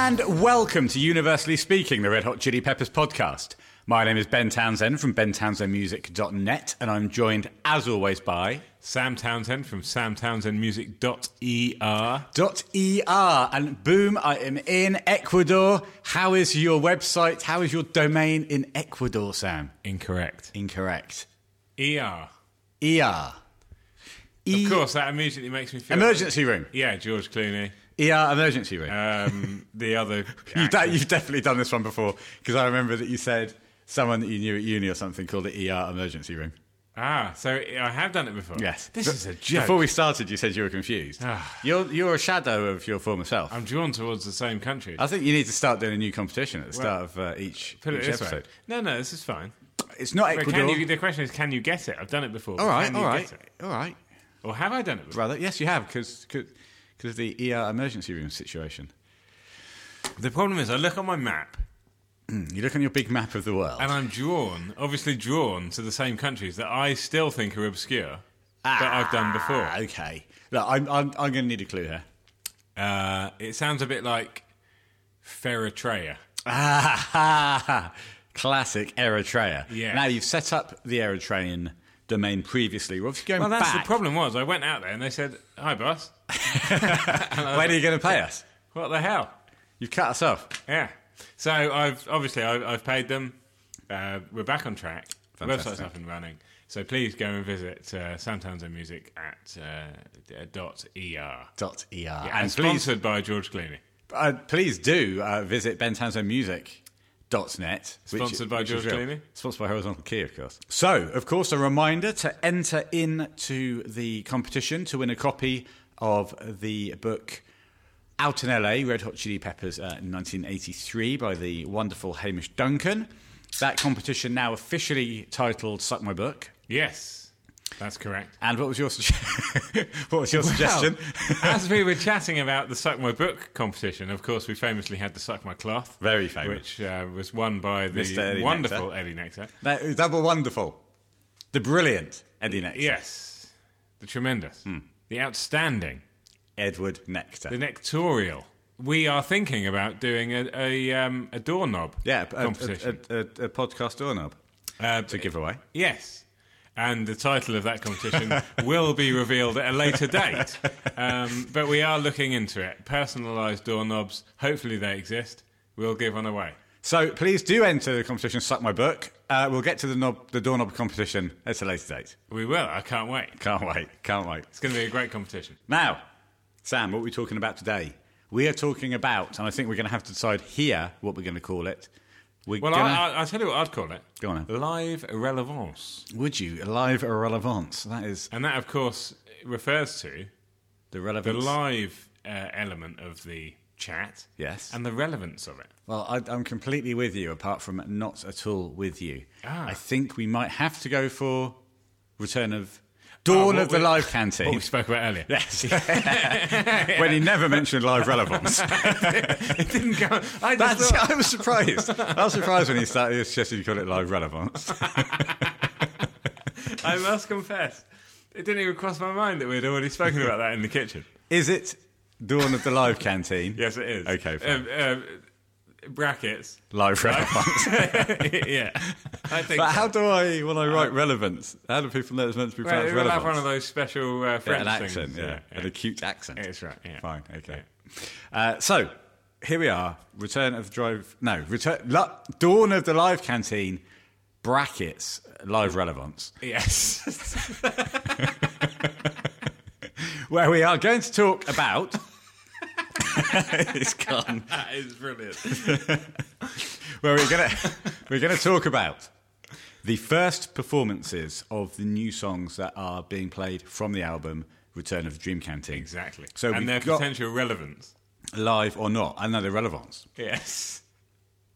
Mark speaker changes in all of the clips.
Speaker 1: Welcome to Universally Speaking, the Red Hot Chili Peppers podcast. My name is Ben Townsend from bentownsendmusic.net, and I'm joined, as always, by
Speaker 2: Sam Townsend from E samtownsendmusic.er.
Speaker 1: .er. And boom, I am in Ecuador. How is your website? How is your domain in Ecuador, Sam?
Speaker 2: Incorrect.
Speaker 1: Incorrect.
Speaker 2: ER.
Speaker 1: ER. E-
Speaker 2: Of course, that immediately makes me feel.
Speaker 1: Emergency room.
Speaker 2: Yeah, George Clooney.
Speaker 1: ER emergency room.
Speaker 2: Um, the other.
Speaker 1: You've,
Speaker 2: actor.
Speaker 1: de- you've definitely done this one before because I remember that you said someone that you knew at uni or something called it ER emergency room.
Speaker 2: ah, so I have done it before.
Speaker 1: Yes.
Speaker 2: This
Speaker 1: But
Speaker 2: is a joke.
Speaker 1: Before we started, you said you were confused.
Speaker 2: Ah.
Speaker 1: you're, you're a shadow of your former self. i
Speaker 2: I'm drawn towards the same country.
Speaker 1: think you need to start doing a new competition at the start of uh, each,
Speaker 2: Put it
Speaker 1: each
Speaker 2: this way.
Speaker 1: episode.
Speaker 2: No, no, this is fine.
Speaker 1: It's not
Speaker 2: But
Speaker 1: Ecuador.
Speaker 2: can you, the question is, can you guess it? I've done it before.
Speaker 1: all right,
Speaker 2: Can
Speaker 1: all
Speaker 2: you
Speaker 1: right,
Speaker 2: Guess it?
Speaker 1: all right,
Speaker 2: Or have I done it before?
Speaker 1: brother. Yes, you have because of the ER emergency room situation.
Speaker 2: The problem is, I look on my map
Speaker 1: You look on your big map of the world.
Speaker 2: and I'm drawn, obviously drawn to the same countries that I still think are obscure that I've done before.
Speaker 1: Ah, okay. Look, I'm, I'm, I'm going to need a clue here.
Speaker 2: Uh, it sounds a bit like Ferretrea.
Speaker 1: Ah, ha, ha. classic Eritrea.
Speaker 2: Yeah.
Speaker 1: Now you've set up the Eritrean domain previously. We're obviously going
Speaker 2: Well, Oh, that's
Speaker 1: back.
Speaker 2: the problem was I went out there and they said, "Hi, boss.
Speaker 1: When are you going to pay us?
Speaker 2: What the hell?"
Speaker 1: You've cut us off.
Speaker 2: Yeah. So I've obviously I, I've paid them. Uh, we're back on track. The Website's
Speaker 1: Fantastic.
Speaker 2: up and running. So please go and visit uh, Sam Townsend Music at uh, dot er.
Speaker 1: dot er.
Speaker 2: and
Speaker 1: and please,
Speaker 2: sponsored by George Clooney.
Speaker 1: uh, please do uh, visit bentownsendmusic.net. which-
Speaker 2: Sponsored by
Speaker 1: which is
Speaker 2: George
Speaker 1: real.
Speaker 2: Clooney?
Speaker 1: Sponsored by Horizontal Key, of course. So, of course, a reminder to enter into the competition to win a copy of the book Out in LA, Red Hot Chili Peppers uh, in 1983 by the wonderful Hamish Duncan. That competition now officially titled Suck My Book.
Speaker 2: Yes, that's correct.
Speaker 1: And what was your, sugge- what was your suggestion?
Speaker 2: Well, as we were chatting about the Suck My Book competition, of course, we famously had the Suck My Cloth.
Speaker 1: Very famous.
Speaker 2: Which uh, was won by the
Speaker 1: Mr. Eddie
Speaker 2: wonderful Eddie Nectar.
Speaker 1: That, that were wonderful. The brilliant Eddie Nectar.
Speaker 2: Yes. The tremendous.
Speaker 1: Hmm.
Speaker 2: The outstanding.
Speaker 1: Edward Nectar.
Speaker 2: The nectorial. We are thinking about doing a, a, um, a doorknob
Speaker 1: yeah, a,
Speaker 2: competition.
Speaker 1: a, a, a, a podcast doorknob
Speaker 2: uh,
Speaker 1: to give away.
Speaker 2: yes. And the title of that competition will be revealed at a later date. Um, but we are looking into it. Personalised doorknobs. Hopefully they exist. We'll give one away.
Speaker 1: So please do enter the competition. Suck my book. Uh, we'll get to the knob, the doorknob competition at a later date.
Speaker 2: We will. I can't wait.
Speaker 1: Can't wait. Can't wait.
Speaker 2: It's going to be a great competition.
Speaker 1: Now, Sam, what are we talking about today? We are talking about, and I think we're going to have to decide here what we're going to call it. We're
Speaker 2: Well,
Speaker 1: gonna,
Speaker 2: I, I, I'll tell you what I'd call it.
Speaker 1: Go on then.
Speaker 2: Live relevance.
Speaker 1: would you live irrelevance? That is
Speaker 2: And that, of course, refers to
Speaker 1: the
Speaker 2: the
Speaker 1: relevance.
Speaker 2: live uh, element of the chat.
Speaker 1: Yes.
Speaker 2: And the relevance of it.
Speaker 1: Well, I, I'm completely with you, apart from not at all with you.
Speaker 2: Ah.
Speaker 1: I think we might have to go for Return of Dawn
Speaker 2: Ah, what
Speaker 1: of the
Speaker 2: we-
Speaker 1: Live
Speaker 2: What
Speaker 1: Canteen.
Speaker 2: Oh, we spoke about earlier.
Speaker 1: yes. when he never mentioned live relevance.
Speaker 2: it didn't go. I just
Speaker 1: That's,
Speaker 2: thought,
Speaker 1: I was surprised. I was surprised when he started suggesting you call it live relevance.
Speaker 2: I must confess, it didn't even cross my mind that we'd already spoken about that in the kitchen.
Speaker 1: Is it Dawn of the Live Canteen?
Speaker 2: Yes, it is.
Speaker 1: Okay, fine.
Speaker 2: Um, um, brackets.
Speaker 1: Live relevance.
Speaker 2: yeah. I think.
Speaker 1: but
Speaker 2: so.
Speaker 1: how do I, when I write relevance, how do people know it's meant to be
Speaker 2: Well,
Speaker 1: pronounced
Speaker 2: we'll have
Speaker 1: relevance?
Speaker 2: one of those special uh,
Speaker 1: Yeah, an
Speaker 2: French things.
Speaker 1: accent, yeah.
Speaker 2: yeah.
Speaker 1: an acute accent.
Speaker 2: It's right, yeah.
Speaker 1: Fine, okay. Uh, so here we are. Return of the drive. No, return. Lu- Dawn of the live canteen. Brackets live relevance.
Speaker 2: Yes.
Speaker 1: Where we are going to talk about. it's gone.
Speaker 2: that is brilliant.
Speaker 1: Where we're gonna we're gonna talk about the first performances of the new songs that are being played from the album Return of the Dream Canteen.
Speaker 2: Exactly.
Speaker 1: So
Speaker 2: and
Speaker 1: we've
Speaker 2: their
Speaker 1: got-
Speaker 2: potential relevance.
Speaker 1: Live or not, I know the relevance.
Speaker 2: Yes.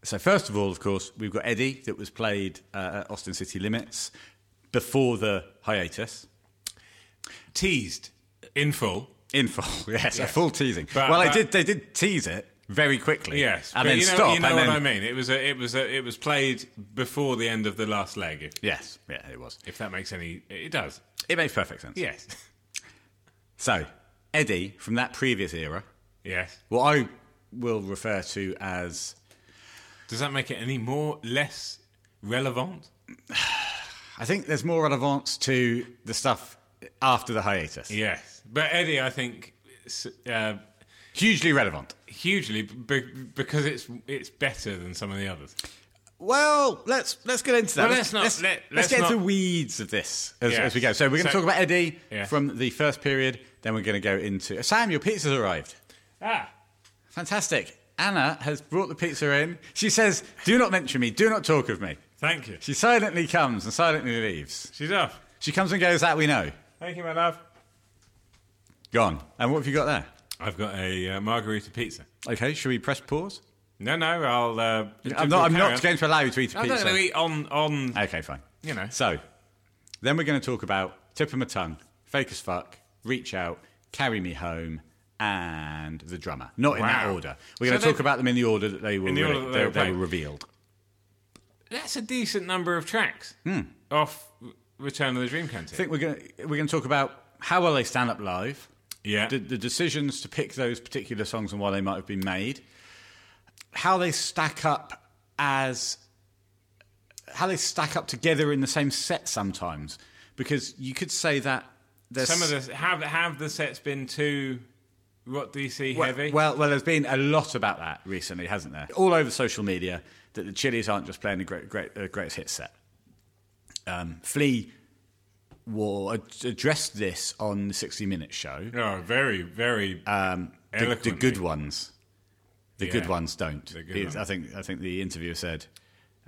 Speaker 1: So first of all, of course, we've got Eddie that was played uh, at Austin City Limits before the hiatus.
Speaker 2: Teased in full.
Speaker 1: In full, yes, a full teasing.
Speaker 2: But-
Speaker 1: well,
Speaker 2: but-
Speaker 1: they did they did tease it very quickly.
Speaker 2: Yes.
Speaker 1: and
Speaker 2: but
Speaker 1: then
Speaker 2: you know,
Speaker 1: stop.
Speaker 2: You know
Speaker 1: and
Speaker 2: what
Speaker 1: then,
Speaker 2: I mean? It was a, it was a, it was played before the end of the last leg. If,
Speaker 1: Yes, yeah, it was.
Speaker 2: if that makes any, it does.
Speaker 1: It makes perfect sense.
Speaker 2: Yes.
Speaker 1: So Eddie from that previous era,
Speaker 2: yes.
Speaker 1: what I will refer to as
Speaker 2: Does that make it any more less relevant?
Speaker 1: I think there's more relevance to the stuff after the hiatus.
Speaker 2: Yes, but Eddie, I think s- uh,
Speaker 1: Hugely relevant.
Speaker 2: hugely b- b- because it's it's better than some of the others.
Speaker 1: Well, let's let's get into that.
Speaker 2: Well, let's not-
Speaker 1: let's,
Speaker 2: let-
Speaker 1: let's
Speaker 2: let's
Speaker 1: get into
Speaker 2: not-
Speaker 1: weeds of this as,
Speaker 2: Yes.
Speaker 1: as we go. So we're going to
Speaker 2: So-
Speaker 1: talk about Eddie
Speaker 2: Yeah.
Speaker 1: from the first period. Then we're going to go into Sam. Your pizza's arrived.
Speaker 2: Ah,
Speaker 1: Fantastic. Anna has brought the pizza in. She says, "Do not mention me. Do not talk of me."
Speaker 2: thank you.
Speaker 1: She silently comes and silently leaves.
Speaker 2: She's off.
Speaker 1: She comes and goes. That we know.
Speaker 2: Thank you, my love.
Speaker 1: Gone. And what have you got there?
Speaker 2: I've got a uh, margarita pizza.
Speaker 1: Okay. Should we press pause?
Speaker 2: No, no, I'll. Uh,
Speaker 1: I'm
Speaker 2: we'll
Speaker 1: not. I'm
Speaker 2: carry
Speaker 1: not
Speaker 2: on.
Speaker 1: going to allow you to eat a
Speaker 2: I'm
Speaker 1: pizza.
Speaker 2: not going to eat on on.
Speaker 1: Okay, fine.
Speaker 2: You know.
Speaker 1: So, then we're going to talk about tip of my tongue, fake as fuck, reach out, carry me home, and the drummer. Not in that
Speaker 2: Wow.
Speaker 1: order. We're
Speaker 2: So
Speaker 1: going to talk
Speaker 2: they-
Speaker 1: about them in the order that they were.
Speaker 2: the
Speaker 1: re-
Speaker 2: order that they
Speaker 1: they,
Speaker 2: were
Speaker 1: they
Speaker 2: played.
Speaker 1: were revealed.
Speaker 2: That's a decent number of tracks off Return of the Dream
Speaker 1: I
Speaker 2: Canteen.
Speaker 1: Hmm. think we're going to, we're going to talk about how well they stand up live.
Speaker 2: Yeah.
Speaker 1: The, the decisions to pick those particular songs and why they might have been made. How they stack up as how they stack up together in the same set sometimes, because you could say that there's
Speaker 2: Some of the have have the sets been too what DC
Speaker 1: Well-
Speaker 2: heavy?
Speaker 1: Well, well, there's been a lot about that recently, hasn't there? All over social media that the Chili's aren't just playing the great, great, uh, greatest hit set. Um, Flea war addressed this on the 60 Minutes show.
Speaker 2: oh, very very um,
Speaker 1: The, the good ones, the good
Speaker 2: Yeah.
Speaker 1: ones don't.
Speaker 2: good
Speaker 1: It's- I
Speaker 2: ones.
Speaker 1: think I think the interviewer said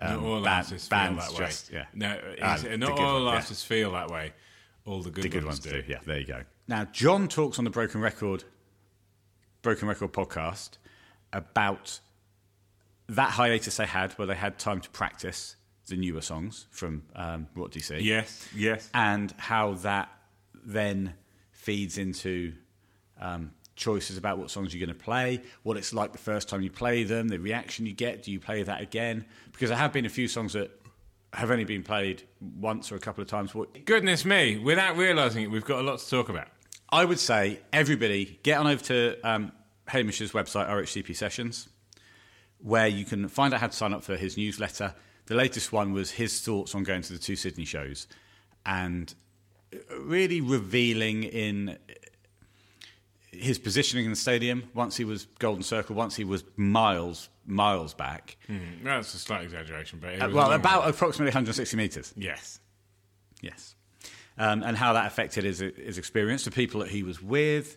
Speaker 2: Not
Speaker 1: um,
Speaker 2: all
Speaker 1: ban-
Speaker 2: artists feel
Speaker 1: bands
Speaker 2: that way.
Speaker 1: just- yeah.
Speaker 2: No,
Speaker 1: Ah,
Speaker 2: it's, uh,
Speaker 1: the
Speaker 2: not
Speaker 1: good
Speaker 2: all
Speaker 1: ones, yeah.
Speaker 2: artists feel that way. All the good,
Speaker 1: the good
Speaker 2: ones, do.
Speaker 1: Yeah, there you go. Now, John talks on the Broken Record, Broken Record podcast about that hiatus they had, where they had time to practice the newer songs from um, What DC,
Speaker 2: Yes, yes.
Speaker 1: and how that then feeds into um, choices about what songs you're going to play, what it's like the first time you play them, the reaction you get. Do you play that again? Because there have been a few songs that have only been played once or a couple of times. What
Speaker 2: Goodness me! Without realising it, we've got a lot to talk about.
Speaker 1: I would say everybody get on over to um, Hamish's website, RHCP Sessions, where you can find out how to sign up for his newsletter. The latest one was his thoughts on going to the two Sydney shows and uh, really revealing in uh, his positioning in the stadium once he was Golden Circle, once he was miles, miles back.
Speaker 2: Hmm, That's a slight exaggeration, but it was a
Speaker 1: Uh, Well,
Speaker 2: long
Speaker 1: about
Speaker 2: one.
Speaker 1: approximately 160 metres.
Speaker 2: yes.
Speaker 1: Yes. Um, and how that affected his, his experience, the people that he was with,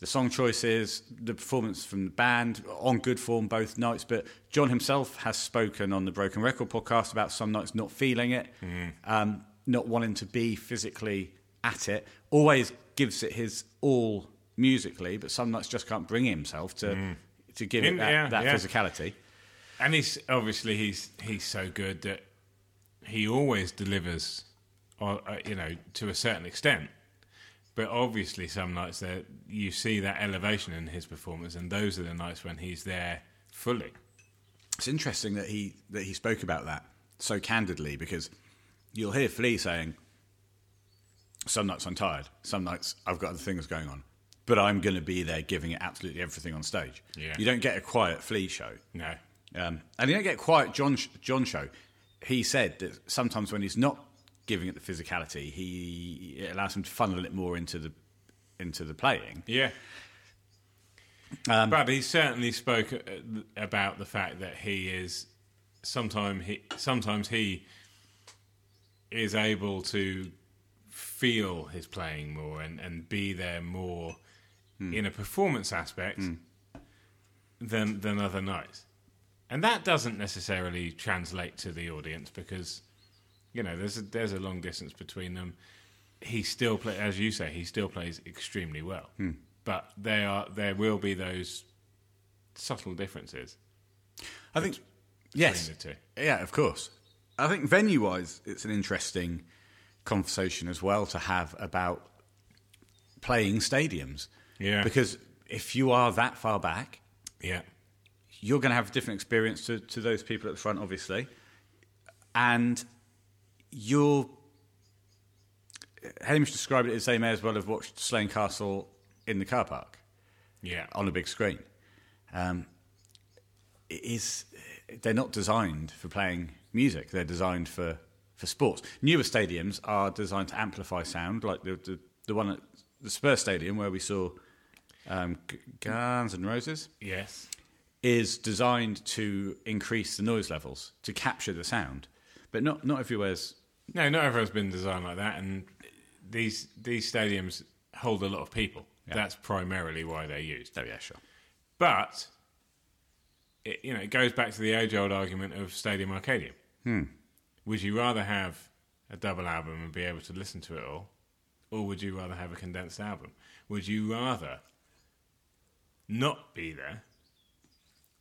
Speaker 1: the song choices, the performance from the band, on good form both nights. But John himself has spoken on the Broken Record podcast about some nights not feeling it,
Speaker 2: Mm.
Speaker 1: um, not wanting to be physically at it, always gives it his all musically, but some nights just can't bring himself to, to give
Speaker 2: In-
Speaker 1: it that,
Speaker 2: Mm. yeah,
Speaker 1: that
Speaker 2: yeah.
Speaker 1: physicality.
Speaker 2: And he's obviously he's he's so good that he always delivers, or, uh, you know, to a certain extent. But obviously, some nights there you see that elevation in his performance, and those are the nights when he's there fully.
Speaker 1: It's interesting that he that he spoke about that so candidly because you'll hear Flea saying, "Some nights I'm tired, some nights I've got other things going on, but I'm going to be there giving it absolutely everything on stage."
Speaker 2: Yeah.
Speaker 1: You don't get a quiet Flea show,
Speaker 2: No,
Speaker 1: um, and you don't get a quiet John sh- John show. He said that sometimes when he's not giving it the physicality, he it allows him to funnel it more into the into the playing.
Speaker 2: Yeah. but he certainly spoke uh, th- about the fact that he is sometimes he sometimes he is able to feel his playing more and, and be there more in a performance aspect than than other nights. And that doesn't necessarily translate to the audience because you know there's a, there's a long distance between them. He still play as you say he still plays extremely well.
Speaker 1: Hmm.
Speaker 2: But there are there will be those subtle differences
Speaker 1: I think
Speaker 2: between
Speaker 1: yes,
Speaker 2: the two.
Speaker 1: Yeah, of course. I think venue wise, it's an interesting conversation as well to have about playing stadiums.
Speaker 2: Yeah.
Speaker 1: Because if you are that far back,
Speaker 2: Yeah.
Speaker 1: you're going to have a different experience to, to those people at the front, obviously. And you're. Hamish described it as they may as well have watched Slane Castle in the car park
Speaker 2: Yeah.
Speaker 1: on a big screen. Um, it is they're not designed for playing music. They're designed for for sports. Newer stadiums are designed to amplify sound, like the the, the one at the Spurs Stadium where we saw um, G- Guns and Roses
Speaker 2: Yes.
Speaker 1: is designed to increase the noise levels to capture the sound, but not not everywhere's.
Speaker 2: No, not everyone's been designed like that, and these these stadiums hold a lot of people. That's primarily why they're used.
Speaker 1: Oh yeah, sure.
Speaker 2: But it, you know, it goes back to the age-old argument of Stadium Arcadium. Would you rather have a double album and be able to listen to it all, or would you rather have a condensed album? Would you rather not be there,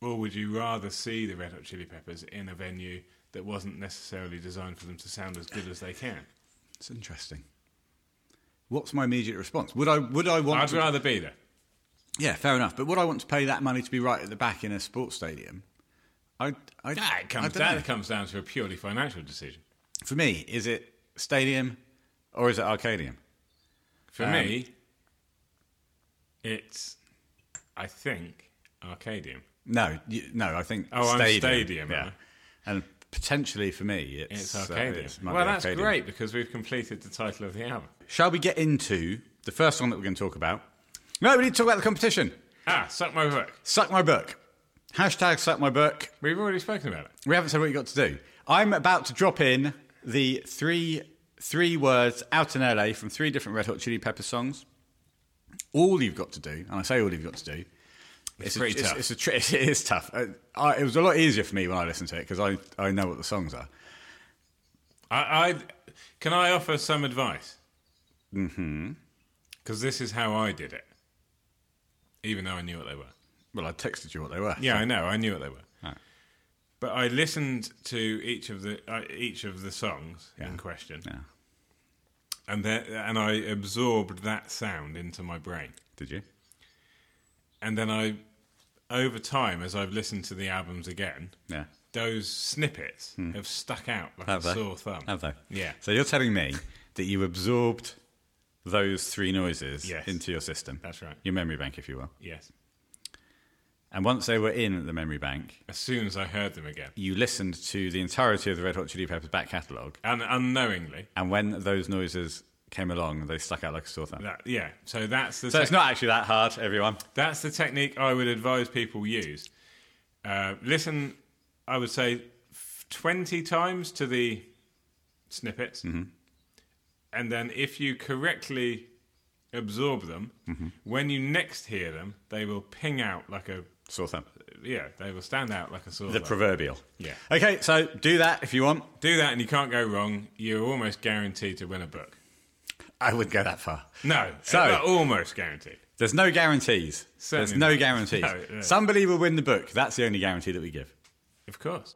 Speaker 2: or would you rather see the Red Hot Chili Peppers in a venue that wasn't necessarily designed for them to sound as good as they can?
Speaker 1: It's interesting. What's my immediate response? Would I would I want
Speaker 2: I'd
Speaker 1: to
Speaker 2: rather be there.
Speaker 1: Yeah, fair enough. But would I want to pay that money to be right at the back in a sports stadium? I, I,
Speaker 2: Ah, it
Speaker 1: I
Speaker 2: comes,
Speaker 1: don't know.
Speaker 2: that comes down to a purely financial decision.
Speaker 1: For me, is it stadium or is it Arcadium?
Speaker 2: For
Speaker 1: Um,
Speaker 2: me, it's, I think, Arcadium.
Speaker 1: No, you, no. I think
Speaker 2: Oh, I'm
Speaker 1: stadium.
Speaker 2: stadium,
Speaker 1: yeah.
Speaker 2: am I?
Speaker 1: And potentially for me,
Speaker 2: It's
Speaker 1: it's, uh, it's-
Speaker 2: Arcadium.
Speaker 1: might
Speaker 2: well,
Speaker 1: be
Speaker 2: that's
Speaker 1: Arcadium.
Speaker 2: great because we've completed the title of the album.
Speaker 1: Shall we get into the first one that we're going to talk about? No, we need to talk about the competition.
Speaker 2: Ah, Suck My Work.
Speaker 1: Suck my book. Hashtag suck my book.
Speaker 2: We've already spoken about it.
Speaker 1: We haven't said what you got to do. I'm about to drop in the three three words out in LA from three different Red Hot Chili Pepper songs. All you've got to do, and I say all you've got to do, it's,
Speaker 2: pretty
Speaker 1: a,
Speaker 2: tough.
Speaker 1: It's, it's a tri- it is tough. Uh, I, it was a lot easier for me when I listened to it because I, I know what the songs are.
Speaker 2: I, I can I offer some advice?
Speaker 1: Mm-hmm.
Speaker 2: Because this is how I did it, even though I knew what they were.
Speaker 1: Well, I texted you what they were.
Speaker 2: Yeah, I know. I knew what they were.
Speaker 1: Right.
Speaker 2: But I listened to each of the uh, each of the songs in question,
Speaker 1: Yeah.
Speaker 2: and then and I absorbed that sound into my brain.
Speaker 1: Did you?
Speaker 2: And then I, over time, as I've listened to the albums again,
Speaker 1: Yeah.
Speaker 2: those snippets have stuck out like
Speaker 1: Hmm. Have
Speaker 2: a
Speaker 1: they?
Speaker 2: sore thumb.
Speaker 1: Have they?
Speaker 2: Yeah.
Speaker 1: So you're telling me that you absorbed those three noises
Speaker 2: Yes.
Speaker 1: into your system.
Speaker 2: That's right.
Speaker 1: Your memory bank, if you will.
Speaker 2: Yes.
Speaker 1: And once they were in the memory bank,
Speaker 2: As soon as I heard them again,
Speaker 1: you listened to the entirety of the Red Hot Chili Peppers back catalogue,
Speaker 2: and unknowingly,
Speaker 1: and when those noises came along, they stuck out like a sore thumb.
Speaker 2: that yeah. So that's the
Speaker 1: So
Speaker 2: tech-
Speaker 1: it's not actually that hard, everyone.
Speaker 2: that's the technique I would advise people use. Uh, listen, I would say f- twenty times to the snippets,
Speaker 1: Mm-hmm.
Speaker 2: and then if you correctly absorb them,
Speaker 1: Mm-hmm.
Speaker 2: when you next hear them, they will ping out like a
Speaker 1: Sore thumb.
Speaker 2: yeah. They will stand out like a sore.
Speaker 1: The
Speaker 2: thumb.
Speaker 1: proverbial.
Speaker 2: Yeah.
Speaker 1: Okay, so do that if you want.
Speaker 2: Do that and you can't go wrong. You're almost guaranteed to win a book.
Speaker 1: I would go that far.
Speaker 2: No,
Speaker 1: So-
Speaker 2: but almost guaranteed.
Speaker 1: There's no guarantees.
Speaker 2: Certainly
Speaker 1: There's no
Speaker 2: not.
Speaker 1: guarantees.
Speaker 2: No, no.
Speaker 1: Somebody will win the book. That's the only guarantee that we give.
Speaker 2: Of course.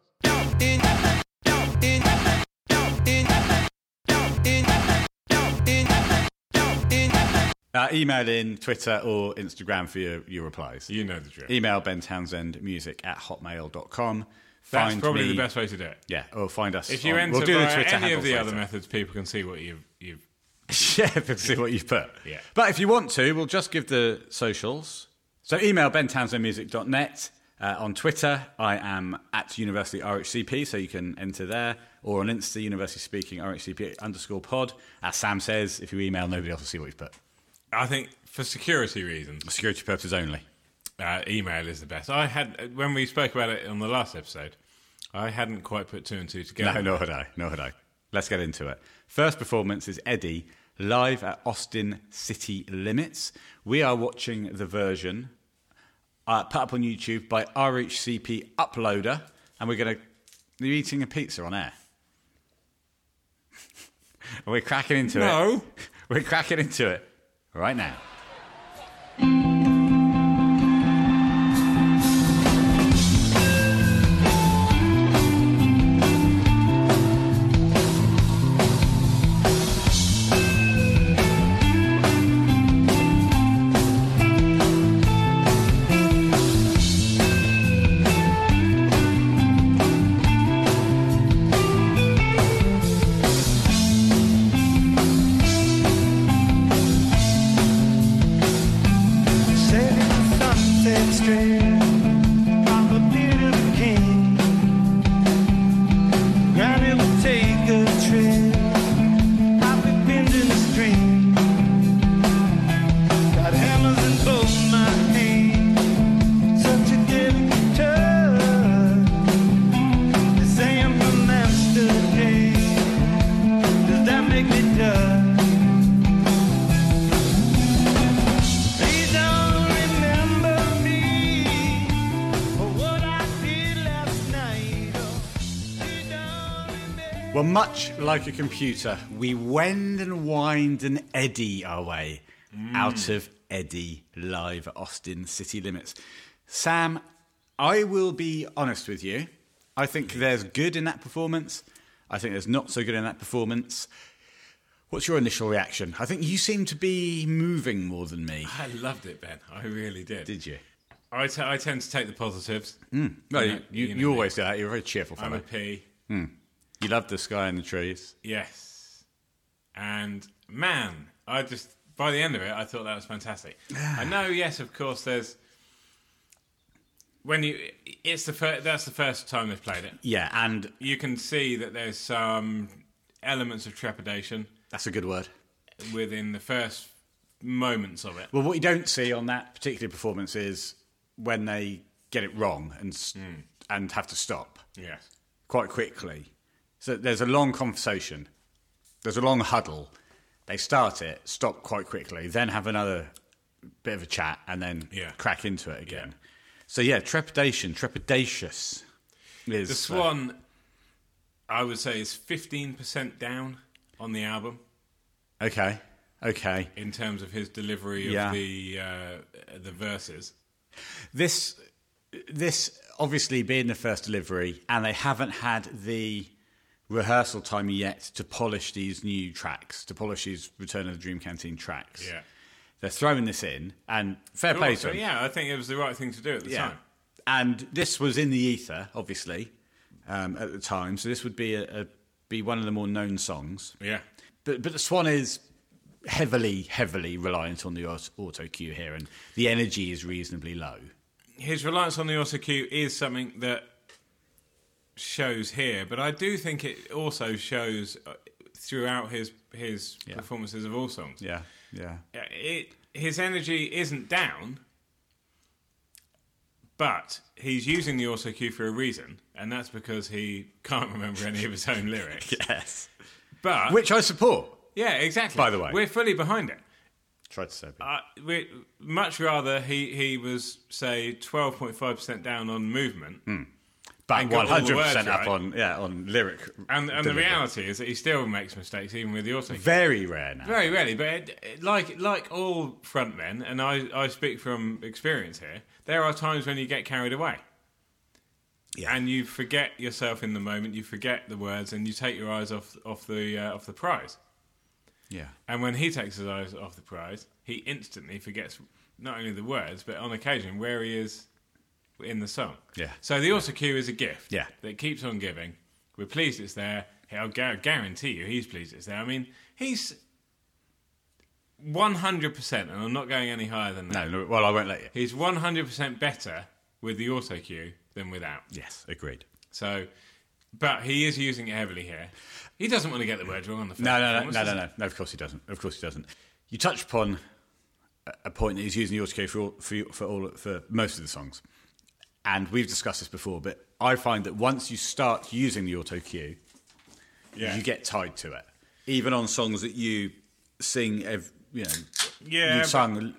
Speaker 1: Uh, email in, Twitter, or Instagram for your, your replies.
Speaker 2: You know the drill.
Speaker 1: Email Ben Townsend music at hotmail.com.
Speaker 2: That's
Speaker 1: Find
Speaker 2: probably
Speaker 1: me-
Speaker 2: the best way to do it.
Speaker 1: Yeah, or find us.
Speaker 2: If you
Speaker 1: on-
Speaker 2: enter
Speaker 1: we'll do the
Speaker 2: via
Speaker 1: Twitter
Speaker 2: any of
Speaker 1: handles
Speaker 2: the
Speaker 1: later.
Speaker 2: other methods, people can see what you've you've.
Speaker 1: Yeah, we can see what you've put.
Speaker 2: Yeah.
Speaker 1: But if you want to, we'll just give the socials. So email bentownsendmusic.net. Uh, on Twitter, I am at University RHCP, so you can enter there. Or on Insta, University Speaking RHCP underscore pod. As Sam says, if you email, nobody else will see what you've put.
Speaker 2: I think for security reasons,
Speaker 1: For security purposes only.
Speaker 2: uh, email is the best. I had when we spoke about it on the last episode, I hadn't quite put two and two
Speaker 1: No,
Speaker 2: together.
Speaker 1: nor had I. Nor had I. Let's get into it. First performance is Eddie live at Austin City Limits. We are watching the version uh, put up on YouTube by RHCP Uploader, and we're going to be eating a pizza on air. And we're cracking into it.
Speaker 2: No.
Speaker 1: We're cracking into it right now. Well, much like a computer, we wend and wind and eddy our way out of Eddy live at Austin city limits. Sam, I will be honest with you. I think there's good in that performance. I think there's not so good in that performance. What's your initial reaction? I think you seem to be moving more than me.
Speaker 2: I loved it, Ben. I really did.
Speaker 1: Did you?
Speaker 2: I, t- I tend to take the positives.
Speaker 1: No,
Speaker 2: You
Speaker 1: Hmm. you,
Speaker 2: know-
Speaker 1: you,
Speaker 2: you know
Speaker 1: you
Speaker 2: me.
Speaker 1: always do that. You're a very cheerful
Speaker 2: I'm
Speaker 1: fellow.
Speaker 2: a P.
Speaker 1: You love the sky and the trees.
Speaker 2: Yes. And man, I just by the end of it, I thought that was fantastic. I know, yes, of course, there's when you it's the first that's the first time they've played it.
Speaker 1: Yeah, and
Speaker 2: You can see that there's some elements of trepidation
Speaker 1: that's a good word.
Speaker 2: within the first moments of it.
Speaker 1: Well, what you don't see on that particular performance is when they get it wrong and s
Speaker 2: Hmm.
Speaker 1: and have to stop
Speaker 2: Yes.
Speaker 1: quite quickly. So there's a long conversation. There's a long huddle. They start it, stop quite quickly, then have another bit of a chat, and then
Speaker 2: Yeah.
Speaker 1: crack into it again.
Speaker 2: Yeah.
Speaker 1: So yeah, trepidation, trepidatious. Is,
Speaker 2: The
Speaker 1: uh,
Speaker 2: Swan, I would say, is 15% down on the album
Speaker 1: okay, okay.
Speaker 2: in terms of his delivery of
Speaker 1: Yeah.
Speaker 2: the uh, the verses.
Speaker 1: This, this obviously being the first delivery, and they haven't had the rehearsal time yet to polish these new tracks, to polish these Return of the Dream Canteen tracks.
Speaker 2: Yeah.
Speaker 1: They're throwing this in, and fair
Speaker 2: But
Speaker 1: play to
Speaker 2: also,
Speaker 1: them.
Speaker 2: yeah, I think it was the right thing to do at the
Speaker 1: Yeah.
Speaker 2: time.
Speaker 1: And this was in the ether, obviously, um, at the time. So this would be a, a be one of the more known songs.
Speaker 2: Yeah.
Speaker 1: But but the Swan is heavily, heavily reliant on the aut- auto cue here, and the energy is reasonably low.
Speaker 2: His reliance on the auto cue is something that shows here, but I do think it also shows uh, throughout his his performances of all songs.
Speaker 1: Yeah, yeah.
Speaker 2: Yeah, It, his energy isn't down, but he's using the auto cue for a reason, and that's because he can't remember any of his own lyrics.
Speaker 1: Yes.
Speaker 2: But
Speaker 1: Which I support.
Speaker 2: yeah, exactly.
Speaker 1: By the way.
Speaker 2: we're fully behind it.
Speaker 1: Tried to say.
Speaker 2: I, we, much rather he, he was say twelve point five percent down on movement,
Speaker 1: But
Speaker 2: and
Speaker 1: one
Speaker 2: got all the
Speaker 1: hundred
Speaker 2: words
Speaker 1: percent up
Speaker 2: right.
Speaker 1: on yeah on lyric.
Speaker 2: and and the
Speaker 1: delivery.
Speaker 2: reality is that he still makes mistakes even with the auto. cue.
Speaker 1: very rare now.
Speaker 2: Very rarely, but it, it- like like all frontmen, and I, I speak from experience here. There are times when you get carried away,
Speaker 1: Yeah.
Speaker 2: and you forget yourself in the moment. You forget the words, and you take your eyes off off the uh, off the prize.
Speaker 1: Yeah.
Speaker 2: And when he takes his eyes off the prize, he instantly forgets not only the words, but on occasion where he is in the song.
Speaker 1: Yeah.
Speaker 2: So the auto cue is a gift.
Speaker 1: Yeah.
Speaker 2: That keeps on giving. We're pleased it's there. I'll gu- guarantee you he's pleased it's there. I mean, he's 100%, and I'm not going any higher than that.
Speaker 1: No, no. Well, I won't let you.
Speaker 2: He's 100% better with the auto cue than without.
Speaker 1: Yes, agreed.
Speaker 2: So, but he is using it heavily here. He doesn't want to get the word wrong on the first
Speaker 1: No, no, no,
Speaker 2: performance,
Speaker 1: no,
Speaker 2: does
Speaker 1: no, no, no. Of course he doesn't. Of course he doesn't. You touch upon a- a point that he's using the autocue for all, for, for all for most of the songs, and we've discussed this before. But I find that once you start using the auto cue,
Speaker 2: he? Yeah.
Speaker 1: you get tied to it, even on songs that you sing, ev you know,
Speaker 2: Yeah,
Speaker 1: you've
Speaker 2: but-
Speaker 1: sung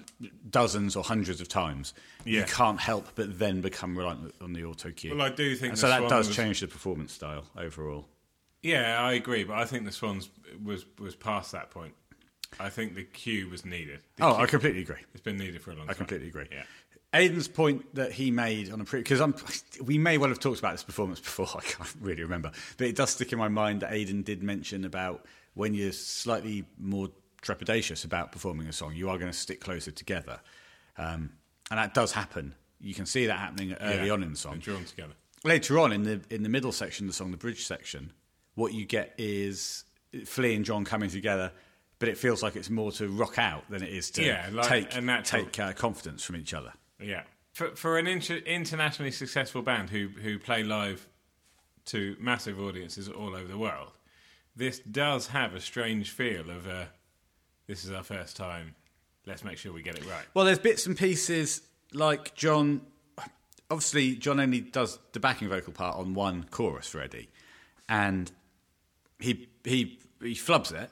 Speaker 1: dozens or hundreds of times. You
Speaker 2: Yeah.
Speaker 1: can't help but then become reliant on the auto cue.
Speaker 2: Well, I do think
Speaker 1: And
Speaker 2: the
Speaker 1: so. That
Speaker 2: Swan
Speaker 1: does
Speaker 2: was-
Speaker 1: change the performance style overall.
Speaker 2: Yeah, I agree, but I think the Swans was was past that point. I think the cue was needed. The
Speaker 1: Oh,
Speaker 2: cue-
Speaker 1: I completely agree.
Speaker 2: it's been needed for a long time.
Speaker 1: I completely agree.
Speaker 2: Yeah.
Speaker 1: Aiden's point that he made on a pre because I'm we may well have talked about this performance before. I can't really remember, but it does stick in my mind that Aiden did mention about when you're slightly more trepidatious about performing a song, you are going to stick closer together, um, and that does happen. You can see that happening early
Speaker 2: Yeah.
Speaker 1: on in the song
Speaker 2: They're drawn together.
Speaker 1: later on in the in the middle section of the song, the bridge section, what you get is Flea and John coming together, but it feels like it's more to rock out than it is to
Speaker 2: Yeah, like
Speaker 1: take
Speaker 2: a natural-
Speaker 1: take uh, confidence from each other.
Speaker 2: Yeah. For for an inter- internationally successful band who who play live to massive audiences all over the world, this does have a strange feel of uh, this is our first time. Let's make sure we get it right.
Speaker 1: Well, there's bits and pieces like John. Obviously, John only does the backing vocal part on one chorus for Eddie, and he he he flubs it.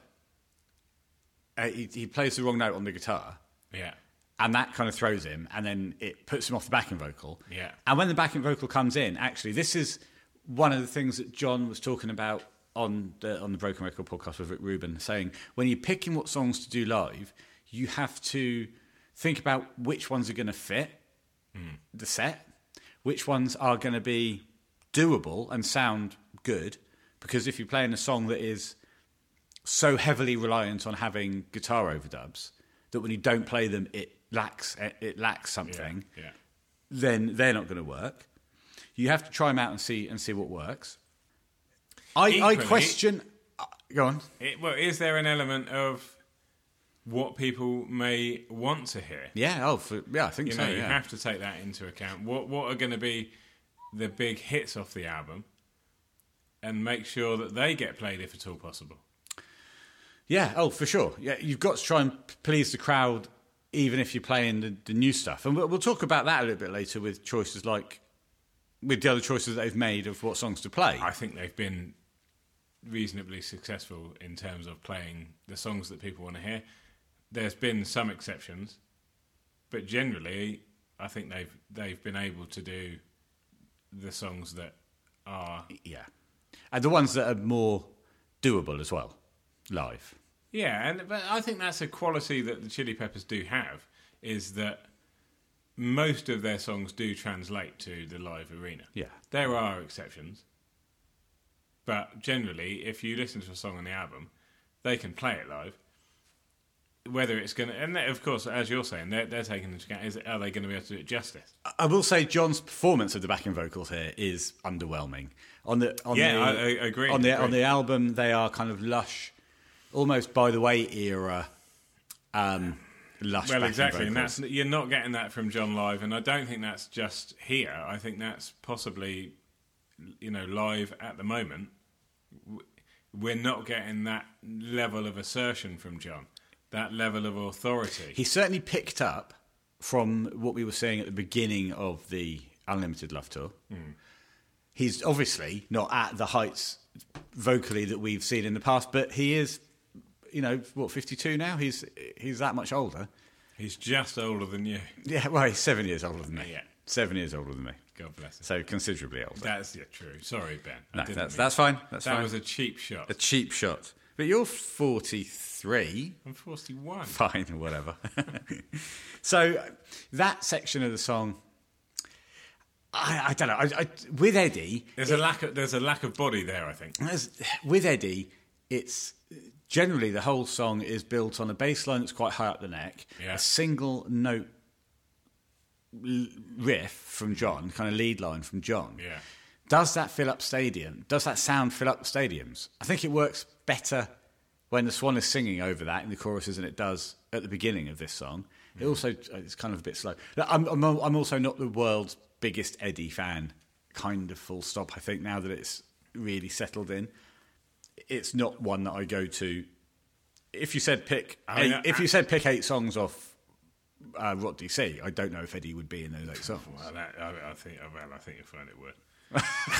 Speaker 1: Uh, he, he plays the wrong note on the guitar.
Speaker 2: Yeah.
Speaker 1: and that kind of throws him, and then it puts him off the backing vocal.
Speaker 2: Yeah.
Speaker 1: And when the backing vocal comes in, actually, this is one of the things that John was talking about on the, on the Broken Record podcast with Rick Rubin saying when you're picking what songs to do live, you have to think about which ones are going to fit the set, which ones are going to be doable and sound good. Because if you're playing a song that is so heavily reliant on having guitar overdubs that when you don't play them, it lacks it- it lacks something
Speaker 2: Yeah.
Speaker 1: then they're not going to work. You have to try them out and see and see what works. I, I
Speaker 2: Equally-
Speaker 1: question. uh, Go on.
Speaker 2: It, well, is there an element of what people may want to hear?
Speaker 1: Yeah. Oh, for, yeah. I think
Speaker 2: You
Speaker 1: so.
Speaker 2: know, you
Speaker 1: yeah.
Speaker 2: have to take that into account. What what are going to be the big hits off the album, and make sure that they get played if at all possible.
Speaker 1: Yeah, oh, for sure. Yeah, you've got to try and p- please the crowd, even if you're playing the, the new stuff. And we'll, we'll talk about that a little bit later with choices like, with the other choices that they've made of what songs to play.
Speaker 2: I think they've been reasonably successful in terms of playing the songs that people want to hear. There's been some exceptions, but generally, I think they've they've been able to do the songs that are
Speaker 1: Yeah. And the ones that are more doable as well, live.
Speaker 2: Yeah, and but I think that's a quality that the Chili Peppers do have is that most of their songs do translate to the live arena.
Speaker 1: Yeah.
Speaker 2: There are exceptions. But generally, if you listen to a song on the album, they can play it live. Whether it's going to, and of course, as you're saying, they're, they're taking into account, is, are they going to be able to do it justice?
Speaker 1: I- I will say John's performance of the backing vocals here is underwhelming. On the on
Speaker 2: Yeah,
Speaker 1: the,
Speaker 2: I- I agree,
Speaker 1: On the
Speaker 2: agree.
Speaker 1: on the album, they are kind of lush, almost by the way era, um, lush.
Speaker 2: Well,
Speaker 1: backing
Speaker 2: exactly, and
Speaker 1: vocals.
Speaker 2: that's you're not getting that from John live, and I don't think that's just here. I think that's possibly, you know, live at the moment. w- We're not getting that level of assertion from John, that level of authority.
Speaker 1: he certainly picked up from what we were saying at the beginning of the Unlimited Love Tour.
Speaker 2: Hmm.
Speaker 1: He's obviously not at the heights vocally that we've seen in the past, but he is, you know, what fifty two now. He's he's that much older.
Speaker 2: He's just older than you.
Speaker 1: Yeah, well, he's seven years older than me.
Speaker 2: Yeah.
Speaker 1: seven years older than me.
Speaker 2: God bless him.
Speaker 1: So considerably older.
Speaker 2: That's yeah, true. Sorry, Ben. I
Speaker 1: no,
Speaker 2: didn't
Speaker 1: that's
Speaker 2: mean-
Speaker 1: that's fine. That's
Speaker 2: that
Speaker 1: fine.
Speaker 2: was a cheap shot.
Speaker 1: a cheap shot. But you're 43.
Speaker 2: I'm 41.
Speaker 1: Fine, whatever. so that section of the song, I, I don't know. I, I, with Eddie,
Speaker 2: There's a lack of there's a lack of body there. I think.
Speaker 1: as- with Eddie, it's generally the whole song is built on a bass line that's quite high up the neck,
Speaker 2: Yeah.
Speaker 1: a single note l- riff from John, kind of lead line from John.
Speaker 2: Yeah.
Speaker 1: Does that fill up stadium? Does that sound fill up stadiums? I think it works better when the Swan is singing over that in the choruses than it does at the beginning of this song. It
Speaker 2: Mm.
Speaker 1: also uh, it's kind of a bit slow. Look, I'm, I'm al- I'm also not the world's biggest Eddie fan. Kind of full stop. I think now that it's really settled in, it's not one that I go to. If you said pick,
Speaker 2: I mean,
Speaker 1: eight, if you said pick eight songs off uh, Rot DC, I don't know if Eddie would be in those eight songs.
Speaker 2: Well, that, I, I think uh, well, I think you'll find it would.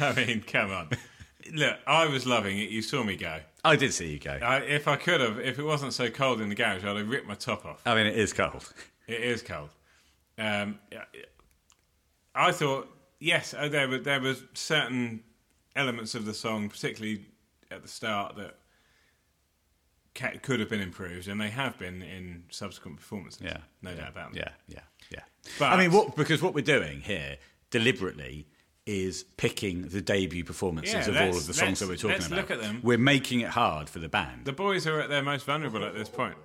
Speaker 2: I mean, come on. Look, I was loving it. You saw me go.
Speaker 1: I did see you go.
Speaker 2: I, if I could have, if it wasn't so cold in the garage, I'd have ripped my top off.
Speaker 1: I mean, it is cold.
Speaker 2: It is cold. Um, yeah, I thought, yes, uh, there were there was certain elements of the song, particularly at the start, that ca- could have been improved, and they have been in subsequent performances.
Speaker 1: Yeah.
Speaker 2: no
Speaker 1: yeah.
Speaker 2: doubt about that.
Speaker 1: Yeah, yeah, yeah.
Speaker 2: But-
Speaker 1: I mean, what because what we're doing here deliberately is picking the debut performances
Speaker 2: Yeah,
Speaker 1: of all
Speaker 2: let's-
Speaker 1: of the songs
Speaker 2: let's-
Speaker 1: that we're talking
Speaker 2: let's
Speaker 1: about.
Speaker 2: look at them.
Speaker 1: We're making it hard for the band.
Speaker 2: The boys are at their most vulnerable at this point.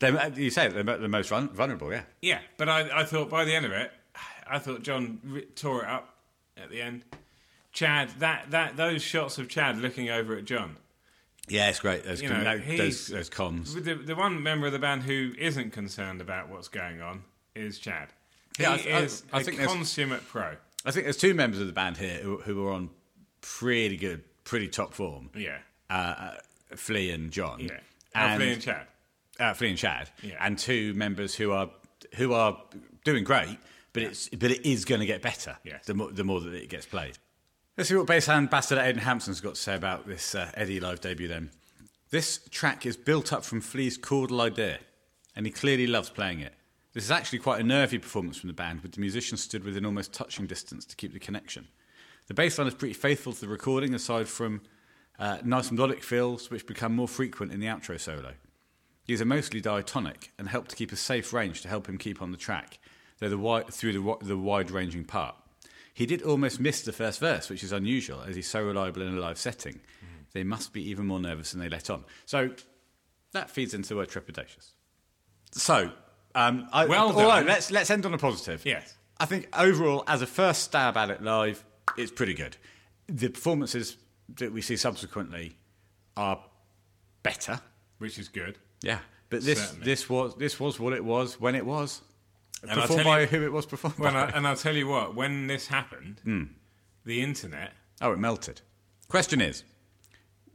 Speaker 1: They're, uh, you say they're the most vul- vulnerable, yeah.
Speaker 2: Yeah, but I, I thought by the end of it, I thought John r- tore it up at the end. Chad, that, that those shots of Chad looking over at John,
Speaker 1: Yeah, it's great. Those,
Speaker 2: you
Speaker 1: com-
Speaker 2: know,
Speaker 1: that-
Speaker 2: he's
Speaker 1: those, those cons.
Speaker 2: The, the one member of the band who isn't concerned about what's going on is Chad. He
Speaker 1: Yeah, I- I-
Speaker 2: is a
Speaker 1: I think there's-
Speaker 2: consummate pro.
Speaker 1: I think there's two members of the band here who, who are on pretty good, pretty top form.
Speaker 2: Yeah,
Speaker 1: Uh, uh, Flea and John.
Speaker 2: yeah. And, and Chad.
Speaker 1: uh, Flea and Chad,
Speaker 2: Yeah.
Speaker 1: and two members who are who are doing great, but it's but it is going to get better.
Speaker 2: Yes.
Speaker 1: the more the more that it gets played. Let's see what bass hand bastard Aidan Hampson's got to say about this uh, Eddie live debut. Then this track is built up from Flea's chordal idea, and he clearly loves playing it. This is actually quite a nervy performance from the band, with the musicians stood within almost touching distance to keep the connection. The bass line is pretty faithful to the recording, aside from uh, nice melodic fills, which become more frequent in the outro solo. These are mostly diatonic and help to keep a safe range to help him keep on the track though the wide, through the, wi- the wide ranging part. He did almost miss the first verse, which is unusual as he's so reliable in a live setting.
Speaker 2: Mm.
Speaker 1: They must be even more nervous than they let on. So that feeds into the word trepidatious. So, um, I,
Speaker 2: Well
Speaker 1: although,
Speaker 2: done.
Speaker 1: let's, let's end on a positive.
Speaker 2: Yes.
Speaker 1: I think overall, as a first stab at it live, it's pretty good. The performances that we see subsequently are better.
Speaker 2: which is good.
Speaker 1: Yeah, but this
Speaker 2: Certainly.
Speaker 1: this was this was what it was when it was.
Speaker 2: I'll
Speaker 1: performed
Speaker 2: tell
Speaker 1: by
Speaker 2: you-
Speaker 1: who it was performed
Speaker 2: When I,
Speaker 1: by.
Speaker 2: and I'll tell you what, when this happened,
Speaker 1: Hmm.
Speaker 2: the internet.
Speaker 1: oh, it melted. Question is,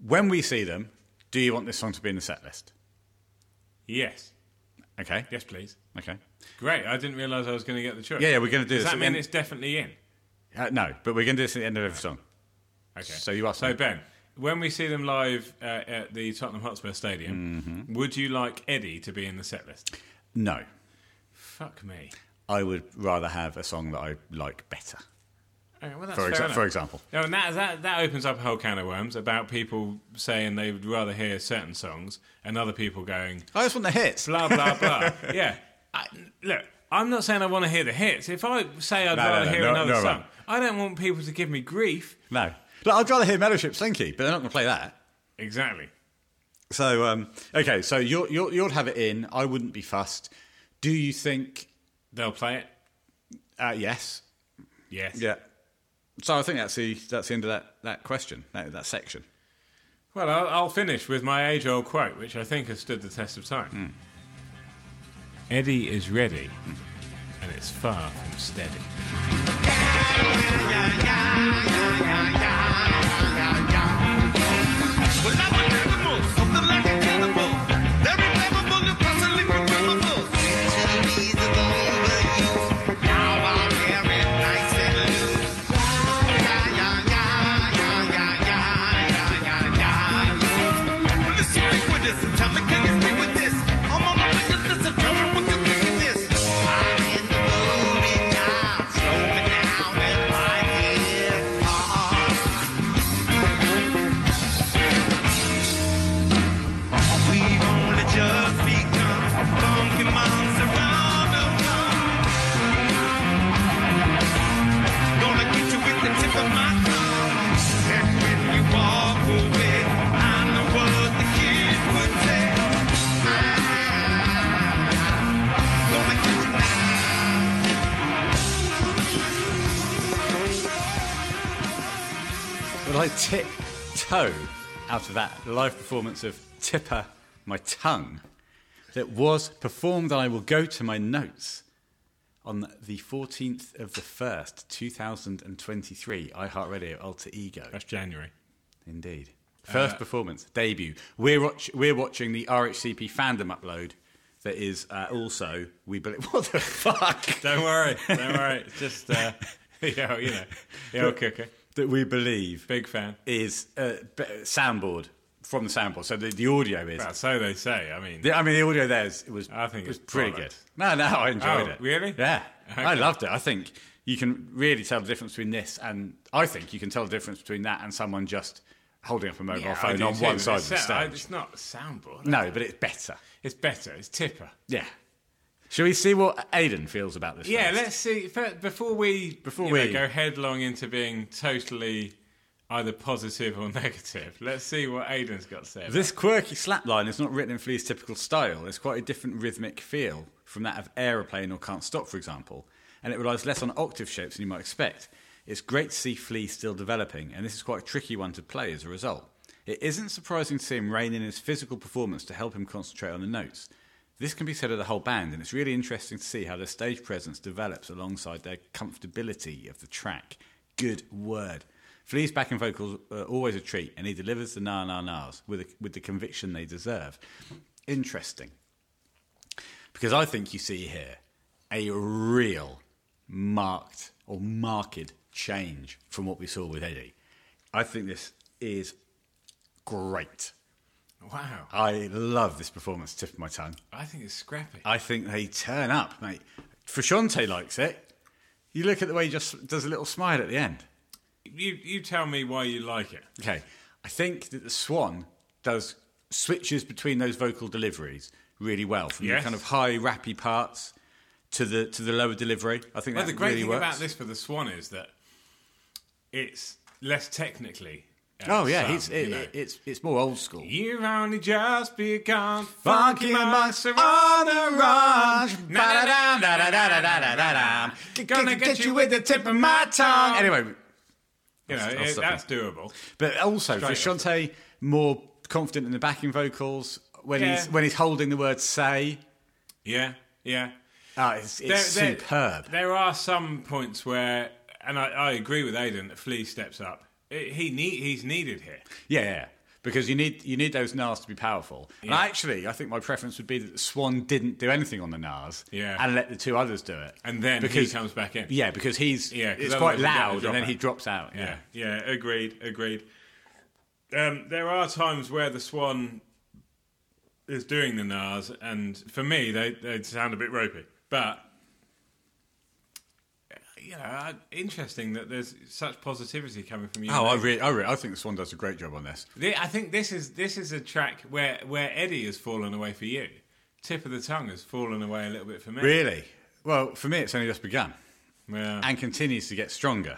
Speaker 1: when we see them, do you want this song to be in the set list?
Speaker 2: Yes,
Speaker 1: Okay.
Speaker 2: yes, please.
Speaker 1: Okay.
Speaker 2: Great. I didn't realise I was going to get the choice.
Speaker 1: Yeah, yeah, we're going to do
Speaker 2: Does
Speaker 1: this.
Speaker 2: that
Speaker 1: at the
Speaker 2: mean
Speaker 1: end-
Speaker 2: it's definitely in?
Speaker 1: uh, no, but we're going to do this at the end of every song.
Speaker 2: Okay.
Speaker 1: So you asked
Speaker 2: So
Speaker 1: me.
Speaker 2: Ben, when we see them live uh, at the Tottenham Hotspur Stadium,
Speaker 1: Mm-hmm.
Speaker 2: would you like Eddie to be in the set list?
Speaker 1: No,
Speaker 2: Fuck me.
Speaker 1: I would rather have a song that I like better.
Speaker 2: Okay, well, that's
Speaker 1: For,
Speaker 2: fair
Speaker 1: exa-
Speaker 2: enough.
Speaker 1: for example.
Speaker 2: No, and that, that that opens up a whole can of worms about people saying they would rather hear certain songs and other people going
Speaker 1: I just want the hits.
Speaker 2: blah blah blah. yeah, I, look, I'm not saying I want to hear the hits. If I say I'd
Speaker 1: No, no,
Speaker 2: rather
Speaker 1: no,
Speaker 2: hear
Speaker 1: no,
Speaker 2: another
Speaker 1: no,
Speaker 2: song,
Speaker 1: no.
Speaker 2: I don't want people to give me grief.
Speaker 1: No. Like, I'd rather hear Meadowship Slinky, but they're not going to play that.
Speaker 2: Exactly.
Speaker 1: So um, okay, so you'll, you'll you'll have it in. I wouldn't be fussed. Do you think?
Speaker 2: They'll play it.
Speaker 1: Uh, yes.
Speaker 2: Yes.
Speaker 1: So I think that's the that's the end of that that question that, that section.
Speaker 2: Well, I'll, I'll finish with my age old quote, which I think has stood the test of time. Eddie is ready, and it's far from steady.
Speaker 3: Well, I'm an animal, something like a cannibal. Every time I'm on the bus, I leave a chemical. Sweet chilies is overused. Now I'm very nice and loose. Yeah, yeah, yeah, yeah, yeah, yeah, yeah, yeah, yeah. Well, listen, stick with this. Tell me, can you stick with this? I'm on my business, listen, tell me what you think of this. I'm in the mood now. Slow me down and my ears are. We've only just begun. Funky moms around the world. Gonna get you with the tip of my tongue. And when you walk away, I know what the kids would say. Ah, gonna get you now.
Speaker 1: Well, I tiptoe out of that live performance of Tipper My Tongue that was performed, and I will go to my notes on the 14th of the 1st, 2023, iHeartRadio Alter Ego.
Speaker 2: That's January.
Speaker 1: Indeed.
Speaker 2: Uh,
Speaker 1: First performance, debut. We're, watch- we're watching the RHCP fandom upload that is uh, also We Believe. What the fuck?
Speaker 2: Don't worry. Don't worry. It's just, uh, yeah, you know. Yeah, okay, okay.
Speaker 1: that We Believe
Speaker 2: Big fan.
Speaker 1: is uh, b- soundboard from the soundboard. So the, the audio is.
Speaker 2: Well, so they say. I mean,
Speaker 1: The- I mean, the audio there is, it was,
Speaker 2: I think
Speaker 1: it was
Speaker 2: it's
Speaker 1: pretty
Speaker 2: product.
Speaker 1: good. No, no, I enjoyed
Speaker 2: Oh,
Speaker 1: it.
Speaker 2: really?
Speaker 1: Yeah. I
Speaker 2: Okay.
Speaker 1: loved it. I think you can really tell the difference between this and. I think you can tell the difference between that and someone just holding up a mobile
Speaker 2: yeah, I
Speaker 1: phone
Speaker 2: do
Speaker 1: on
Speaker 2: too,
Speaker 1: one
Speaker 2: but
Speaker 1: side of
Speaker 2: it's
Speaker 1: the
Speaker 2: so- I-
Speaker 1: stage.
Speaker 2: It's not a soundboard.
Speaker 1: No, but it's better.
Speaker 2: It's better. It's tipper.
Speaker 1: Yeah. Shall we see what Aidan feels about this?
Speaker 2: Yeah,
Speaker 1: first?
Speaker 2: let's see. fir- Before we
Speaker 1: Before
Speaker 2: you know,
Speaker 1: we-
Speaker 2: go headlong into being totally either positive or negative, let's see what Aidan's got to say. about
Speaker 1: This quirky slap line is not written in Flea's typical style. It's quite a different rhythmic feel from that of Aeroplane or Can't Stop, for example, and it relies less on octave shapes than you might expect. It's great to see Flea still developing, and this is quite a tricky one to play as a result. It isn't surprising to see him rein in his physical performance to help him concentrate on the notes. This can be said of the whole band, and it's really interesting to see how their stage presence develops alongside their comfortability of the track. Good word. Flea's backing vocals are always a treat, and he delivers the na na na's with, a, with the conviction they deserve. Interesting. Because I think you see here a real marked or marked change from what we saw with Eddie. I think this is great.
Speaker 2: it. Wow.
Speaker 1: I love this performance, tip of my tongue.
Speaker 2: I think it's scrappy.
Speaker 1: I think they turn up, mate. Frusciante likes it. You look at the way he just does a little smile at the end.
Speaker 2: You you tell me why you like it.
Speaker 1: Okay, I think that the Swan does switches between those vocal deliveries really well, from
Speaker 2: Yes.
Speaker 1: the kind of high rappy parts to the to the lower delivery. I think
Speaker 2: Well,
Speaker 1: that
Speaker 2: the great
Speaker 1: really
Speaker 2: thing
Speaker 1: works.
Speaker 2: about this for the Swan is that it's less technically. uh,
Speaker 1: oh yeah,
Speaker 2: sung,
Speaker 1: it's it,
Speaker 2: you know.
Speaker 1: it- it's it's more old school.
Speaker 2: You've only just begun.
Speaker 1: Funky monks are on the rush. Ba-da-dam, da-da-da-da-da-da-dam. Gonna get you with the tip of my tongue. Anyway,
Speaker 2: You know,
Speaker 1: I'll
Speaker 2: it-
Speaker 1: stop
Speaker 2: that's doable.
Speaker 1: But also for
Speaker 2: Straight off.
Speaker 1: Shante, more confident in the backing vocals when
Speaker 2: Yeah.
Speaker 1: he's when he's holding the word "say."
Speaker 2: Yeah, yeah.
Speaker 1: Ah, it's, it's
Speaker 2: There- there-
Speaker 1: superb.
Speaker 2: There are some points where, and I, I agree with Aidan that Flea steps up. It- he need, he's needed here.
Speaker 1: Yeah, yeah, because you need you need those nars to be powerful. And I actually, I think my preference would be that Swan didn't do anything on the nars,
Speaker 2: Yeah.
Speaker 1: and let the two others do it,
Speaker 2: And then
Speaker 1: Because-
Speaker 2: he comes back in.
Speaker 1: yeah, because he's
Speaker 2: Yeah, 'cause
Speaker 1: it's quite
Speaker 2: otherwise you get the
Speaker 1: loud, and then
Speaker 2: dropout.
Speaker 1: he drops out.
Speaker 2: yeah, yeah. Agreed, agreed. Um, there are times where the Swan is doing the Nas, and for me, they they sound a bit ropey. But you know, uh, interesting that there's such positivity coming from you.
Speaker 1: Oh, I really, I, re- I think Swan does a great job on this.
Speaker 2: Th- I think this is this is a track where where Eddie has fallen away for you. Tip of the tongue has fallen away a little bit for me.
Speaker 1: Really, well, for me, it's only just begun.
Speaker 2: Yeah.
Speaker 1: and continues to get stronger.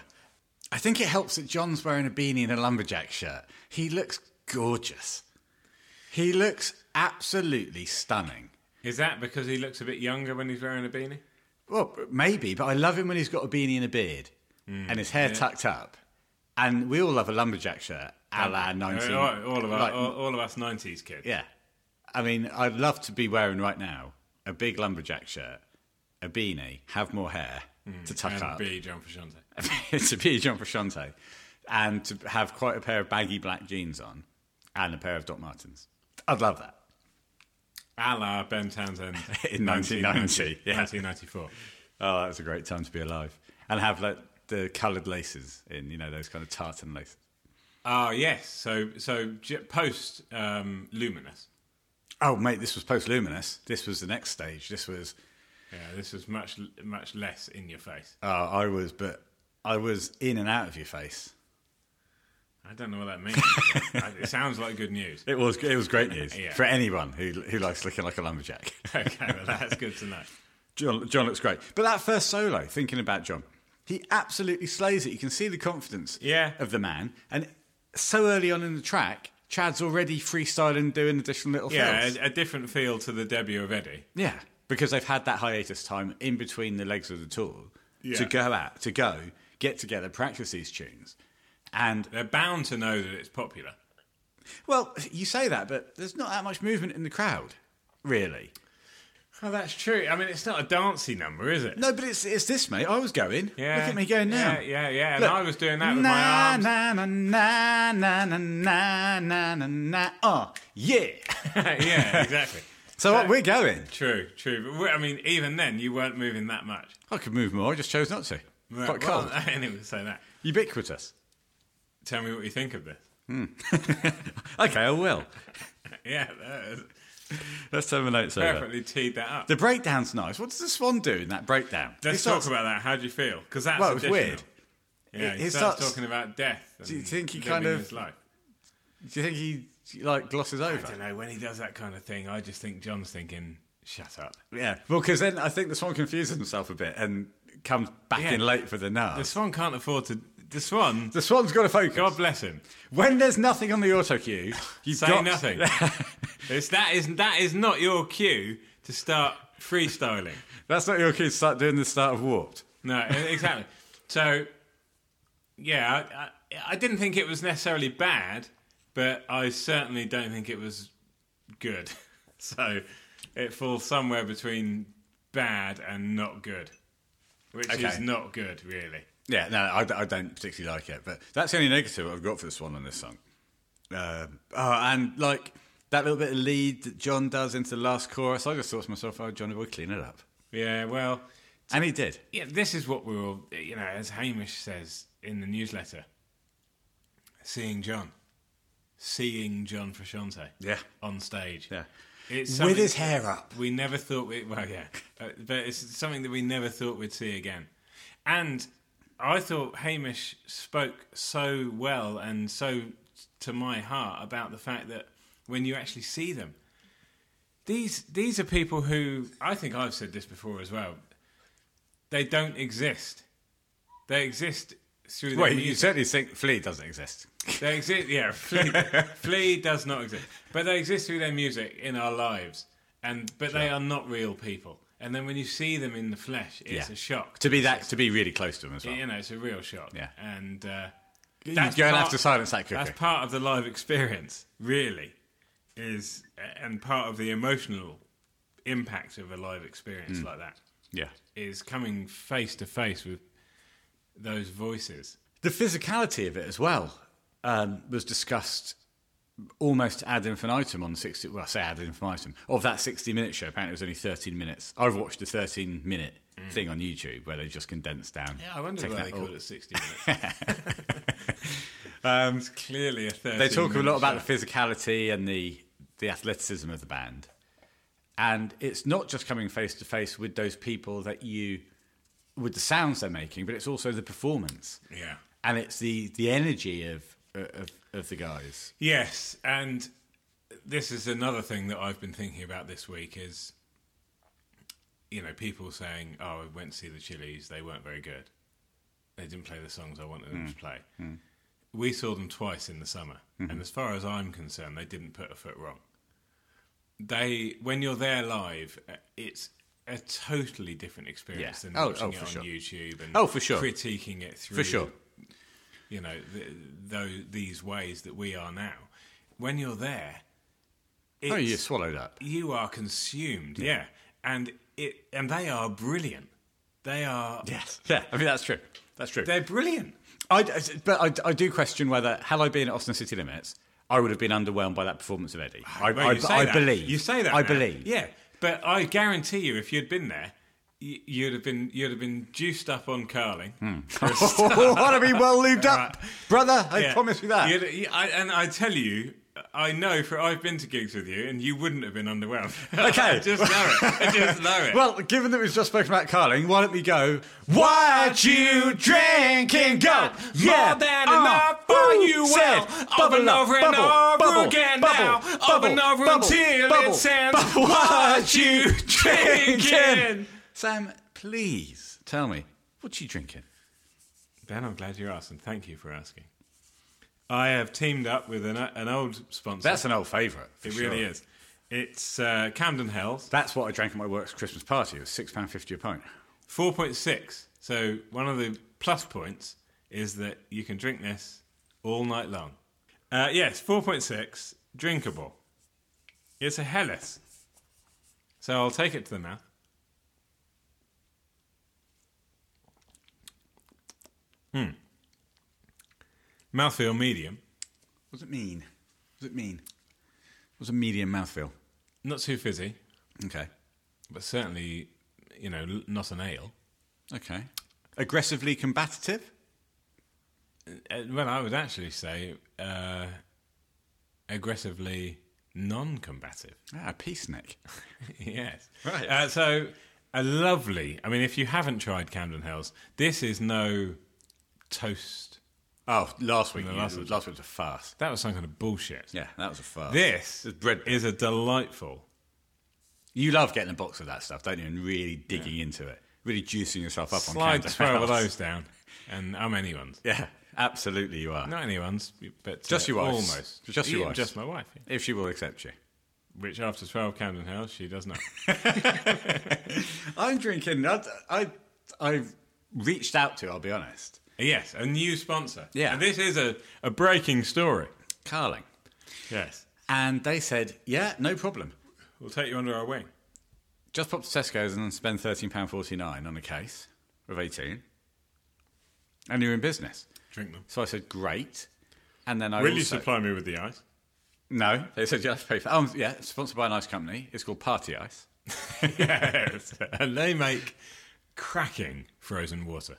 Speaker 1: I think it helps that John's wearing a beanie and a lumberjack shirt. He looks gorgeous. He looks absolutely stunning.
Speaker 2: Is that because he looks a bit younger when he's wearing a beanie?
Speaker 1: Well, maybe, but I love him when he's got a beanie and a beard
Speaker 2: Mm.
Speaker 1: and his hair tucked up. And we all love a lumberjack shirt, a la 19.
Speaker 2: Uh, all, all of us,
Speaker 1: like-
Speaker 2: all, all of us nineties kids.
Speaker 1: yeah. I mean, I'd love to be wearing right now a big lumberjack shirt, a beanie, have more hair to tuck
Speaker 2: Mm, and
Speaker 1: up.
Speaker 2: B. John Frusciante.
Speaker 1: to be John Frusciante and to have quite a pair of baggy black jeans on and a pair of Doc Martens. I'd love that.
Speaker 2: A la Ben Townsend
Speaker 1: In 1990, yeah.
Speaker 2: 1994.
Speaker 1: Oh, that's a great time to be alive. And have like the coloured laces in, you know, those kind of tartan laces.
Speaker 2: Oh yes, so so j- post um, Luminous.
Speaker 1: Oh, mate, this was post luminous. This was the next stage. This was,
Speaker 2: Yeah, this was much much less in your face.
Speaker 1: uh, I was, but I was in and out of your face.
Speaker 2: I don't know what that means. it sounds like good news.
Speaker 1: It was, it was great news
Speaker 2: Yeah.
Speaker 1: for anyone who, who likes looking like a lumberjack.
Speaker 2: Okay, well that's good to know.
Speaker 1: John, John looks great. But that first solo, thinking about John, he absolutely slays it. You can see the confidence
Speaker 2: Yeah.
Speaker 1: of the man. And so early on in the track, Chad's already freestyling, doing additional little
Speaker 2: Yeah,
Speaker 1: fills.
Speaker 2: a, a different feel to the debut of Eddie.
Speaker 1: Yeah, because they've had that hiatus time in between the legs of the tour
Speaker 2: Yeah.
Speaker 1: to go out, to go, get together, practice these tunes. And,
Speaker 2: They're bound to know that it's popular.
Speaker 1: well, you say that, but there's not that much movement in the crowd, really.
Speaker 2: Oh, that's true. I mean, it's not a dancey number, is it?
Speaker 1: No, but it's, it's this, mate. I was going.
Speaker 2: Yeah.
Speaker 1: Look at me going now.
Speaker 2: Yeah, yeah, yeah. And
Speaker 1: Look.
Speaker 2: I was doing that with
Speaker 1: na,
Speaker 2: my arms.
Speaker 1: Na na na na na na na na na. Oh yeah.
Speaker 2: yeah, exactly.
Speaker 1: So what, we're going.
Speaker 2: True, true. But we- I mean, even then, you weren't moving that much.
Speaker 1: I could move more. I just chose not to.
Speaker 2: Right,
Speaker 1: Quite
Speaker 2: well,
Speaker 1: cold.
Speaker 2: I didn't even say that.
Speaker 1: Ubiquitous.
Speaker 2: Tell me what you think of this.
Speaker 1: Okay, I will.
Speaker 2: Yeah, that is
Speaker 1: Let's have a note over.
Speaker 2: perfectly teed that up.
Speaker 1: The breakdown's nice. What does the swan do in that breakdown?
Speaker 2: Let's
Speaker 1: He
Speaker 2: talk
Speaker 1: starts-
Speaker 2: about that. How do you feel? Because that's
Speaker 1: Well, it was
Speaker 2: additional.
Speaker 1: weird.
Speaker 2: Yeah, he,
Speaker 1: he
Speaker 2: starts,
Speaker 1: starts-
Speaker 2: talking about death.
Speaker 1: Do you
Speaker 2: and
Speaker 1: think he
Speaker 2: living
Speaker 1: kind of-
Speaker 2: his life?
Speaker 1: Do you think he like glosses
Speaker 2: I don't
Speaker 1: over?
Speaker 2: know. When he does that kind of thing, I just think John's thinking, "Shut up."
Speaker 1: Yeah. Well, because then I think the swan confuses himself a bit and comes back
Speaker 2: Yeah.
Speaker 1: in late for the nars.
Speaker 2: The Swan can't afford to. The Swan,
Speaker 1: the swan's got to focus.
Speaker 2: God bless him.
Speaker 1: When there's nothing on the auto cue, you've
Speaker 2: Say
Speaker 1: got
Speaker 2: nothing. It's, that is that is not your cue to start freestyling.
Speaker 1: That's not your kids start doing the start of Warped.
Speaker 2: No, e- exactly. So, yeah, I, I, I didn't think it was necessarily bad, but I certainly don't think it was good. So, it falls somewhere between bad and not good, which is
Speaker 1: Okay.
Speaker 2: not good, really.
Speaker 1: Yeah, no, I, I don't particularly like it, but that's the only negative I've got for the Swan on this song. Um oh, and like that little bit of lead that John does into the last chorus, I just thought to myself, "Oh, Johnny boy, clean it up,"
Speaker 2: Yeah, well,
Speaker 1: and he did.
Speaker 2: yeah, this is what we're all, you know, as Hamish says in the newsletter seeing John. Seeing John Frusciante.
Speaker 1: Yeah.
Speaker 2: On stage.
Speaker 1: Yeah,
Speaker 2: It's
Speaker 1: with
Speaker 2: something-
Speaker 1: his hair up.
Speaker 2: We never thought we, well, yeah. Uh, but it's something that we never thought we'd see again. And I thought Hamish spoke so well and so to my heart about the fact that when you actually see them, these these are people who I think I've said this before as well. They don't exist. They exist through their
Speaker 1: Well, you
Speaker 2: music.
Speaker 1: certainly think Flea doesn't exist.
Speaker 2: They exist. Yeah, Flea, Flea does not exist, but they exist through their music in our lives, and but they are not real people. And then when you see them in the flesh, it's
Speaker 1: Yeah.
Speaker 2: a shock.
Speaker 1: To be that, to be really close to him as well.
Speaker 2: you know, it's a real shock.
Speaker 1: Yeah.
Speaker 2: and uh,
Speaker 1: You
Speaker 2: that's
Speaker 1: go and
Speaker 2: part-
Speaker 1: have to silence that quicker.
Speaker 2: That's part of the live experience, really, is and part of the emotional impact of a live experience
Speaker 1: Mm.
Speaker 2: like that
Speaker 1: yeah.
Speaker 2: is coming face to face with those voices.
Speaker 1: The physicality of it as well um, was discussed almost ad infinitum on 60. Well, I say ad infinitum. Of that 60 minute show, apparently it was only 13 minutes. I've watched the 13 minute thing on YouTube where they just condensed down.
Speaker 2: Mm. Yeah, I wonder
Speaker 1: taken
Speaker 2: why
Speaker 1: out
Speaker 2: they
Speaker 1: all-
Speaker 2: call it 60 minutes. it's clearly a 30
Speaker 1: Um, they talk a lot about the physicality and the the athleticism of the band, and it's not just coming face to face with those people that you with the sounds they're making, but it's also the performance.
Speaker 2: Yeah.
Speaker 1: and it's the the energy of of, of the guys.
Speaker 2: Yes, and this is another thing that I've been thinking about this week is, you know, people saying, oh, I went to see the Chili's, they weren't very good. They didn't play the songs I wanted
Speaker 1: Mm.
Speaker 2: them to play. We saw them twice in the summer,
Speaker 1: Mm-hmm.
Speaker 2: and as far as I'm concerned, they didn't put a foot wrong. They, when you're there live, uh, it's a totally different experience
Speaker 1: Yeah.
Speaker 2: than
Speaker 1: Oh,
Speaker 2: watching
Speaker 1: oh,
Speaker 2: it
Speaker 1: for
Speaker 2: on
Speaker 1: sure.
Speaker 2: YouTube and
Speaker 1: Oh, for sure.
Speaker 2: critiquing it through
Speaker 1: For sure.
Speaker 2: you know, th- tho- these ways that we are now. When you're there, it's,
Speaker 1: Oh, you swallowed up.
Speaker 2: you are consumed, yeah. and it and they are brilliant. They are,
Speaker 1: Yes, yeah. I mean that's true. That's true.
Speaker 2: they're brilliant.
Speaker 1: I, but I, I do question whether had I been at Austin City Limits, I would have been underwhelmed by that performance of Eddie. I,
Speaker 2: Well,
Speaker 1: I,
Speaker 2: you say
Speaker 1: I
Speaker 2: that.
Speaker 1: believe
Speaker 2: you say that.
Speaker 1: I
Speaker 2: now.
Speaker 1: believe.
Speaker 2: yeah. But I guarantee you, if you'd been there, y- you'd have been you'd have been juiced up on curling.
Speaker 1: Hmm. oh, I'd have been well lubed up, brother. I
Speaker 2: Yeah.
Speaker 1: promise you that.
Speaker 2: You'd- you- I- and I tell you, I know for I've been to gigs with you, and you wouldn't have been underwhelmed.
Speaker 1: Okay.
Speaker 2: I just know it. I just know it.
Speaker 1: Well, given that we've just spoken about Carling, why don't we go? What you drinking? Go! Ah.
Speaker 2: More than enough for you well. Over and over and over again now. Over and over until it says, What you drinking?
Speaker 1: Sam, please tell me, what you drinking?
Speaker 2: Dan, I'm glad you're asked, and thank you for asking. I have teamed up with an, an old sponsor.
Speaker 1: That's an old favourite. for
Speaker 2: it really
Speaker 1: sure.
Speaker 2: is. It's uh, Camden Hells,
Speaker 1: That's what I drank at my work's Christmas party. It was £6.50 a pint.
Speaker 2: 4.6. So one of the plus points is that you can drink this all night long. Uh, yes, 4.6, drinkable. It's a Hellas. So I'll take it to the mouth. Hmm. Mouthfeel medium.
Speaker 1: What does it mean? What does it mean? What's a medium mouthfeel?
Speaker 2: Not too fizzy,
Speaker 1: Okay.
Speaker 2: but certainly, you know, l- not an ale.
Speaker 1: Okay. Aggressively combative?
Speaker 2: Uh, well, I would actually say uh, aggressively non-combative.
Speaker 1: Ah, peace, Nick.
Speaker 2: yes.
Speaker 1: Right.
Speaker 2: Uh, so a lovely. I mean, if you haven't tried Camden Hells, this is no toast.
Speaker 1: Oh, last week.
Speaker 2: No,
Speaker 1: you- last,
Speaker 2: last week.
Speaker 1: week. was a farce.
Speaker 2: That was some kind of bullshit.
Speaker 1: Yeah, that was a farce.
Speaker 2: This
Speaker 1: It's bread.
Speaker 2: is a delightful.
Speaker 1: You love getting a box of that stuff, don't you? And really digging into it, really juicing yourself up on
Speaker 2: Slide
Speaker 1: Camden
Speaker 2: twelve of
Speaker 1: House.
Speaker 2: those down, and I'm anyone's.
Speaker 1: Yeah, absolutely, you are.
Speaker 2: Not anyone's, but
Speaker 1: Just
Speaker 2: uh,
Speaker 1: your wife's.
Speaker 2: Almost.
Speaker 1: Just your
Speaker 2: Yeah,
Speaker 1: wife's.
Speaker 2: Just my wife. yeah.
Speaker 1: If she will accept you,
Speaker 2: Which after twelve Camden Hells, she does not.
Speaker 1: I'm drinking. I, I, I reached out to. I'll be honest.
Speaker 2: yes, a new sponsor.
Speaker 1: Yeah.
Speaker 2: And this is a, a breaking story.
Speaker 1: Carling,
Speaker 2: Yes.
Speaker 1: and they said, yeah, no problem.
Speaker 2: We'll take you under our wing.
Speaker 1: Just pop to Tesco's and spend thirteen pound forty nine on a case of eighteen, and you're in business.
Speaker 2: Drink them.
Speaker 1: So I said, great. And then I
Speaker 2: Will you
Speaker 1: also,
Speaker 2: supply me with the ice?
Speaker 1: No, they said you have to pay for. Oh, yeah, it's sponsored by an ice company. It's called Party Ice.
Speaker 2: yes. And they make cracking frozen water.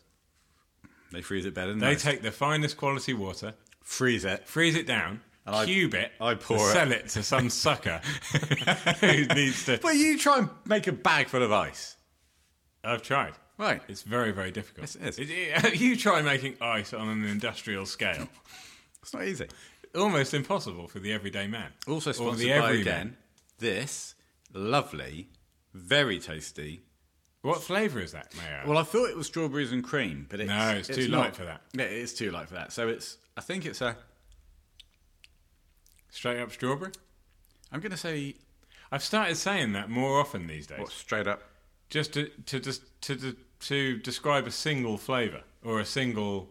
Speaker 1: They freeze it better than
Speaker 2: They
Speaker 1: most.
Speaker 2: take the finest quality water,
Speaker 1: freeze it.
Speaker 2: freeze it down,
Speaker 1: And I-
Speaker 2: cube it,
Speaker 1: I pour it.
Speaker 2: sell it to some sucker who needs to.
Speaker 1: Well, you try and make a bag full of ice.
Speaker 2: I've tried.
Speaker 1: Right.
Speaker 2: It's very, very difficult.
Speaker 1: Yes, it is.
Speaker 2: It- you try making ice on an industrial scale.
Speaker 1: It's not easy.
Speaker 2: Almost impossible for the everyday man.
Speaker 1: Also
Speaker 2: Or
Speaker 1: sponsored
Speaker 2: the
Speaker 1: by
Speaker 2: everyman.
Speaker 1: again this lovely, very tasty.
Speaker 2: What flavour is that, may I ask?
Speaker 1: Well, I thought it was strawberries and cream, but it's,
Speaker 2: No, it's too light for that.
Speaker 1: Yeah, it's too light for that. So it's. I think it's a.
Speaker 2: Straight up strawberry?
Speaker 1: I'm going to say
Speaker 2: I've started saying that more often these days.
Speaker 1: what straight up.
Speaker 2: Just to to just to, to to describe a single flavour or a single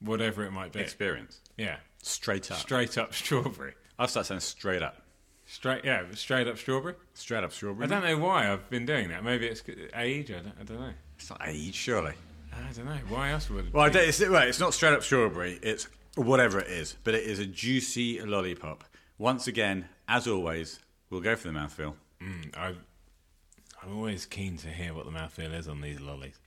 Speaker 2: whatever it might be.
Speaker 1: experience.
Speaker 2: yeah.
Speaker 1: Straight up.
Speaker 2: Straight up strawberry.
Speaker 1: I'll start saying straight up.
Speaker 2: Straight yeah, straight up strawberry.
Speaker 1: Straight up strawberry.
Speaker 2: I don't know why I've been doing that. Maybe it's 'cause- age. I don't, I don't know.
Speaker 1: It's not age, surely.
Speaker 2: I don't know. Why else would it
Speaker 1: Well, I
Speaker 2: be?
Speaker 1: don't- it's, right, it's not straight up strawberry. It's whatever it is, but it is a juicy lollipop. Once again, as always, we'll go for the mouthfeel.
Speaker 2: Mm, I, I'm always keen to hear what the mouthfeel is on these lollies.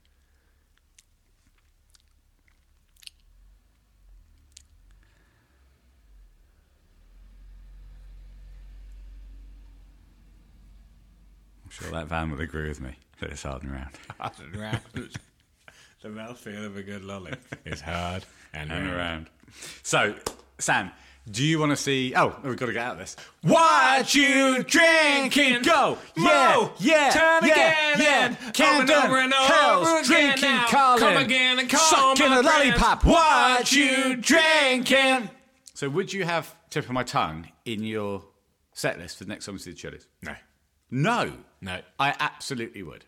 Speaker 1: I'm sure that van would agree with me that it's hard and round.
Speaker 2: the mouthfeel of a good lolly is hard and,
Speaker 1: and
Speaker 2: round.
Speaker 1: around. So, Sam, do you want to see? Oh, we've got to get out of this. What you drinking? Go,
Speaker 2: Mo,
Speaker 1: yeah, yeah,
Speaker 2: turn
Speaker 1: yeah,
Speaker 2: again
Speaker 1: yeah.
Speaker 2: and
Speaker 1: Camden,
Speaker 2: over and over
Speaker 1: Hells,
Speaker 2: again
Speaker 1: drinking,
Speaker 2: now.
Speaker 1: Colin,
Speaker 2: Come again and call
Speaker 1: sucking
Speaker 2: my
Speaker 1: a
Speaker 2: friends.
Speaker 1: lollipop. What you drinking? So, would you have tip of my tongue in your set list for the next time we see the Chili's?
Speaker 2: No.
Speaker 1: No,
Speaker 2: No.
Speaker 1: I absolutely would.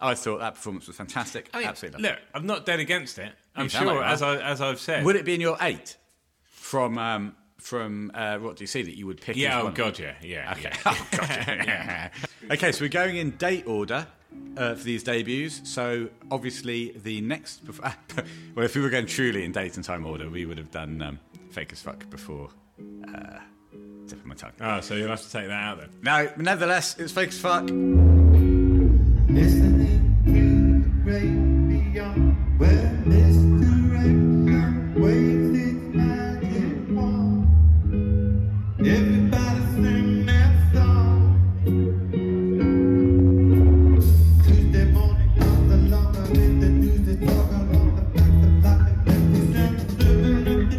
Speaker 1: I thought that performance was fantastic. absolutely, loved it.
Speaker 2: Look, I'm not dead against it. I'm
Speaker 1: sound
Speaker 2: sure,
Speaker 1: like
Speaker 2: as, I,
Speaker 1: that.
Speaker 2: as I've said.
Speaker 1: Would it be in your eight from um, from uh, what do you see that you would pick?
Speaker 2: yeah,
Speaker 1: as
Speaker 2: oh,
Speaker 1: one?
Speaker 2: God, yeah. Yeah.
Speaker 1: Okay.
Speaker 2: yeah.
Speaker 1: Oh, God, yeah. okay, so we're going in date order uh, for these debuts. So obviously the next, bef- well, if we were going truly in date and time order, we would have done um, fake as fuck before. Uh, tip of my tongue.
Speaker 2: Oh, so you'll have to take that out then.
Speaker 1: No, nevertheless, it's fake as fuck.
Speaker 4: Listening to the radio, where Mr. Right waves his magic wand. Everybody sing that song. Tuesday morning, comes along, I with the news they talk along the back the block and we stand living at the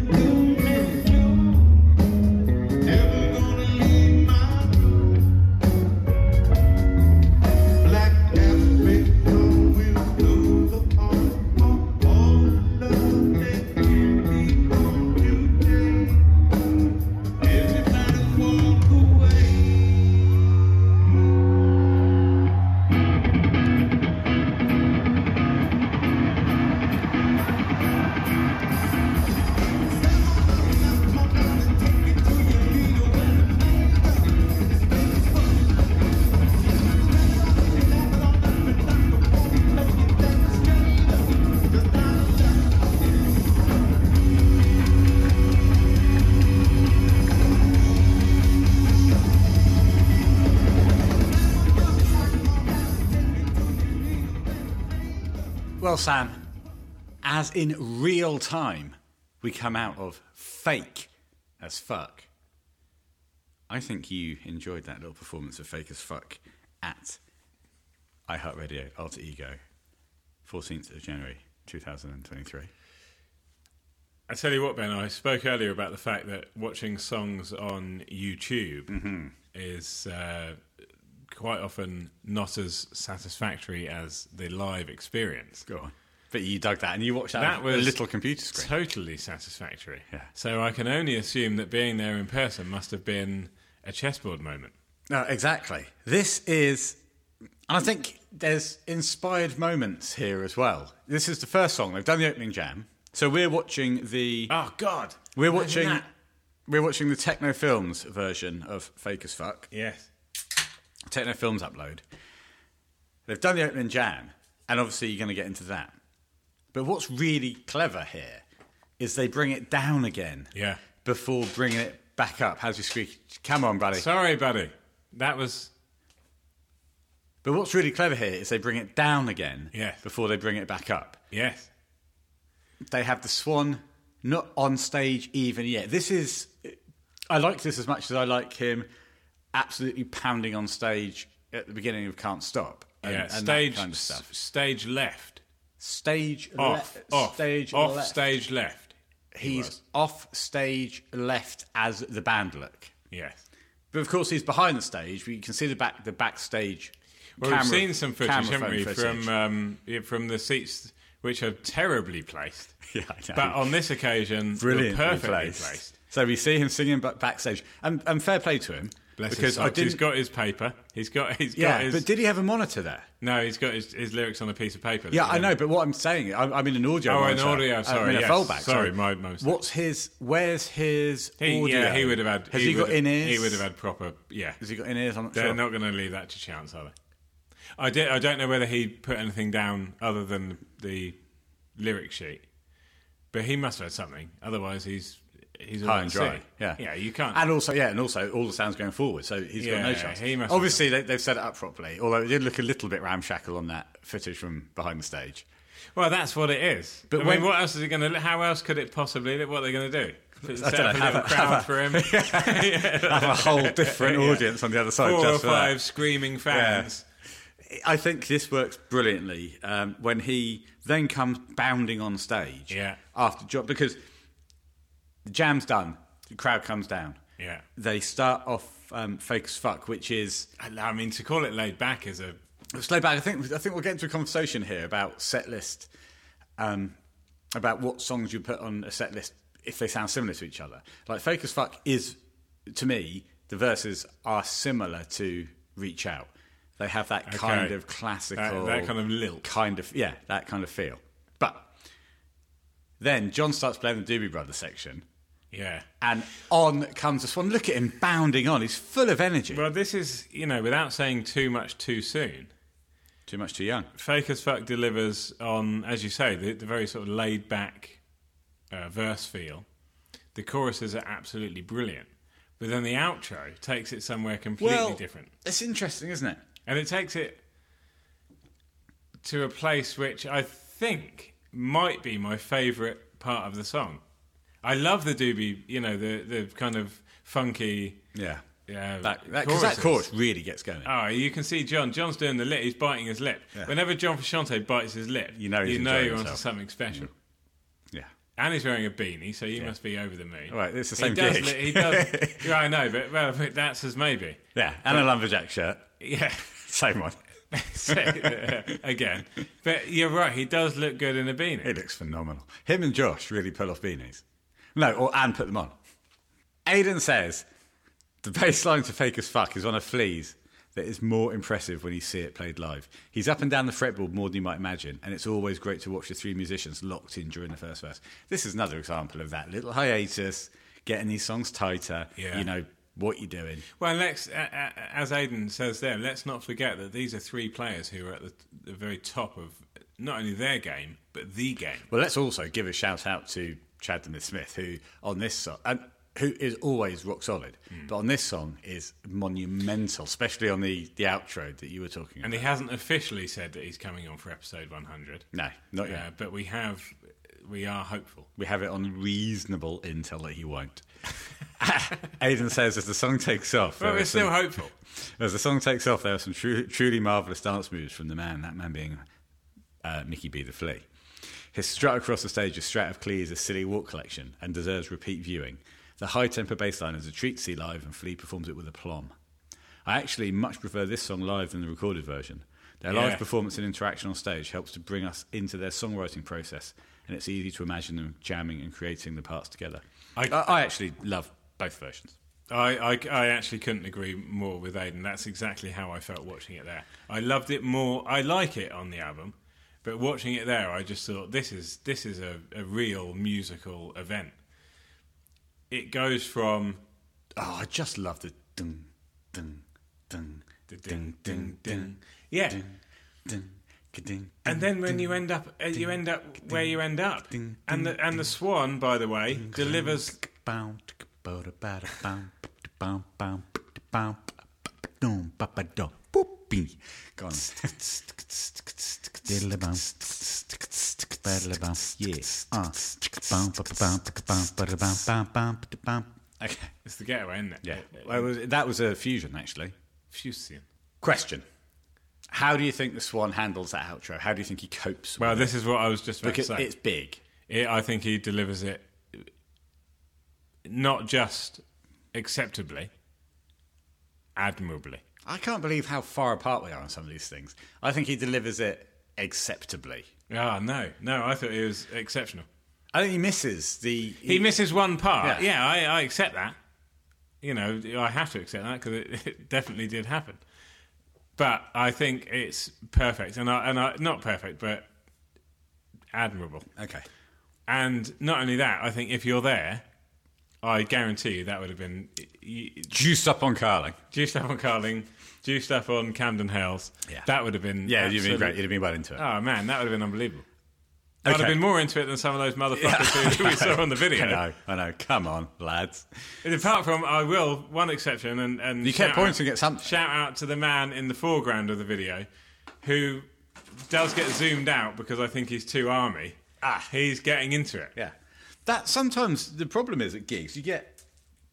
Speaker 4: doom Never gonna leave my room. Black Africa will do the part of all love that can be on today. Everybody walk away.
Speaker 1: Well, Sam, as in real time, we come out of fake as fuck. I think you enjoyed that little performance of fake as fuck at iHeartRadio Alter Ego, 14th of January 2023.
Speaker 2: I tell you what, Ben, I spoke earlier about the fact that watching songs on YouTube
Speaker 1: Mm-hmm.
Speaker 2: is uh, quite often not as satisfactory as the live experience.
Speaker 1: Go on. But you dug that and you watched that,
Speaker 2: That
Speaker 1: on a
Speaker 2: was
Speaker 1: little computer screen.
Speaker 2: Totally satisfactory.
Speaker 1: Yeah.
Speaker 2: So I can only assume that being there in person must have been a chessboard moment.
Speaker 1: No, exactly. This is, and I think there's inspired moments here as well. This is the first song they've done the opening jam, so we're watching the
Speaker 2: Oh God,
Speaker 1: we're
Speaker 2: Imagine
Speaker 1: watching
Speaker 2: that.
Speaker 1: we're watching the techno films version of Fake as Fuck.
Speaker 2: Yes.
Speaker 1: Techno films upload. They've done the opening jam, and obviously you're going to get into that. But what's really clever here is they bring it down again,
Speaker 2: Yeah.
Speaker 1: before bringing it back up. How's your squeaky? Come on, buddy.
Speaker 2: Sorry, buddy. That was
Speaker 1: But what's really clever here is they bring it down again
Speaker 2: Yes.
Speaker 1: before they bring it back up.
Speaker 2: yes.
Speaker 1: They have the swan not on stage even yet. This is, I like this as much as I like him absolutely pounding on stage at the beginning of Can't Stop. and,
Speaker 2: yeah,
Speaker 1: and
Speaker 2: stage
Speaker 1: that kind of
Speaker 2: s-
Speaker 1: stuff.
Speaker 2: stage left,
Speaker 1: Stage
Speaker 2: off,
Speaker 1: left,
Speaker 2: off,
Speaker 1: stage
Speaker 2: off,
Speaker 1: left.
Speaker 2: stage left. He
Speaker 1: He's
Speaker 2: was.
Speaker 1: off stage left as the band look.
Speaker 2: yes.
Speaker 1: But of course, he's behind the stage. We can see the back, the backstage.
Speaker 2: Well,
Speaker 1: camera,
Speaker 2: we've seen some footage,
Speaker 1: camera
Speaker 2: haven't
Speaker 1: phone
Speaker 2: we,
Speaker 1: footage.
Speaker 2: from um, yeah, from the seats which are terribly placed.
Speaker 1: Yeah, I know.
Speaker 2: But on this occasion, were
Speaker 1: brilliantly
Speaker 2: perfectly
Speaker 1: placed.
Speaker 2: placed.
Speaker 1: So we see him singing ba- backstage, and, and fair play to him
Speaker 2: Bless his
Speaker 1: because I
Speaker 2: socks.
Speaker 1: didn't.
Speaker 2: He's got his paper. He's got. He's
Speaker 1: yeah,
Speaker 2: got his.
Speaker 1: but did he have a monitor there?
Speaker 2: no, he's got his, his lyrics on a piece of paper.
Speaker 1: Yeah, I
Speaker 2: Um,
Speaker 1: know, but what I'm saying, I'm, I'm in an audio.
Speaker 2: Oh, an
Speaker 1: monitor.
Speaker 2: audio,
Speaker 1: I'm
Speaker 2: sorry,
Speaker 1: in a
Speaker 2: yes.
Speaker 1: foldback.
Speaker 2: Sorry, my- my mistake.
Speaker 1: What's his? Where's his
Speaker 2: He,
Speaker 1: audio?
Speaker 2: yeah, he would have had.
Speaker 1: Has he, got
Speaker 2: would-
Speaker 1: in ears?
Speaker 2: He would have had proper. Yeah,
Speaker 1: Has he got in ears? I'm not
Speaker 2: they're
Speaker 1: sure.
Speaker 2: not going to leave that to chance, are they? I did. I don't know whether he put anything down other than the lyric sheet, but he must have had something. Otherwise, he's he's all
Speaker 1: High and
Speaker 2: at sea.
Speaker 1: dry. Yeah,
Speaker 2: yeah. You can't.
Speaker 1: And also, yeah, and also, all the sounds going forward, so he's got no
Speaker 2: Yeah,
Speaker 1: chance.
Speaker 2: he must
Speaker 1: Obviously, they, they've set it up properly. Although it did look a little bit ramshackle on that footage from behind the stage.
Speaker 2: well, that's what it is.
Speaker 1: But
Speaker 2: But I
Speaker 1: when-
Speaker 2: mean, what else is it going to? How else could it possibly? What are they going to do? Set
Speaker 1: don't
Speaker 2: up a
Speaker 1: know, have
Speaker 2: little
Speaker 1: a- have
Speaker 2: crowd
Speaker 1: a-
Speaker 2: for him.
Speaker 1: Have a whole different
Speaker 2: Yeah.
Speaker 1: audience on the other side.
Speaker 2: Four or
Speaker 1: just for that.
Speaker 2: five screaming fans.
Speaker 1: I think this works brilliantly um, when he then comes bounding on stage.
Speaker 2: Yeah.
Speaker 1: After job because the jam's done, the crowd comes down.
Speaker 2: Yeah.
Speaker 1: They start off um, fake as fuck, which is
Speaker 2: I I mean, to call it laid back is a
Speaker 1: slow back. I think I think we'll get into a conversation here about set list, um, about what songs you put on a set list if they sound similar to each other. Like fake as fuck is to me the verses are similar to Reach Out. They have that kind of classical,
Speaker 2: That- that kind of lilt.
Speaker 1: kind of yeah, that kind of feel. But then John starts playing the Doobie Brothers section,
Speaker 2: yeah.
Speaker 1: and on comes the Swan. Look at him bounding on; he's full of energy.
Speaker 2: Well, this is, you know, without saying too much too soon,
Speaker 1: Too much, too young.
Speaker 2: Fake as Fuck delivers on, as you say, the, the very sort of laid back uh, verse feel. The choruses are absolutely brilliant. But then the outro takes it somewhere completely different.
Speaker 1: It's interesting, isn't it?
Speaker 2: And it takes it to a place which I think might be my favourite part of the song. I love the doobie, you know, the, the kind of funky.
Speaker 1: Yeah.
Speaker 2: Yeah,
Speaker 1: That, that, 'cause that
Speaker 2: choruses.
Speaker 1: chorus really gets going.
Speaker 2: Oh, you can see John. John's doing the lip. He's biting his lip.
Speaker 1: Yeah.
Speaker 2: Whenever John Frusciante bites his lip,
Speaker 1: You know he's
Speaker 2: you know
Speaker 1: enjoying
Speaker 2: you're onto
Speaker 1: himself. Mm.
Speaker 2: something special.
Speaker 1: Yeah.
Speaker 2: And he's wearing a beanie, so you must be over the moon.
Speaker 1: All right, it's the
Speaker 2: He
Speaker 1: same
Speaker 2: does
Speaker 1: gig.
Speaker 2: li- he does. yeah, I know, but well, that's as maybe.
Speaker 1: Yeah. And a lumberjack shirt.
Speaker 2: Yeah.
Speaker 1: Same one.
Speaker 2: So, uh, Again, but you're right. He does look good in a beanie.
Speaker 1: It looks phenomenal. Him and Josh really pull off beanies. No, or and put them on. Aidan says the bass line to Fake as Fuck is on a fleas that is more impressive when you see it played live. He's up and down the fretboard more than you might imagine, and it's always great to watch the three musicians locked in during the first verse. This is another example of that little hiatus, getting these songs tighter.
Speaker 2: Yeah.
Speaker 1: You know what you're doing.
Speaker 2: Well, let's, uh, uh, as Aidan says there, let's not forget that these are three players who are at the, the very top of not only their game but the game.
Speaker 1: Well, let's also give a shout out to Chad the Myth Smith, who on this song and who is always rock solid,
Speaker 2: Hmm.
Speaker 1: but on this song is monumental, especially on the the outro that you were talking
Speaker 2: And
Speaker 1: about.
Speaker 2: he hasn't officially said that he's coming on for episode 100.
Speaker 1: no, not yet.
Speaker 2: Uh, but we have, we are hopeful.
Speaker 1: We have it on reasonable intel that he won't. Aidan says as the song takes off,
Speaker 2: But
Speaker 1: there
Speaker 2: we're
Speaker 1: are some-
Speaker 2: still hopeful.
Speaker 1: as the song takes off, there are some tru- truly marvelous dance moves from the man. That man being uh, Mickey B. the Flea. His strut across the stage is Strat of Clee's A Silly Walk collection and deserves repeat viewing. The high tempo bass line is a treat to see live, and Flea performs it with aplomb. I actually much prefer this song live than the recorded version. Their
Speaker 2: Yeah.
Speaker 1: live performance and interaction on stage helps to bring us into their songwriting process, and it's easy to imagine them jamming and creating the parts together. I, I actually love both versions.
Speaker 2: I, I, I actually couldn't agree more with Aidan. That's exactly how I felt watching it there. I loved it more. I like it on the album, but watching it there, I just thought this is this is a, a real musical event. It goes from
Speaker 1: Oh, I just love the dun dun dun
Speaker 2: the
Speaker 1: dun dun dun
Speaker 2: yeah,
Speaker 1: dun dun.
Speaker 2: and then when you end up, uh, you end up where you end up, and the and the Swan, by the way, delivers
Speaker 1: Go on. Okay.
Speaker 2: It's the getaway, isn't it?
Speaker 1: Yeah. Well, it was, that was a fusion, actually.
Speaker 2: Fusion.
Speaker 1: Question. How do you think the Swan handles that outro? How do you think he copes?
Speaker 2: Well,
Speaker 1: with
Speaker 2: this is what I was just
Speaker 1: it?
Speaker 2: about
Speaker 1: because
Speaker 2: to say.
Speaker 1: it's big.
Speaker 2: It- I think he delivers it not just acceptably, admirably.
Speaker 1: I can't believe how far apart we are on some of these things. I think he delivers it acceptably.
Speaker 2: Ah, no, no, I thought it was exceptional.
Speaker 1: I think he misses the.
Speaker 2: He misses one
Speaker 1: Yeah.
Speaker 2: part. Yeah, I, I accept that. You know, I have to accept that because it, it definitely did happen. But I think it's perfect, and I, and I, not perfect, but admirable.
Speaker 1: okay.
Speaker 2: And not only that, I think if you're there, I guarantee you that would have been you,
Speaker 1: Juiced up on Carling.
Speaker 2: juiced up on Carling, juiced up on Camden Hills.
Speaker 1: Yeah.
Speaker 2: That would have been
Speaker 1: Yeah, you'd be
Speaker 2: absolute-
Speaker 1: great. You'd have been well into it.
Speaker 2: Oh man, that would have been unbelievable. I'd have
Speaker 1: Okay.
Speaker 2: been more into it than some of those motherfuckers who we saw on the video.
Speaker 1: I know, I know. Come on, lads.
Speaker 2: And Apart from, I will one exception, and, and
Speaker 1: You kept
Speaker 2: shout
Speaker 1: pointing
Speaker 2: out,
Speaker 1: at something.
Speaker 2: Shout out to the man in the foreground of the video, who does get zoomed out because I think he's too army.
Speaker 1: Ah.
Speaker 2: he's getting into it.
Speaker 1: Yeah. That sometimes the problem is at gigs, you get,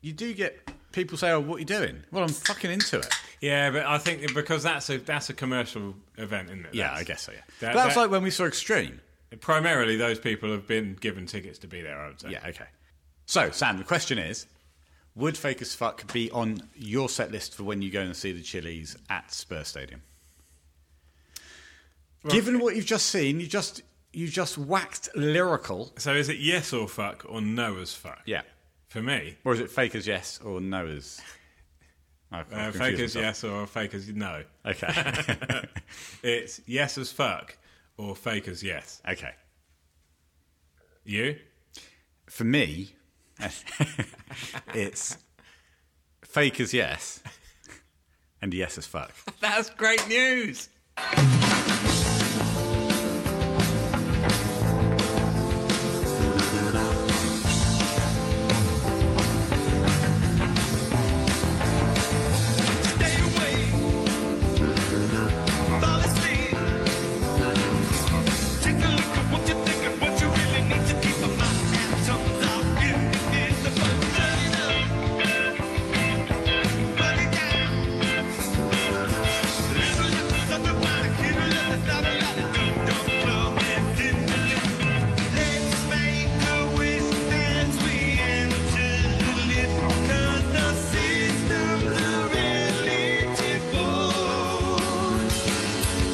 Speaker 1: you do get people say, oh, what are you doing? Well, I'm fucking into it.
Speaker 2: Yeah, but I think because that's a that's a commercial event, isn't it?
Speaker 1: Yeah,
Speaker 2: That's-
Speaker 1: I guess so, yeah.
Speaker 2: that-
Speaker 1: but that's
Speaker 2: that-
Speaker 1: like when we saw Extreme.
Speaker 2: Primarily, those people have been given tickets to be there. I would say.
Speaker 1: Yeah, okay. So, Sam, the question is Would Fake as Fuck be on your set list for when you go and see the Chili's at Spur Stadium? Given what you've just seen, you just you just waxed lyrical.
Speaker 2: So is it yes or fuck or no as fuck?
Speaker 1: Yeah.
Speaker 2: For me,
Speaker 1: Or is it fake as yes or no as? I've-
Speaker 2: uh,
Speaker 1: I've
Speaker 2: fake as
Speaker 1: confused
Speaker 2: yes or fake as no.
Speaker 1: myself. Okay.
Speaker 2: It's yes as fuck or fake as yes.
Speaker 1: okay.
Speaker 2: You?
Speaker 1: For me, it's fake as yes and yes as fuck.
Speaker 2: That's great news.
Speaker 3: Stay away. Fall asleep. Take a look at what you think and what you really need to keep in mind. And sometimes it is the fun. Turn it up. Burn it down. Live a little something while I keep it up. Another lot of dum-dum club and dinner. Let's make a wish as we enter the lit. 'Cause the system's a relative board.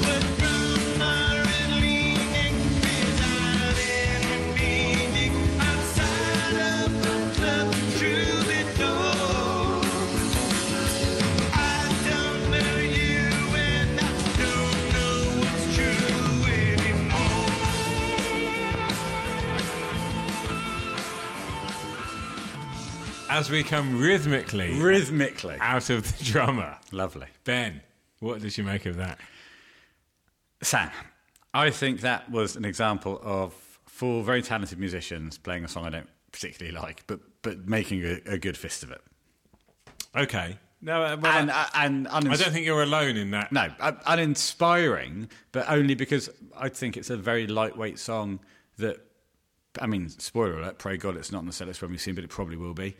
Speaker 3: But from our leaning, without any meaning, outside of the club, through the door. I don't know you, and I don't know what's true anymore.
Speaker 2: As we come rhythmically
Speaker 1: Rhythmically.
Speaker 2: out of the drummer,
Speaker 1: Lovely.
Speaker 2: Ben, what did you make of that?
Speaker 1: Sam, I think that was an example of four very talented musicians playing a song I don't particularly like, but but making a, a good fist of it.
Speaker 2: Okay. No, uh, well,
Speaker 1: And uh, and
Speaker 2: I don't think you're alone in that.
Speaker 1: no, uh, uninspiring, but only because I think it's a very lightweight song that. I mean, spoiler alert, pray God it's not on the set list when we seen, but it probably will be.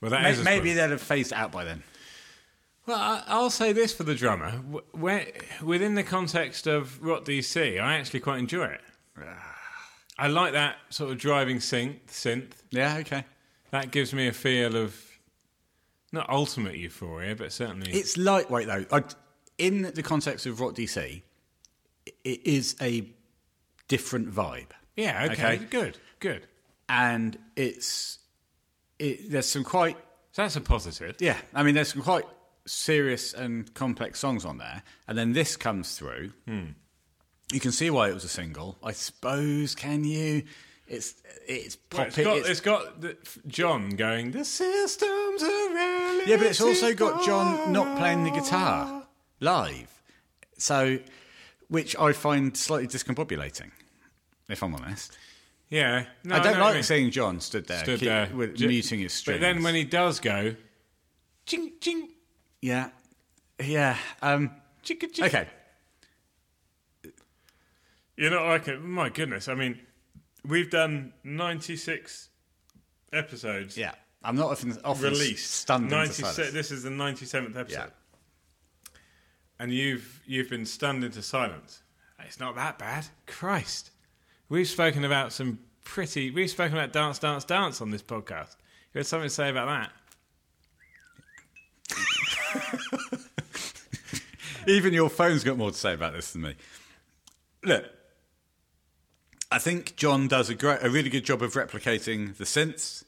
Speaker 2: Well, that
Speaker 1: May-
Speaker 2: is a
Speaker 1: maybe
Speaker 2: spoiler.
Speaker 1: they'd have phased it out by then.
Speaker 2: Well, I- I'll say this for the drummer. Wh- Where, within the context of Rot DC, I actually quite enjoy it.
Speaker 1: Ah.
Speaker 2: I like that sort of driving synth. synth.
Speaker 1: Yeah, okay.
Speaker 2: That gives me a feel of not ultimate euphoria, but certainly.
Speaker 1: It's lightweight though. I, in the context of Rock DC, it is a different vibe,
Speaker 2: yeah, okay,
Speaker 1: okay.
Speaker 2: Good, good.
Speaker 1: and it's it, there's some quite
Speaker 2: So that's a positive.
Speaker 1: yeah. I mean, there's some quite serious and complex songs on there, and then this comes through.
Speaker 2: Hmm.
Speaker 1: You can see why it was a single, I suppose. Can you? It's it's
Speaker 2: Well,
Speaker 1: poppy.
Speaker 2: it's got,
Speaker 1: it's-
Speaker 2: it's got the, John going, the system's around.
Speaker 1: Yeah, but it's also got John not playing the guitar live. So, which I find slightly discombobulating, if I'm honest.
Speaker 2: Yeah. No,
Speaker 1: I don't
Speaker 2: know what
Speaker 1: like
Speaker 2: you mean.
Speaker 1: seeing John stood there,
Speaker 2: Stood
Speaker 1: keep-
Speaker 2: there.
Speaker 1: with,
Speaker 2: Ju-
Speaker 1: muting his strings.
Speaker 2: But then when he does go, ching, ching,
Speaker 1: yeah, yeah, um,
Speaker 2: chicka, chicka.
Speaker 1: okay,
Speaker 2: You know, I can. My goodness, I mean, we've done ninety-six episodes.
Speaker 1: yeah. I'm not often, often
Speaker 2: Released
Speaker 1: stunned into
Speaker 2: 96
Speaker 1: silence.
Speaker 2: This is the ninety-seventh episode. and you've you've been stunned into silence. It's not that bad. Christ. We've spoken about some pretty we've spoken about dance, dance, dance on this podcast. You had something to say about that.
Speaker 1: Even your phone's got more to say about this than me. Look, I think John does a great, a really good job of replicating the synths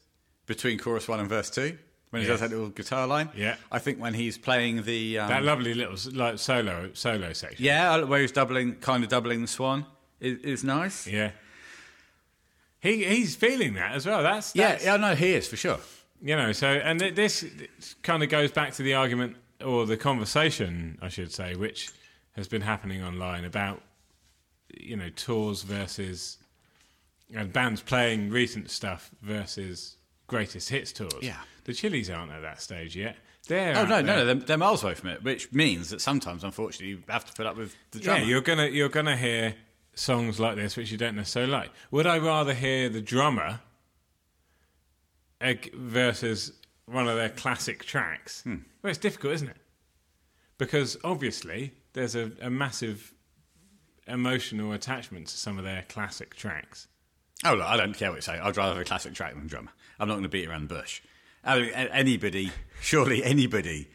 Speaker 1: between chorus one and verse two when he does
Speaker 2: Yes.
Speaker 1: that little guitar line.
Speaker 2: Yeah.
Speaker 1: I think when he's playing the um,
Speaker 2: That lovely little s- like solo solo section.
Speaker 1: yeah where he's doubling, kind of doubling the swan is, is nice.
Speaker 2: Yeah. He he's feeling that as well. That's,
Speaker 1: Yeah,
Speaker 2: that's
Speaker 1: yeah, no, he is for sure.
Speaker 2: you know so and th- this, this kind of goes back to the argument or the conversation i should say which has been happening online about you know tours versus and bands playing recent stuff versus greatest hits tours
Speaker 1: Yeah.
Speaker 2: the chilies aren't at that stage yet they're
Speaker 1: Oh
Speaker 2: out
Speaker 1: no, no,
Speaker 2: there.
Speaker 1: no, they're, they're miles away from it, which means that sometimes, unfortunately, you have to put up with the drummer.
Speaker 2: Yeah, you're gonna you're gonna hear songs like this which you don't necessarily like. Would I rather hear the drummer ag- versus one of their classic tracks?
Speaker 1: Hmm.
Speaker 2: Well, it's difficult, isn't it? Because obviously there's a, a massive emotional attachment to some of their classic tracks.
Speaker 1: Oh, look, I don't care what you say. I'd rather have a classic track than a drummer. I'm not going to beat around the bush. I mean, a- anybody, surely anybody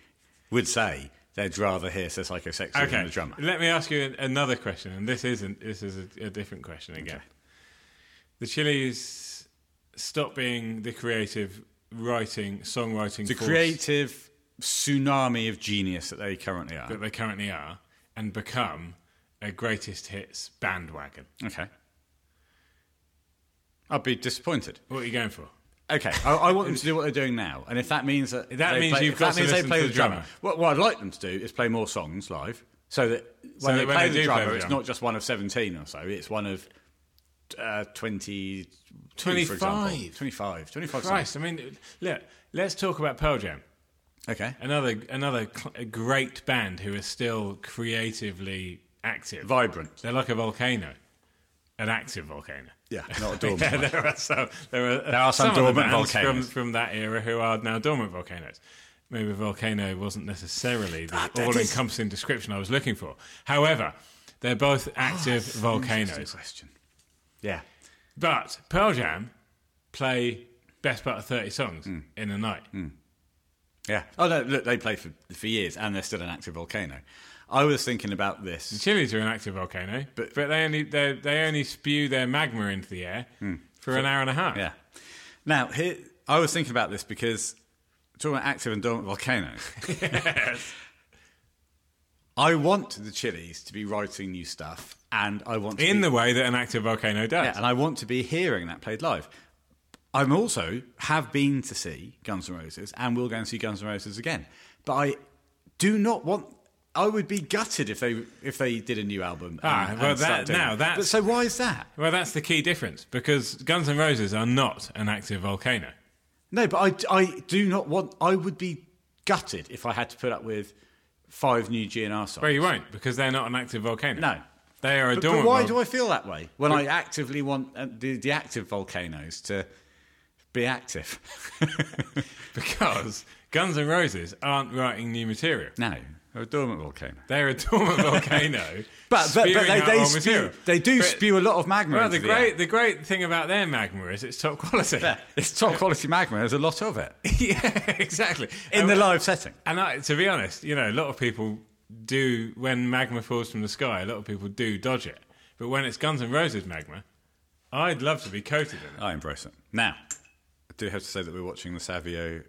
Speaker 1: would say they'd rather hear Sir Psycho Sexy than a drummer.
Speaker 2: Let me ask you an- another question, and this isn't. This is a, a different question again. The Chili's stop being the creative writing, songwriting
Speaker 1: The
Speaker 2: force
Speaker 1: creative tsunami of genius that they currently are.
Speaker 2: that they currently are, and become a greatest hits bandwagon.
Speaker 1: Okay. I'd be disappointed.
Speaker 2: What are you going for?
Speaker 1: Okay, I, I want them to do what they're doing now, and if that means that
Speaker 2: That
Speaker 1: they
Speaker 2: means
Speaker 1: play,
Speaker 2: you've
Speaker 1: if
Speaker 2: got
Speaker 1: that
Speaker 2: to
Speaker 1: means they
Speaker 2: listen
Speaker 1: play
Speaker 2: to
Speaker 1: the
Speaker 2: the drummer.
Speaker 1: drummer. What, what I'd like them to do is play more songs live, so that when
Speaker 2: that
Speaker 1: they
Speaker 2: when
Speaker 1: play
Speaker 2: they
Speaker 1: the
Speaker 2: do play
Speaker 1: drummer,
Speaker 2: the
Speaker 1: it's
Speaker 2: drummer.
Speaker 1: not just one of seventeen or so; it's one of uh, 20,
Speaker 2: 25.
Speaker 1: 25, 25 songs.
Speaker 2: Christ, I mean, look, let's talk about Pearl Jam.
Speaker 1: Okay,
Speaker 2: Another another cl- a great band who is still creatively active.
Speaker 1: vibrant.
Speaker 2: They're like a volcano, an active volcano.
Speaker 1: Yeah, not a
Speaker 2: Yeah,
Speaker 1: dormant. one.
Speaker 2: there are some. There are,
Speaker 1: There are some
Speaker 2: of the
Speaker 1: dormant
Speaker 2: bands
Speaker 1: volcanoes.
Speaker 2: from, from that era who are now dormant volcanoes. Maybe volcano wasn't necessarily the
Speaker 1: Ah, that is-
Speaker 2: all-encompassing description I was looking for. However, they're both active
Speaker 1: Ah, Interesting
Speaker 2: volcanoes.
Speaker 1: question. Yeah,
Speaker 2: But Pearl Jam play best part of thirty songs
Speaker 1: Hmm.
Speaker 2: in a night.
Speaker 1: yeah. Oh no, look, they play for for years, and they're still an active volcano. I was thinking about this.
Speaker 2: Chili's are an active volcano,
Speaker 1: But-
Speaker 2: but, they only they they only spew their magma into the air for an hour and a half.
Speaker 1: Hmm. Yeah. Now, here, I was thinking about this because talking about active and dormant volcanoes. I want the Chilis to be writing new stuff, and I want to
Speaker 2: In
Speaker 1: be,
Speaker 2: the way that an active volcano does.
Speaker 1: yeah, and I want to be hearing that played live. I'm also have been to see Guns N' Roses, and will go and see Guns N' Roses again. But I do not want. I would be gutted if they if they did a new album. and-
Speaker 2: Ah,
Speaker 1: and
Speaker 2: well,
Speaker 1: start
Speaker 2: that-
Speaker 1: doing
Speaker 2: now
Speaker 1: it.
Speaker 2: that's-
Speaker 1: But so why is that?
Speaker 2: Well, that's the key difference because Guns N' Roses are not an active volcano.
Speaker 1: No, but I, I do not want. I would be gutted if I had to put up with five new GNR songs.
Speaker 2: Well, you won't because they're not an active volcano.
Speaker 1: No.
Speaker 2: They are a
Speaker 1: but, but
Speaker 2: dormant.
Speaker 1: why
Speaker 2: vol-
Speaker 1: do I feel that way when I actively want uh, the, the active volcanoes to be active?
Speaker 2: Because Guns N' Roses aren't writing new material.
Speaker 1: no, they're a dormant volcano.
Speaker 2: They're a dormant volcano.
Speaker 1: But, but, but
Speaker 2: spewing
Speaker 1: they,
Speaker 2: out
Speaker 1: they,
Speaker 2: old
Speaker 1: spew,
Speaker 2: material.
Speaker 1: they do
Speaker 2: But-
Speaker 1: spew a lot of magma.
Speaker 2: Well,
Speaker 1: into
Speaker 2: the
Speaker 1: air.
Speaker 2: great, the great thing about their magma is it's top quality.
Speaker 1: Yeah, it's top quality magma. There's a lot of it
Speaker 2: yeah, exactly.
Speaker 1: in the
Speaker 2: And-
Speaker 1: live setting.
Speaker 2: And I, to be honest, you know, a lot of people do when magma falls from the sky. A lot of people do dodge it, but when it's Guns N' Roses magma, I'd love to be coated in it.
Speaker 1: Oh, I embrace it. Now, I do have to say that we're watching the Savio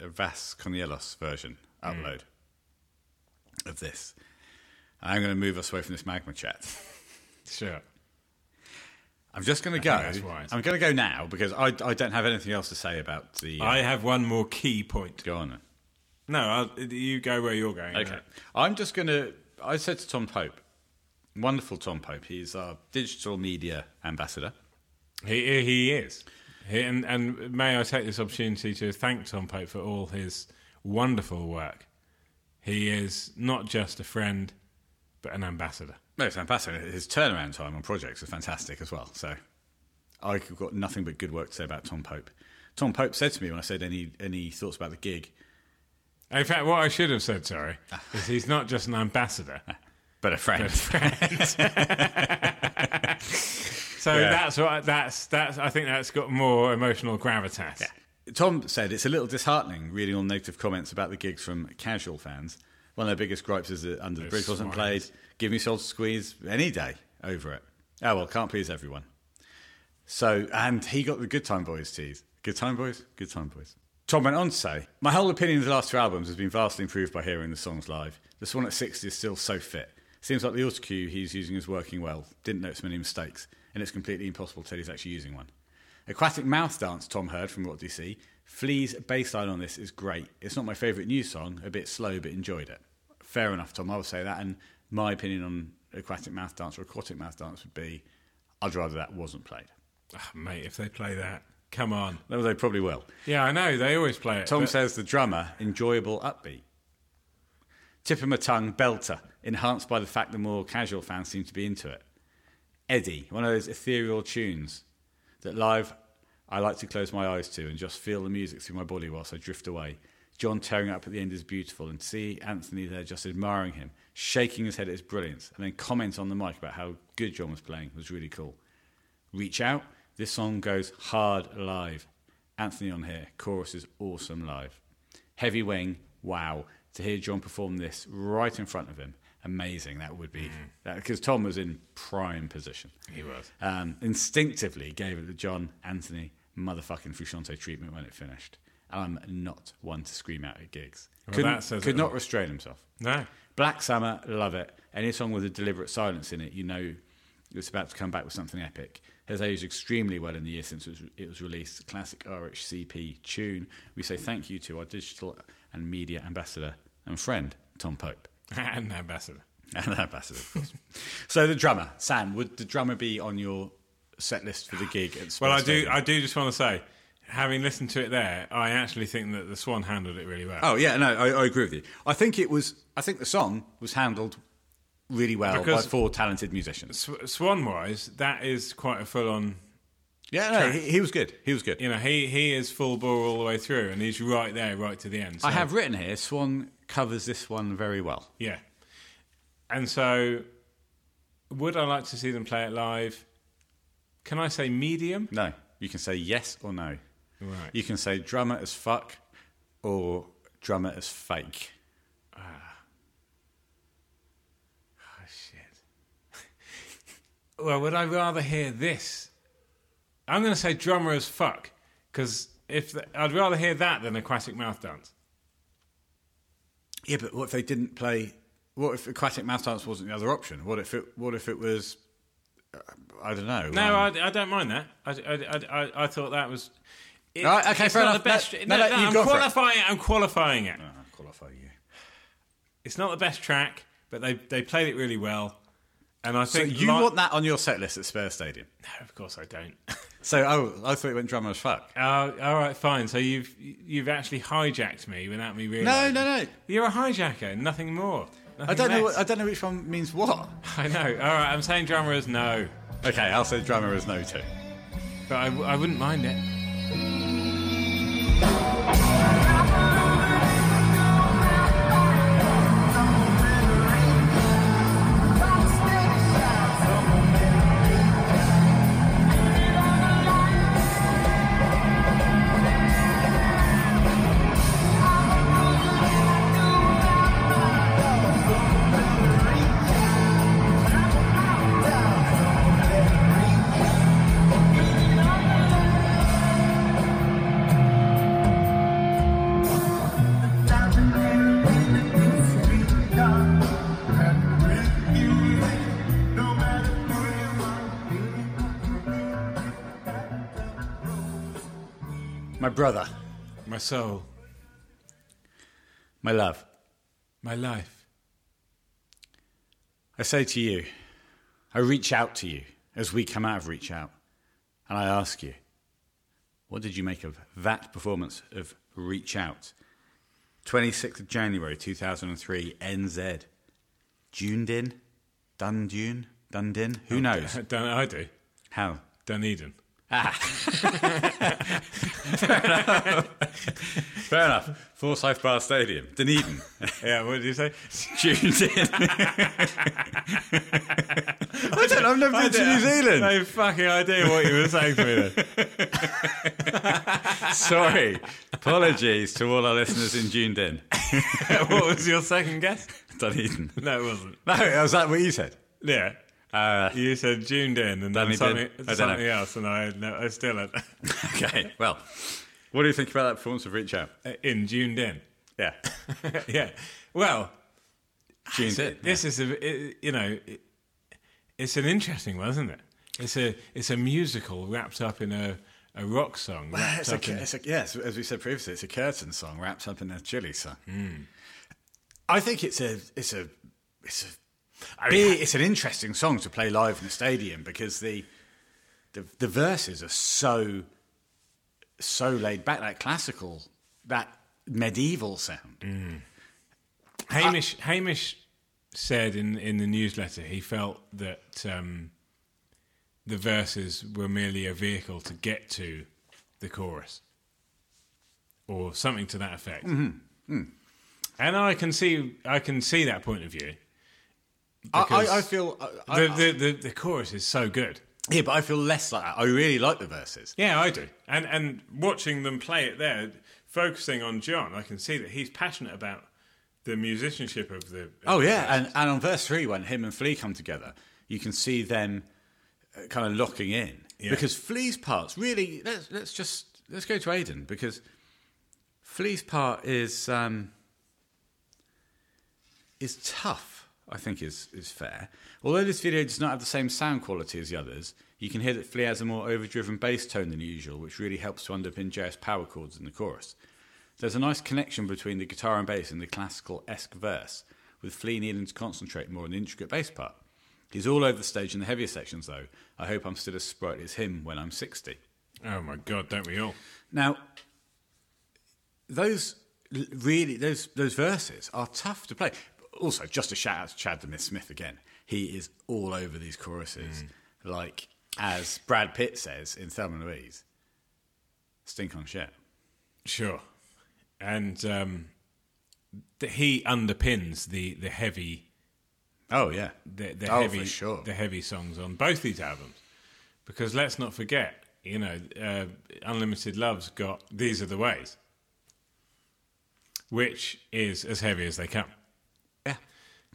Speaker 1: Vasconcelos version
Speaker 2: Hmm.
Speaker 1: upload of this. I'm going to move us away from this magma chat.
Speaker 2: Sure.
Speaker 1: I'm just going to
Speaker 2: think
Speaker 1: go.
Speaker 2: that's wise.
Speaker 1: I'm going to go now because I, I don't have anything else to say about the. Uh,
Speaker 2: I have one more key point.
Speaker 1: go on. then.
Speaker 2: No, I'll, you go where you're going.
Speaker 1: Okay. I'm just going to. I said to Tom Pope, wonderful Tom Pope, he's our digital media ambassador.
Speaker 2: He he is. He, and, and may I take this opportunity to thank Tom Pope for all his wonderful work. He is not just a friend, but an ambassador.
Speaker 1: No, it's fantastic. His turnaround time on projects is fantastic as well. So I've got nothing but good work to say about Tom Pope. Tom Pope said to me when I said any any thoughts about the gig,
Speaker 2: In fact, what I should have said, sorry, is he's not just an ambassador.
Speaker 1: But a friend.
Speaker 2: So that's what that's that's. I think that's got more emotional gravitas.
Speaker 1: Tom said it's a little disheartening reading all negative comments about the gigs from casual fans. One of their biggest gripes is that Under the
Speaker 2: Those
Speaker 1: Bridge wasn't
Speaker 2: swines.
Speaker 1: played. Give me Soul to Squeeze any day over it. Oh, well, can't please everyone. So, and he got the Good Time Boys tease. Good Time Boys? Good Time Boys. Tom went on to say, My whole opinion of the last two albums has been vastly improved by hearing the songs live. This one at 60 is still so fit. Seems like the auto cue he's using is working well. Didn't notice many mistakes, and it's completely impossible to tell he's actually using one. Aquatic Mouth Dance, Tom heard from Rot DC. Flea's bass line on this is great. It's not my favourite new song, a bit slow, but enjoyed it. Fair enough, Tom, I will say that. And my opinion on Aquatic Mouth Dance or Aquatic Mouth Dance would be I'd rather that wasn't played.
Speaker 2: Ah, mate, if they play that, come on.
Speaker 1: Though they uh, probably will.
Speaker 2: Yeah, I know they always play it.
Speaker 1: Tom
Speaker 2: but-
Speaker 1: says the drummer, enjoyable upbeat. Tip him a tongue, belter, enhanced by the fact the more casual fans seem to be into it. Eddie, one of those ethereal tunes that live I like to close my eyes to and just feel the music through my body whilst I drift away. John tearing up at the end is beautiful, and see Anthony there just admiring him, shaking his head at his brilliance, and then comment on the mic about how good John was playing was really cool. Reach Out. This song goes hard live. Anthony on here. Chorus is awesome live. Heavy Wing. Wow. To hear John perform this right in front of him. Amazing. That would be because Tom was in prime position.
Speaker 2: Mm. He was.
Speaker 1: Um, instinctively gave it the John Anthony motherfucking Frusciante treatment when it finished. And I'm not one to scream out at gigs.
Speaker 2: Well,
Speaker 1: Couldn't-
Speaker 2: that says it
Speaker 1: could
Speaker 2: all.
Speaker 1: not restrain himself.
Speaker 2: no.
Speaker 1: Black Summer, love it. Any song with a deliberate silence in it, you know it's about to come back with something epic. Has aged extremely well in the year since it was, it was released. Classic RHCP tune. We say thank you to our digital and media ambassador and friend, Tom Pope.
Speaker 2: and ambassador.
Speaker 1: And ambassador, of course. so the drummer, Sam, would the drummer be on your set list for the gig at Spurs
Speaker 2: Well, I do.
Speaker 1: Stadium?
Speaker 2: I do just want to say, having listened to it there, I actually think that the Swan handled it really well.
Speaker 1: Oh yeah, no, I, I agree with you. I think it was. I think the song was handled really well
Speaker 2: Because-
Speaker 1: by four talented musicians.
Speaker 2: Sw- Swan wise, that is quite a full on.
Speaker 1: Yeah, no, he, he was good. He was good.
Speaker 2: You know, he he is full bore all the way through, and he's right there, right to the end. So,
Speaker 1: I have written here, Swan covers this one very well.
Speaker 2: yeah. And so, would I like to see them play it live? Can I say medium?
Speaker 1: No, you can say yes or no.
Speaker 2: Right.
Speaker 1: You can say drummer as fuck or drummer as fake.
Speaker 2: Oh, shit. well, would I rather hear this? I'm going to say drummer as fuck because if th I'd rather hear that than aquatic mouth dance.
Speaker 1: Yeah, but what if they didn't play? What if aquatic mouth dance wasn't the other option? What if it? What if it was? uh, I don't know.
Speaker 2: No,
Speaker 1: um,
Speaker 2: I, I don't mind that. I, I, I- I, I thought that was. It,
Speaker 1: All right, okay,
Speaker 2: it's
Speaker 1: fair
Speaker 2: not
Speaker 1: enough.
Speaker 2: The best,
Speaker 1: No, no,
Speaker 2: no,
Speaker 1: no,
Speaker 2: no,
Speaker 1: you've
Speaker 2: I'm
Speaker 1: gone for it. Ah,
Speaker 2: qualifying. I'm qualifying it.
Speaker 1: I'll qualify you.
Speaker 2: It's not the best track, but they they played it really well. And I
Speaker 1: So
Speaker 2: think
Speaker 1: you
Speaker 2: li-
Speaker 1: want that on your set list at Spurs Stadium?
Speaker 2: No, of course I don't.
Speaker 1: So oh, I thought it went drummer as fuck.
Speaker 2: Uh, all right, fine. So you've you've actually hijacked me without me
Speaker 1: No,
Speaker 2: realizing.
Speaker 1: no, no.
Speaker 2: You're a hijacker, nothing more.
Speaker 1: I don't know.
Speaker 2: What,
Speaker 1: What, I don't know which one means what.
Speaker 2: I know. All right, I'm saying drummer is no,
Speaker 1: Okay, I'll say drummer as no too.
Speaker 2: but I, w- I wouldn't mind it.
Speaker 1: My brother,
Speaker 2: My soul,
Speaker 1: my love.
Speaker 2: my life.
Speaker 1: I say to you, I reach out to you as we come out of Reach Out, and I ask you, what did you make of that performance of Reach Out? 26th of January 2003, NZ. Dunedin? Oh, Dundune? Dundin? Who knows?
Speaker 2: Dun, I do.
Speaker 1: How?
Speaker 2: Dunedin.
Speaker 1: Fair enough. Forsyth Bar Stadium, Dunedin.
Speaker 2: Yeah, what did you say?
Speaker 1: Tuned in. I don't know. I've never been to New Zealand.
Speaker 2: No fucking idea what you were saying to me then.
Speaker 1: Sorry. Apologies to all our listeners in Tuned in.
Speaker 2: what was your second guess?
Speaker 1: Dunedin.
Speaker 2: No, it wasn't.
Speaker 1: No, was that what you said?
Speaker 2: Yeah.
Speaker 1: Uh,
Speaker 2: You said tuned in and
Speaker 1: Danny
Speaker 2: then something,
Speaker 1: did. I don't
Speaker 2: something
Speaker 1: know.
Speaker 2: else, and I, no, I still had
Speaker 1: okay. Well, what do you think about that performance of Reach Out?
Speaker 2: in tuned in.
Speaker 1: Yeah.
Speaker 2: yeah. Well,
Speaker 1: Tuned in.
Speaker 2: this is a it, you know, it, it's an interesting one, isn't it? It's a it's a musical wrapped up in a, a rock song. Wrapped
Speaker 1: It's
Speaker 2: up
Speaker 1: a,
Speaker 2: in,
Speaker 1: it's a, yes, as we said previously, it's a curtain song wrapped up in a chili song.
Speaker 2: Hmm.
Speaker 1: I think it's a it's a it's a big- it's an interesting song to play live in the stadium because the the, the verses are so so laid back, that classical, that medieval sound.
Speaker 2: Mm, Hamish Hamish said in, in the newsletter he felt that um, the verses were merely a vehicle to get to the chorus or something to that effect.
Speaker 1: Mm-hmm. Mm.
Speaker 2: And I can see I can see that point of view.
Speaker 1: I,
Speaker 2: Because
Speaker 1: I, I feel I,
Speaker 2: The,
Speaker 1: I-
Speaker 2: the, the, the chorus is so good.
Speaker 1: yeah, but I feel less like that. I really like the verses.
Speaker 2: Yeah, I do. And and watching them play it there, focusing on John, I can see that he's passionate about the musicianship of the. of
Speaker 1: Oh
Speaker 2: the
Speaker 1: yeah, and, and on verse three, when him and Flea come together, you can see them uh, kind of locking in because Flea's part's really. Let's let's just let's go to Aiden because Flea's part is um, is tough. I think is is fair. Although this video does not have the same sound quality as the others, you can hear that Flea has a more overdriven bass tone than usual, which really helps to underpin JS power chords in the chorus. There's a nice connection between the guitar and bass in the classical esque verse, with Flea needing to concentrate more on the intricate bass part. He's all over the stage in the heavier sections, though. I hope I'm still as sprightly as him when I'm 60.
Speaker 2: Oh my God, don't we all?
Speaker 1: Now, those l- really those those verses are tough to play. Also, just a shout out to Chad the Myth Smith again. He is all over these choruses, like as Brad Pitt says in Thelma and Louise, "Stink on shit."
Speaker 2: Sure. And um, th- he underpins the, the heavy
Speaker 1: Oh yeah,
Speaker 2: the, the
Speaker 1: oh,
Speaker 2: heavy
Speaker 1: for sure.
Speaker 2: the heavy songs on both these albums. Because let's not forget, you know, uh, Unlimited Love's got These Are the Ways, which is as heavy as they come.
Speaker 1: yeah.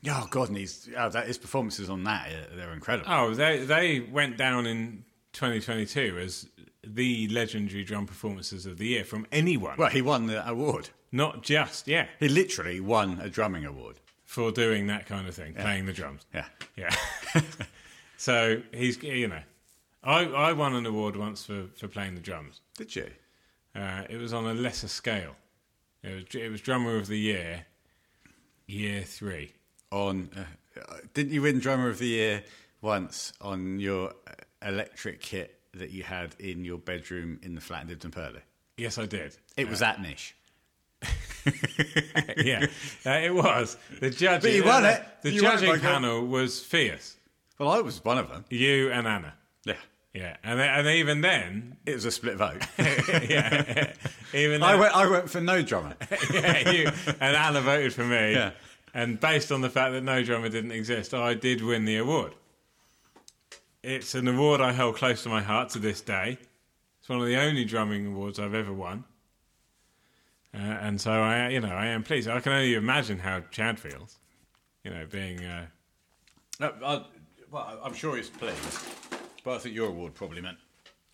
Speaker 1: Oh God, and he's, oh, that, his performances on that uh, they're incredible.
Speaker 2: Oh, they they went down in 2022 as the legendary drum performances of the year from anyone,
Speaker 1: Well, he won the award.
Speaker 2: not just yeah
Speaker 1: He literally won a drumming award.
Speaker 2: for doing that kind of thing, playing the drums.
Speaker 1: Yeah.
Speaker 2: Yeah. so he's, you know, I, I won an award once for, for playing the drums.
Speaker 1: Did you?
Speaker 2: Uh, it was on a lesser scale. It was, it was drummer of the year, year three.
Speaker 1: on uh, uh, didn't you win drummer of the year once on your uh, electric kit that you had in your bedroom in the flat in Dibden Purley?
Speaker 2: Yes, I did.
Speaker 1: It was that niche.
Speaker 2: Yeah, uh, it was. The judging,
Speaker 1: you won
Speaker 2: uh,
Speaker 1: it.
Speaker 2: The
Speaker 1: You won it,
Speaker 2: judging
Speaker 1: my God.
Speaker 2: panel was fierce.
Speaker 1: Well, I was one of them.
Speaker 2: You and Anna.
Speaker 1: Yeah,
Speaker 2: Yeah, and and even then,
Speaker 1: it was a split vote.
Speaker 2: yeah, even
Speaker 1: I
Speaker 2: then-
Speaker 1: went. I went for no drummer.
Speaker 2: yeah, you and Anna voted for me.
Speaker 1: Yeah.
Speaker 2: And based on the fact that No Drummer didn't exist, I did win the award. It's an award I held close to my heart to this day. It's one of the only drumming awards I've ever won. Uh, and so I, you know, I am pleased. I can only imagine how Chad feels, you know, being. Uh,
Speaker 1: no, I, well, I'm sure he's pleased, but I think your award probably meant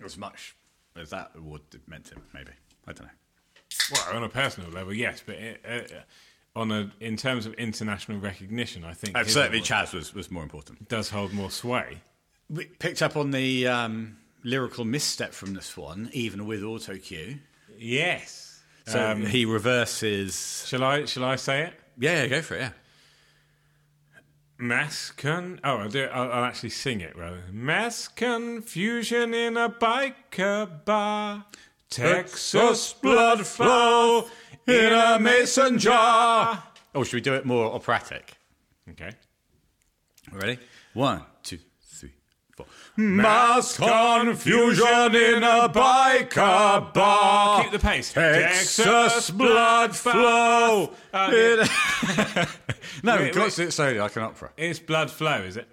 Speaker 1: as much as that award meant to him. Maybe I don't know.
Speaker 2: Well, on a personal level, yes, but uh, uh, on a in terms of international recognition, I think his
Speaker 1: certainly,
Speaker 2: award
Speaker 1: Chaz was, was more important.
Speaker 2: does hold more sway.
Speaker 1: We picked up on the um, lyrical misstep from this one, even with auto cue.
Speaker 2: Yes.
Speaker 1: So he reverses.
Speaker 2: Shall I? Shall I say it?
Speaker 1: Yeah, yeah, go for it. Yeah.
Speaker 2: Mass con. Oh, I'll do. It. I'll, I'll actually sing it rather. Mass confusion in a biker bar. Texas blood flow in a mason jar.
Speaker 1: Oh, should we do it more operatic?
Speaker 2: Okay.
Speaker 1: Ready? One, two, three, Four. Mass confusion in a biker bar.
Speaker 2: Keep the pace.
Speaker 1: Texas blood flow.
Speaker 2: Oh, yeah.
Speaker 1: no,
Speaker 2: Wait,
Speaker 1: it got
Speaker 2: wait.
Speaker 1: it slowly like an opera.
Speaker 2: It's blood flow, is it?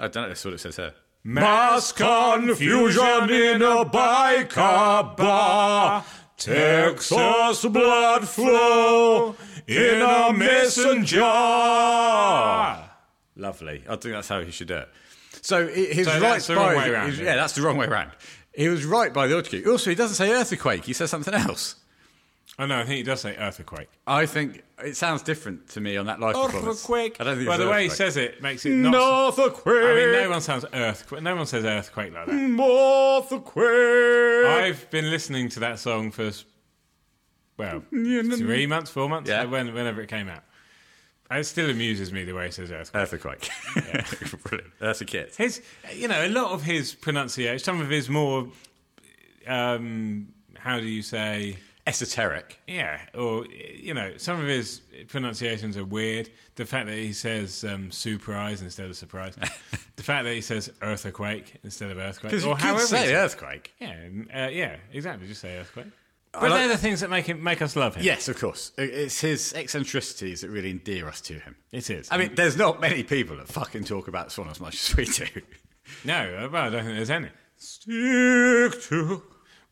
Speaker 1: I don't know. That's what it says here.
Speaker 2: Mass confusion in a biker bar. Texas
Speaker 1: blood flow
Speaker 2: in a
Speaker 1: messenger. Lovely. I think that's how he should do it. So he- he was
Speaker 2: So
Speaker 1: right
Speaker 2: that's the
Speaker 1: by.
Speaker 2: wrong way round,
Speaker 1: he-
Speaker 2: yeah.
Speaker 1: yeah, that's the wrong way round. He was right by the autocue. Also, he doesn't say earthquake. He says something else.
Speaker 2: Oh no, I think he does say earthquake.
Speaker 1: I think it sounds different to me on that live performance. I don't think.
Speaker 2: Well,
Speaker 1: it's
Speaker 2: the way
Speaker 1: earthquake.
Speaker 2: he says it makes it not.
Speaker 1: Northquake.
Speaker 2: I mean, no one sounds earthquake. No one says earthquake like that.
Speaker 1: Northquake.
Speaker 2: I've been listening to that song for s- well three months, four months,
Speaker 1: Yeah.
Speaker 2: when, whenever it came out. It still amuses me the way he says earthquake.
Speaker 1: Earthquake. Brilliant. That's a kit.
Speaker 2: His, you know, a lot of his pronunciation, some of his more, um, how do you say,
Speaker 1: Esoteric.
Speaker 2: yeah, or you know, some of his pronunciations are weird. The fact that he says um, "surprise" instead of "surprise," the fact that he says "earthquake" instead of "earthquake,"
Speaker 1: Because you
Speaker 2: or
Speaker 1: could
Speaker 2: however,
Speaker 1: say
Speaker 2: he says-
Speaker 1: earthquake.
Speaker 2: yeah, uh, yeah, exactly, just say "earthquake." But
Speaker 1: like-
Speaker 2: they're the things that make him make us love him.
Speaker 1: Yes, of course. I- It's his eccentricities that really endear us to him.
Speaker 2: it is.
Speaker 1: I mean, there's not many people that fucking talk about Swan as much as we do.
Speaker 2: no, uh, well, I don't think there's any.
Speaker 1: Stick to.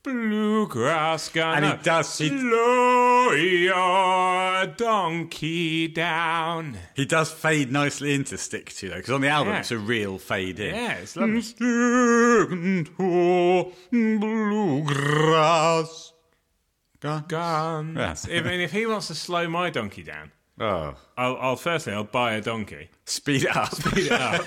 Speaker 2: Bluegrass
Speaker 1: And
Speaker 2: gonna
Speaker 1: he does.
Speaker 2: Mm.
Speaker 1: He,
Speaker 2: Slow your donkey down.
Speaker 1: he does fade nicely into stick to though, because on the album
Speaker 2: Yeah.
Speaker 1: it's a real fade in. Mm.
Speaker 2: Yeah, it's lovely.
Speaker 1: Stick to bluegrass. Gone.
Speaker 2: Guns.
Speaker 1: Yeah.
Speaker 2: I mean, if he wants to slow my donkey down,
Speaker 1: Oh,
Speaker 2: I'll, I'll firstly I'll buy a donkey
Speaker 1: speed it up.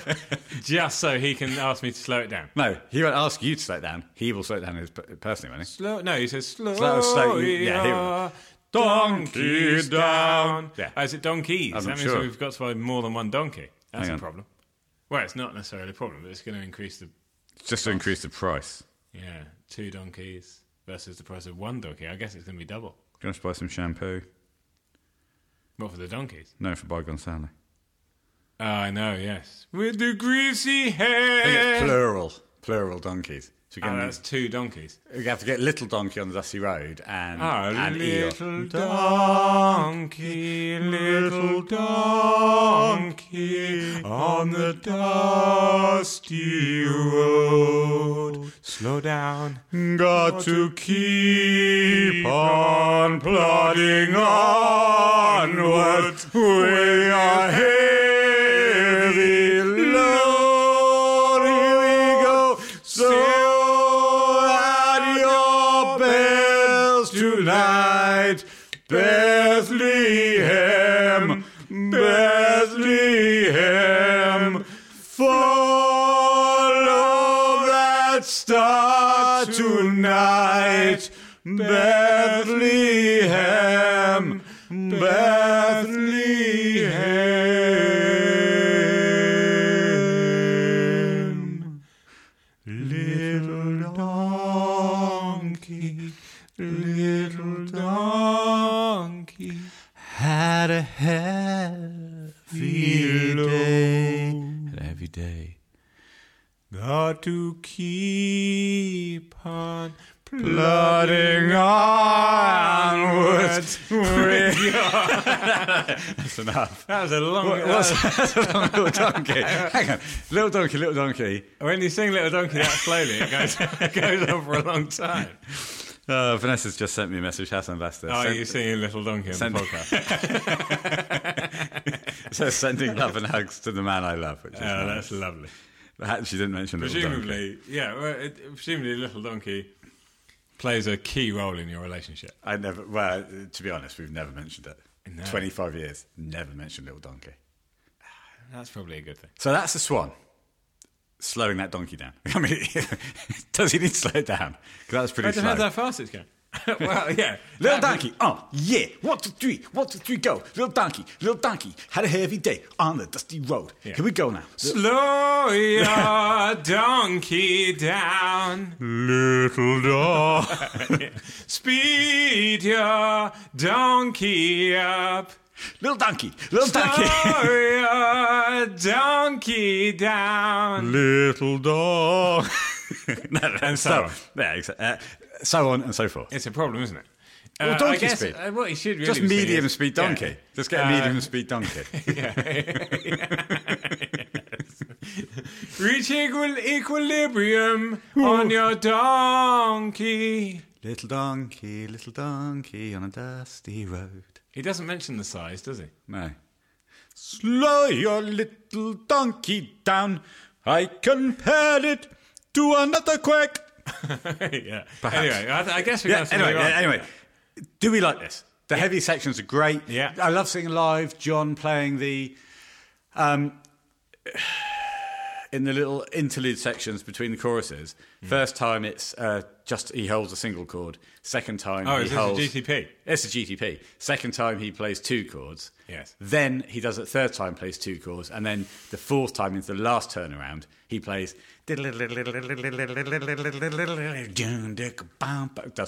Speaker 2: just so he can ask me to slow it down.
Speaker 1: no, he won't ask you to slow it down. He will slow it down his personally, won't he?
Speaker 2: Slow. No, he says slow.
Speaker 1: Slow- slow- yeah,
Speaker 2: your
Speaker 1: he will.
Speaker 2: Donkeys down.
Speaker 1: Yeah.
Speaker 2: Oh, is it donkeys?
Speaker 1: I'm
Speaker 2: that
Speaker 1: not
Speaker 2: means
Speaker 1: sure.
Speaker 2: we've got to buy more than one donkey. That's
Speaker 1: Hang
Speaker 2: a
Speaker 1: on.
Speaker 2: problem. Well, it's not necessarily a problem, but it's going to increase the
Speaker 1: Just to increase the price.
Speaker 2: yeah two donkeys versus the price of one donkey. I guess it's going to be double.
Speaker 1: Do you want to buy some shampoo?
Speaker 2: What for the donkeys?
Speaker 1: No, for bygone Sally.
Speaker 2: Oh, I know, yes. With the greasy
Speaker 1: I think it's
Speaker 2: hair.
Speaker 1: plural. Plural donkeys. So we're
Speaker 2: Oh,
Speaker 1: gonna-
Speaker 2: that's two donkeys.
Speaker 1: we have to get little donkey on the dusty road and
Speaker 2: Oh,
Speaker 1: and
Speaker 2: little
Speaker 1: eel.
Speaker 2: donkey, little donkey on the dusty road. Slow down.
Speaker 1: Got to keep on plodding onward. We are heavy load. Here we go. So add your bells tonight. Bethlehem, Bethlehem. Follow that star tonight, Bethlehem, Bethlehem. Little donkey, little donkey had a heavy day. Had a heavy day.
Speaker 2: Got to keep on
Speaker 1: Plodding onwards.
Speaker 2: That's
Speaker 1: enough.
Speaker 2: That was a long.
Speaker 1: little donkey. Hang on. Little donkey, little donkey.
Speaker 2: when you sing Little Donkey that slowly, it goes, it goes on for a long time.
Speaker 1: Uh, Vanessa's just sent me a message, House Ambassador.
Speaker 2: Oh,
Speaker 1: Send-
Speaker 2: you're singing Little Donkey on
Speaker 1: send-
Speaker 2: the podcast.
Speaker 1: says sending love and hugs to the man I love, which is
Speaker 2: Oh,
Speaker 1: nice.
Speaker 2: that's lovely.
Speaker 1: She didn't mention little donkey.
Speaker 2: Presumably, yeah. Well, it, presumably, Little Donkey plays a key role in your relationship.
Speaker 1: I never, well, to be honest, we've never mentioned it.
Speaker 2: No.
Speaker 1: 25 years, never mentioned little donkey.
Speaker 2: That's probably a good thing.
Speaker 1: So that's the swan. Slowing that donkey down. I mean, does he need to slow it down? Because that was pretty
Speaker 2: I don't know
Speaker 1: slow.
Speaker 2: how fast it's going. well, yeah.
Speaker 1: Little
Speaker 2: That-
Speaker 1: donkey, oh yeah, one two three, one two three, go. Little donkey, little donkey, had a heavy day on the dusty road.
Speaker 2: Yeah.
Speaker 1: Here we go now.
Speaker 2: Slow your donkey down.
Speaker 1: Little dog.
Speaker 2: Speed your donkey up.
Speaker 1: Little donkey. Little donkey.
Speaker 2: Sorry, a donkey down.
Speaker 1: Little dog. no, and so
Speaker 2: so
Speaker 1: on.
Speaker 2: on.
Speaker 1: Yeah, exa- uh, so on and so forth.
Speaker 2: It's a problem, isn't it?
Speaker 1: Well,
Speaker 2: Uh,
Speaker 1: donkey
Speaker 2: I guess,
Speaker 1: speed.
Speaker 2: uh, what you should really
Speaker 1: Just
Speaker 2: be saying
Speaker 1: medium
Speaker 2: is-
Speaker 1: speed
Speaker 2: Yeah.
Speaker 1: donkey. Just get a
Speaker 2: Uh,
Speaker 1: medium speed donkey.
Speaker 2: Reach equal equilibrium on your donkey.
Speaker 1: little donkey, little donkey on a dusty road.
Speaker 2: He doesn't mention the size, does he?
Speaker 1: No. Slow your little donkey down. I compare it to another quack.
Speaker 2: yeah. Anyway, I, th- I guess we
Speaker 1: Yeah,
Speaker 2: got something
Speaker 1: anyway,
Speaker 2: right.
Speaker 1: yeah, anyway. Do we like this? The heavy sections are great.
Speaker 2: Yeah.
Speaker 1: I love seeing live John playing the um in the little interlude sections between the choruses.
Speaker 2: Mm.
Speaker 1: First time it's uh, just he holds a single chord. Second time
Speaker 2: Oh,
Speaker 1: he
Speaker 2: is this a
Speaker 1: holds
Speaker 2: GTP?
Speaker 1: It's a GTP. Second time he plays two chords.
Speaker 2: Yes.
Speaker 1: Then he does it third time, plays two chords, and then the fourth time into the last turnaround, he plays does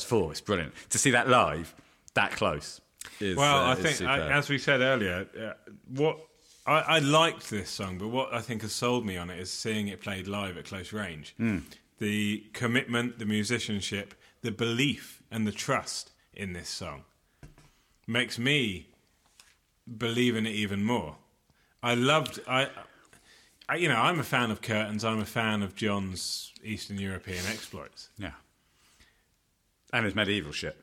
Speaker 1: four. It's brilliant to see that live that close. Is,
Speaker 2: Well,
Speaker 1: uh,
Speaker 2: I
Speaker 1: is
Speaker 2: think,
Speaker 1: superb.
Speaker 2: I, as we said earlier, uh, what I, I liked this song, but what I think has sold me on it is seeing it played live at close range.
Speaker 1: Hmm.
Speaker 2: The commitment, the musicianship, the belief, and the trust in this song makes me believe in it even more. I loved I. I, you know, I'm a fan of curtains. I'm a fan of John's Eastern European exploits.
Speaker 1: yeah, and his medieval shit.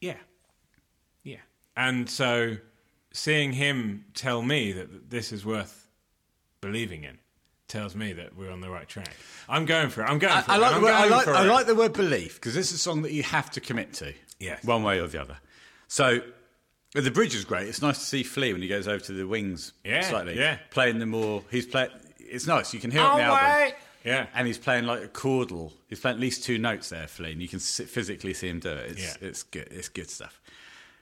Speaker 2: Yeah. Yeah. And so seeing him tell me that this is worth believing in tells me that we're on the right track. I'm going for it. I'm going
Speaker 1: I,
Speaker 2: for
Speaker 1: I
Speaker 2: it.
Speaker 1: like,
Speaker 2: I'm
Speaker 1: the word, I,
Speaker 2: going
Speaker 1: like,
Speaker 2: for
Speaker 1: I
Speaker 2: it.
Speaker 1: like the word belief because this is a song that you have to commit to,
Speaker 2: Yes.
Speaker 1: one way or the other. So the bridge is great. It's nice to see Flea when he goes over to the wings,
Speaker 2: Yeah,
Speaker 1: slightly,
Speaker 2: yeah.
Speaker 1: playing the more. He's playing. It's nice. You can hear it on the
Speaker 2: All
Speaker 1: album.
Speaker 2: right. Yeah.
Speaker 1: And he's playing like a chordal. He's playing at least two notes there, Flea, and you can s physically see him do it. It's,
Speaker 2: Yeah.
Speaker 1: it's good. It's good stuff.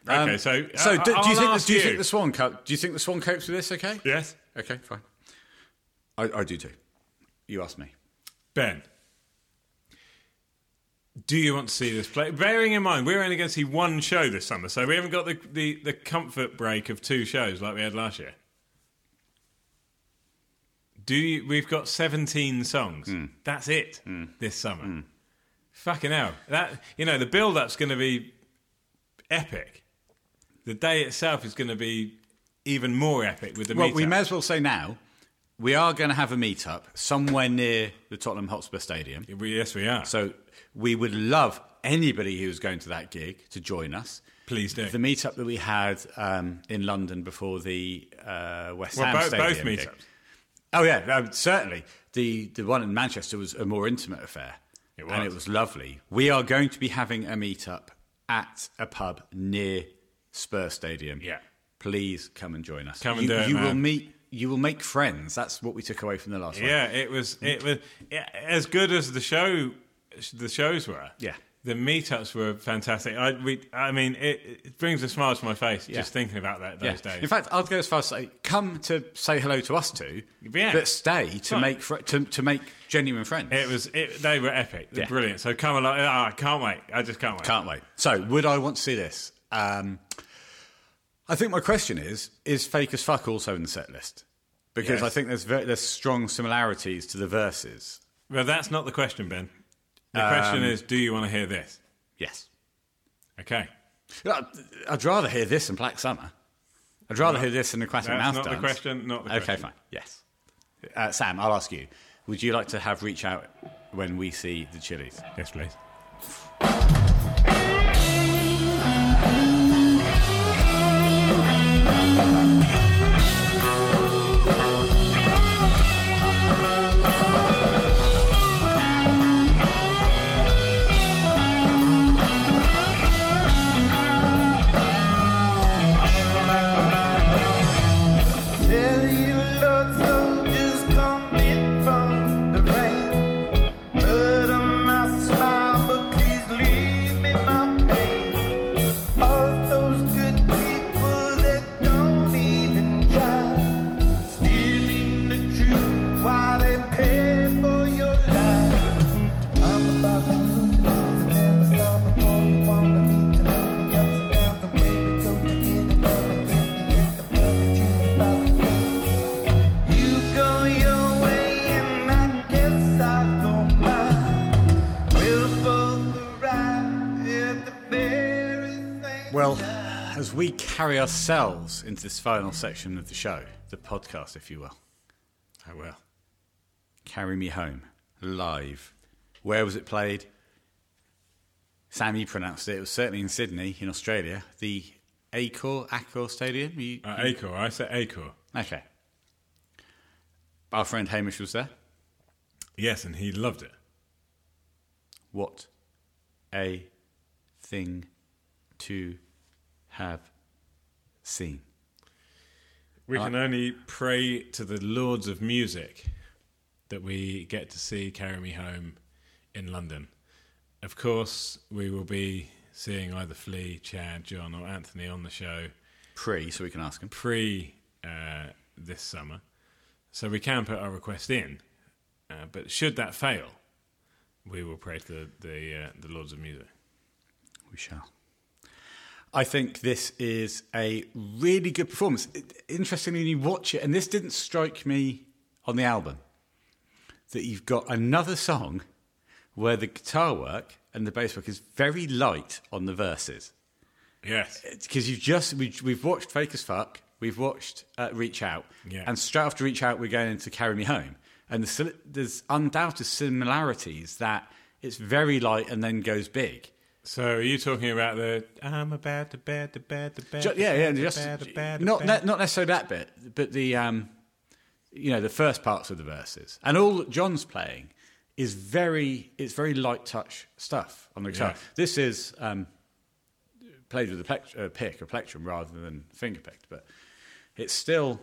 Speaker 1: Um,
Speaker 2: Okay, so,
Speaker 1: so
Speaker 2: I-
Speaker 1: do, do you
Speaker 2: I'll
Speaker 1: think?
Speaker 2: ask
Speaker 1: Do you,
Speaker 2: you.
Speaker 1: think the Swan? Co- do you think the Swan copes with this? Okay.
Speaker 2: Yes.
Speaker 1: Okay. Fine. I, I do too. You asked me.
Speaker 2: Ben. Do you want to see this play? Bearing in mind, we're only going to see one show this summer, so we haven't got the, the, the comfort break of two shows like we had last year. Do you, we've got 17 songs.
Speaker 1: Hmm.
Speaker 2: That's it this summer. Fucking hell. That, you know, the build up's going to be epic. The day itself is going to be even more epic with the
Speaker 1: Well,
Speaker 2: meetup.
Speaker 1: we may as well say now we are going to have a meet-up somewhere near the Tottenham Hotspur Stadium.
Speaker 2: We- yes, we are.
Speaker 1: So we would love anybody who's going to that gig to join us.
Speaker 2: Please do.
Speaker 1: The meet-up that we had um, in London before the uh, West
Speaker 2: well,
Speaker 1: Ham
Speaker 2: both,
Speaker 1: Stadium
Speaker 2: both
Speaker 1: gig.
Speaker 2: meetups.
Speaker 1: Oh yeah, um, certainly. The the one in Manchester was a more intimate affair,
Speaker 2: It was.
Speaker 1: and it was lovely. We are going to be having a meetup at a pub near Spur Stadium.
Speaker 2: Yeah.
Speaker 1: please come and join us.
Speaker 2: Come
Speaker 1: you,
Speaker 2: and do it,
Speaker 1: You will
Speaker 2: man.
Speaker 1: meet. You will make friends. That's what we took away from the last one.
Speaker 2: Yeah, it was it was yeah, as good as the show the shows were.
Speaker 1: Yeah.
Speaker 2: The meetups were fantastic. I we I mean it, it brings a smile to my face just thinking about that
Speaker 1: Yeah.
Speaker 2: those days.
Speaker 1: In fact, I'll go as far as say, come to say hello to us two,
Speaker 2: Yeah.
Speaker 1: but stay to
Speaker 2: Fine.
Speaker 1: make fr- to, to make genuine friends.
Speaker 2: it was it, they were epic.
Speaker 1: Yeah.
Speaker 2: Brilliant. So come along. Oh, I can't wait. I just can't wait.
Speaker 1: Can't wait. So, would I want to see this? Um, I think my question is: Is "Fake as Fuck" also in the set list? Because
Speaker 2: Yes.
Speaker 1: I think there's ver- there's strong similarities to the verses.
Speaker 2: Well, that's not the question, Ben. The
Speaker 1: Um,
Speaker 2: question is do you want to hear this?
Speaker 1: Yes,
Speaker 2: Okay.
Speaker 1: I'd, Uh, I'd rather hear this than Black Summer. I'd rather hear this than Aquatic
Speaker 2: That's
Speaker 1: Mouse
Speaker 2: not the
Speaker 1: Dance.
Speaker 2: question, not the
Speaker 1: okay,
Speaker 2: question.
Speaker 1: fine. Yes, uh, Sam, I'll ask you: Would you like to have reach out when we see the Chili's?
Speaker 2: Yes, please.
Speaker 4: Tell you lots soldiers coming from the rain. Murder my smile, but please
Speaker 1: as we carry ourselves into this final section of the show, the podcast, if you will.
Speaker 2: I will.
Speaker 1: Carry Me Home, live. Where was it played? Sammy pronounced it. It was certainly in Sydney, in Australia. The Accor, Accor Stadium. You,
Speaker 2: Uh, Acor, I say Acor.
Speaker 1: okay. Our friend Hamish was there.
Speaker 2: Yes, and he loved it.
Speaker 1: What a thing to have seen.
Speaker 2: We
Speaker 1: Uh,
Speaker 2: can only pray to the lords of music that we get to see Carry Me Home in London. Of course, we will be seeing either Flea, Chad, John, or Anthony on the show
Speaker 1: Pre, so we can ask him.
Speaker 2: pre uh, this summer. So we can put our request in. Uh, but should that fail, we will pray to the, the, uh, the lords of music.
Speaker 1: We shall. I think this is a really good performance. It- Interestingly, when you watch it, and this didn't strike me on the album, that you've got another song where the guitar work and the bass work is very light on the verses.
Speaker 2: Yes.
Speaker 1: Because you've just, we, we've watched Fake as Fuck, we've watched uh, Reach Out,
Speaker 2: Yeah.
Speaker 1: and straight after Reach Out, we're going into Carry Me Home. And the, sil- there's undoubted similarities that it's very light and then goes big.
Speaker 2: So are you talking about the I'm about to bed, to bed, to bed.
Speaker 1: Ju- yeah, yeah, just not ne- not necessarily that bit, but the um, you know, the first parts of the verses, and all that John's playing is very it's very light touch stuff on the guitar.
Speaker 2: Yeah.
Speaker 1: This is um, played with a plect- uh, pick or plectrum rather than finger picked, but it's still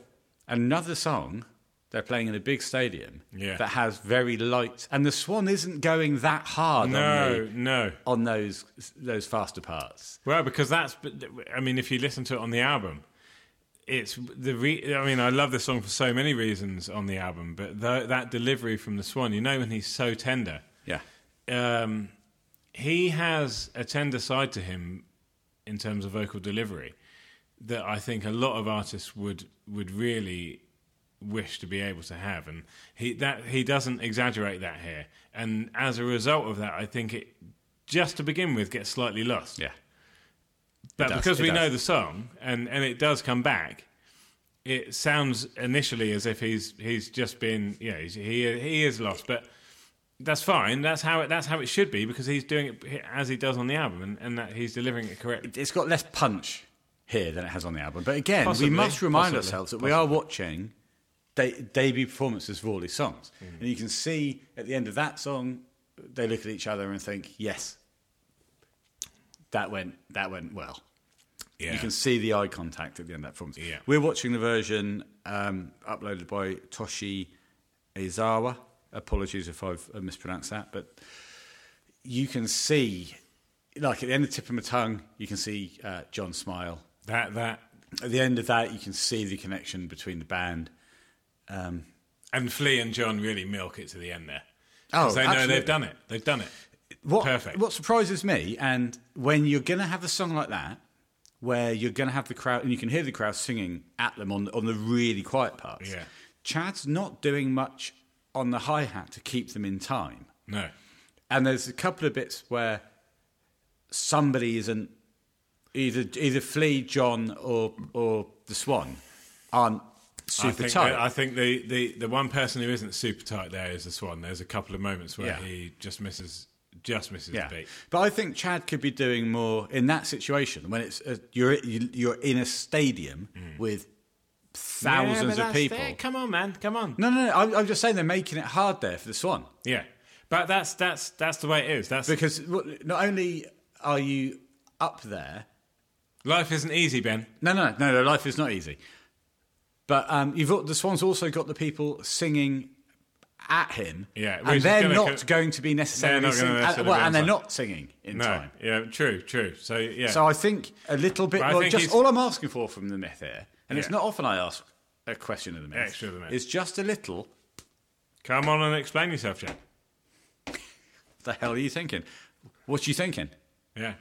Speaker 1: another song they're playing in a big stadium
Speaker 2: Yeah.
Speaker 1: that has very light, and the Swan isn't going that hard on
Speaker 2: No,
Speaker 1: the,
Speaker 2: no.
Speaker 1: on those those faster parts.
Speaker 2: Well, because that's. but I mean, if you listen to it on the album, it's the. Re- I mean, I love this song for so many reasons on the album, but tho- that delivery from the Swan, you know, when he's so tender,
Speaker 1: Yeah.
Speaker 2: um, he has a tender side to him in terms of vocal delivery that I think a lot of artists would would really wish to be able to have, and he that he doesn't exaggerate that here, and as a result of that, I think it just to begin with gets slightly lost.
Speaker 1: Yeah.
Speaker 2: But
Speaker 1: does,
Speaker 2: because
Speaker 1: it
Speaker 2: we
Speaker 1: does.
Speaker 2: know the song and, and it does come back, it sounds initially as if he's he's just been you know he's, he he is lost, but that's fine. That's how it that's how it should be because he's doing it as he does on the album and, and that he's delivering it correctly.
Speaker 1: it's got less punch here than it has on the album. But again,
Speaker 2: Possibly,
Speaker 1: we must remind
Speaker 2: possibly,
Speaker 1: ourselves that we are watching de- debut performances of all these songs,
Speaker 2: Mm.
Speaker 1: and you can see at the end of that song, they look at each other and think, "Yes, that went that went well."
Speaker 2: Yeah,
Speaker 1: You can see the eye contact at the end of that performance.
Speaker 2: Yeah.
Speaker 1: We're watching the version um, uploaded by Toshi Izawa. Apologies if I've uh, mispronounced that, but you can see, like at the end of Tip of My Tongue, you can see uh, John smile.
Speaker 2: that that
Speaker 1: At the end of that, you can see the connection between the band. Um,
Speaker 2: and Flea and John really milk it to the end there.
Speaker 1: Oh,
Speaker 2: 'Cause they know
Speaker 1: absolutely.
Speaker 2: they've done it. They've done it.
Speaker 1: What,
Speaker 2: Perfect.
Speaker 1: What surprises me, and when you're going to have a song like that, where you're going to have the crowd, and you can hear the crowd singing at them on on the really quiet parts.
Speaker 2: Yeah.
Speaker 1: Chad's not doing much on the hi hat to keep them in time,
Speaker 2: No,
Speaker 1: and there's a couple of bits where somebody isn't either either Flea, John, or or the Swan aren't
Speaker 2: I
Speaker 1: super
Speaker 2: think,
Speaker 1: tight.
Speaker 2: I think the, the, the one person who isn't super tight there is the Swan. There's a couple of moments where
Speaker 1: Yeah.
Speaker 2: he just misses just misses
Speaker 1: Yeah,
Speaker 2: the beat.
Speaker 1: but I think Chad could be doing more in that situation when it's a, you're you- you're in a stadium
Speaker 2: Mm.
Speaker 1: with thousands of people.
Speaker 2: Come on, man. Come on.
Speaker 1: No, no, no. I'm, I'm just saying they're making it hard there for the Swan
Speaker 2: Yeah, but that's that's that's the way it is. That's
Speaker 1: because what- not only are you up there.
Speaker 2: life isn't easy, Ben.
Speaker 1: No, no, no, no. Life is not easy, but um, you've got, the Swans also got the people singing at him.
Speaker 2: Yeah, which
Speaker 1: and
Speaker 2: is
Speaker 1: they're
Speaker 2: gonna
Speaker 1: not
Speaker 2: co-
Speaker 1: going to be necessarily
Speaker 2: not gonna
Speaker 1: singing.
Speaker 2: necessarily
Speaker 1: well,
Speaker 2: be on
Speaker 1: and they're
Speaker 2: time.
Speaker 1: not singing in
Speaker 2: No,
Speaker 1: time.
Speaker 2: yeah, true, true. So yeah,
Speaker 1: So I think a little bit
Speaker 2: But I
Speaker 1: more.
Speaker 2: think
Speaker 1: Just
Speaker 2: he's-
Speaker 1: all I'm asking for from the myth here, and it's
Speaker 2: Yeah.
Speaker 1: not often I ask a question of the myth.
Speaker 2: Extra of the myth.
Speaker 1: It's just a little.
Speaker 2: come on and explain yourself, Jack.
Speaker 1: What the hell are you thinking? What you thinking?
Speaker 2: Yeah.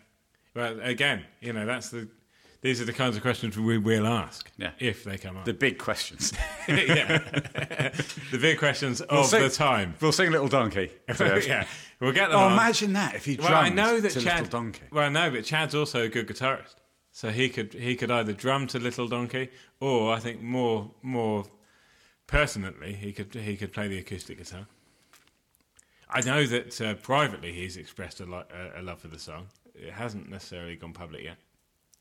Speaker 2: Well, again, you know that's the these are the kinds of questions we will ask
Speaker 1: Yeah.
Speaker 2: if they come up.
Speaker 1: The big questions.
Speaker 2: yeah. the big questions of
Speaker 1: sing-
Speaker 2: the time.
Speaker 1: we'll sing Little Donkey.
Speaker 2: yeah, we'll get them.
Speaker 1: Oh,
Speaker 2: on.
Speaker 1: imagine that if you drummed
Speaker 2: Well, I know that
Speaker 1: to
Speaker 2: Chad.
Speaker 1: Little Donkey.
Speaker 2: Well, I know, but Chad's also a good guitarist. So he could he could either drum to Little Donkey, or I think more more personally, he could he could play the acoustic guitar. I know that uh, privately he's expressed a, lo- a, a love for the song. It hasn't necessarily gone public yet.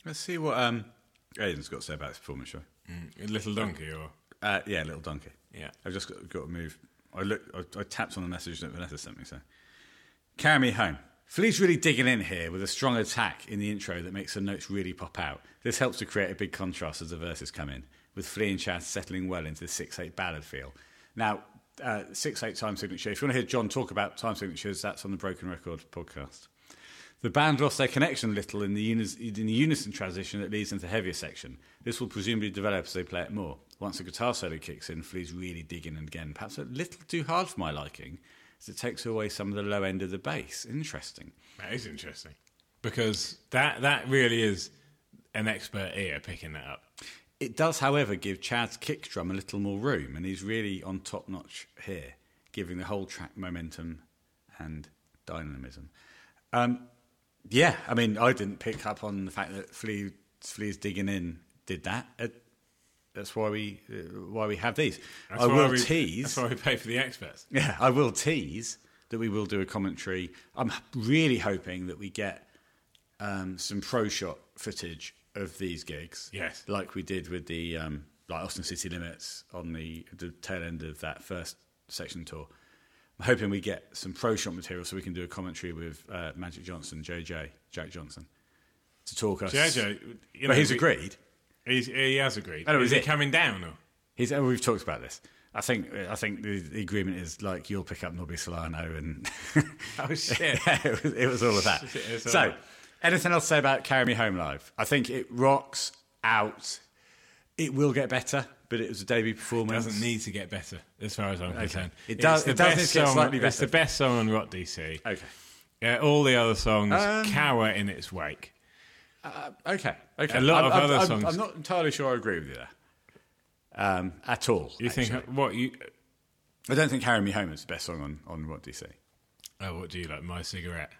Speaker 1: Let's see what um, Aiden's got to say about his performance, shall we?
Speaker 2: Little Donkey, or
Speaker 1: Uh, yeah, Little Donkey.
Speaker 2: yeah,
Speaker 1: I've just got, got to move. I look. I, I tapped on the message that Vanessa sent me. So, carry me home. Philly's really digging in here with a strong attack in the intro that makes the notes really pop out. This helps to create a big contrast as the verses come in, with Flea and Chad settling well into the six-eight ballad feel. Now, uh, six-eight time signature. If you want to hear John talk about time signatures, that's on the Broken Record podcast. The band lost their connection a little in the, unis- in the unison transition that leads into the heavier section. This will presumably develop as they play it more. Once the guitar solo kicks in, Flea's really digging in again, perhaps a little too hard for my liking, as it takes away some of the low end of the bass. Interesting.
Speaker 2: that is interesting because that that really is an expert ear picking that up.
Speaker 1: It does, however, give Chad's kick drum a little more room, and he's really on top notch here, giving the whole track momentum and dynamism. Um, yeah, I mean, I didn't pick up on the fact that Flea, Flea's digging in did that. Uh, that's why we uh, why we have these.
Speaker 2: That's
Speaker 1: I
Speaker 2: why
Speaker 1: will
Speaker 2: we-
Speaker 1: tease.
Speaker 2: That's why we pay for the experts.
Speaker 1: Yeah, I will tease that we will do a commentary. I'm h- really hoping that we get um, some pro shot footage of these gigs.
Speaker 2: Yes.
Speaker 1: like we did with the um, like Austin City Limits on the the tail end of that first section tour. I'm hoping we get some pro shot material so we can do a commentary with uh, Magic Johnson, JJ, Jack Johnson, to talk us.
Speaker 2: JJ, you know,
Speaker 1: but he's
Speaker 2: we-
Speaker 1: agreed.
Speaker 2: He's, he has agreed.
Speaker 1: No, no,
Speaker 2: is
Speaker 1: is
Speaker 2: he
Speaker 1: it?
Speaker 2: coming down? Or?
Speaker 1: He's, oh, we've talked about this. I think I think the, the agreement is like you'll pick up Nobby Solano and
Speaker 2: Oh, shit.
Speaker 1: yeah, it, was, it was all of that.
Speaker 2: Shit, it's all
Speaker 1: so,
Speaker 2: right.
Speaker 1: anything else to say about Carry Me Home Live? I think it rocks out. It will get better, but it was a debut performance.
Speaker 2: doesn't need to get better, as far as I'm concerned.
Speaker 1: It
Speaker 2: It's
Speaker 1: does-
Speaker 2: the
Speaker 1: it does
Speaker 2: best
Speaker 1: need to get
Speaker 2: song-
Speaker 1: slightly
Speaker 2: It's
Speaker 1: better.
Speaker 2: the best song on Rot DC.
Speaker 1: Okay,
Speaker 2: Uh, all the other songs
Speaker 1: Um,
Speaker 2: cower in its wake.
Speaker 1: okay, okay.
Speaker 2: A lot
Speaker 1: I'm,
Speaker 2: of
Speaker 1: I'm-
Speaker 2: other
Speaker 1: I'm-
Speaker 2: songs-
Speaker 1: I'm not entirely sure I agree with you there um, at all.
Speaker 2: You think
Speaker 1: actually.
Speaker 2: what you?
Speaker 1: I don't think Carry Me Home is the best song on on What DC.
Speaker 2: Oh, what do you like? My cigarette,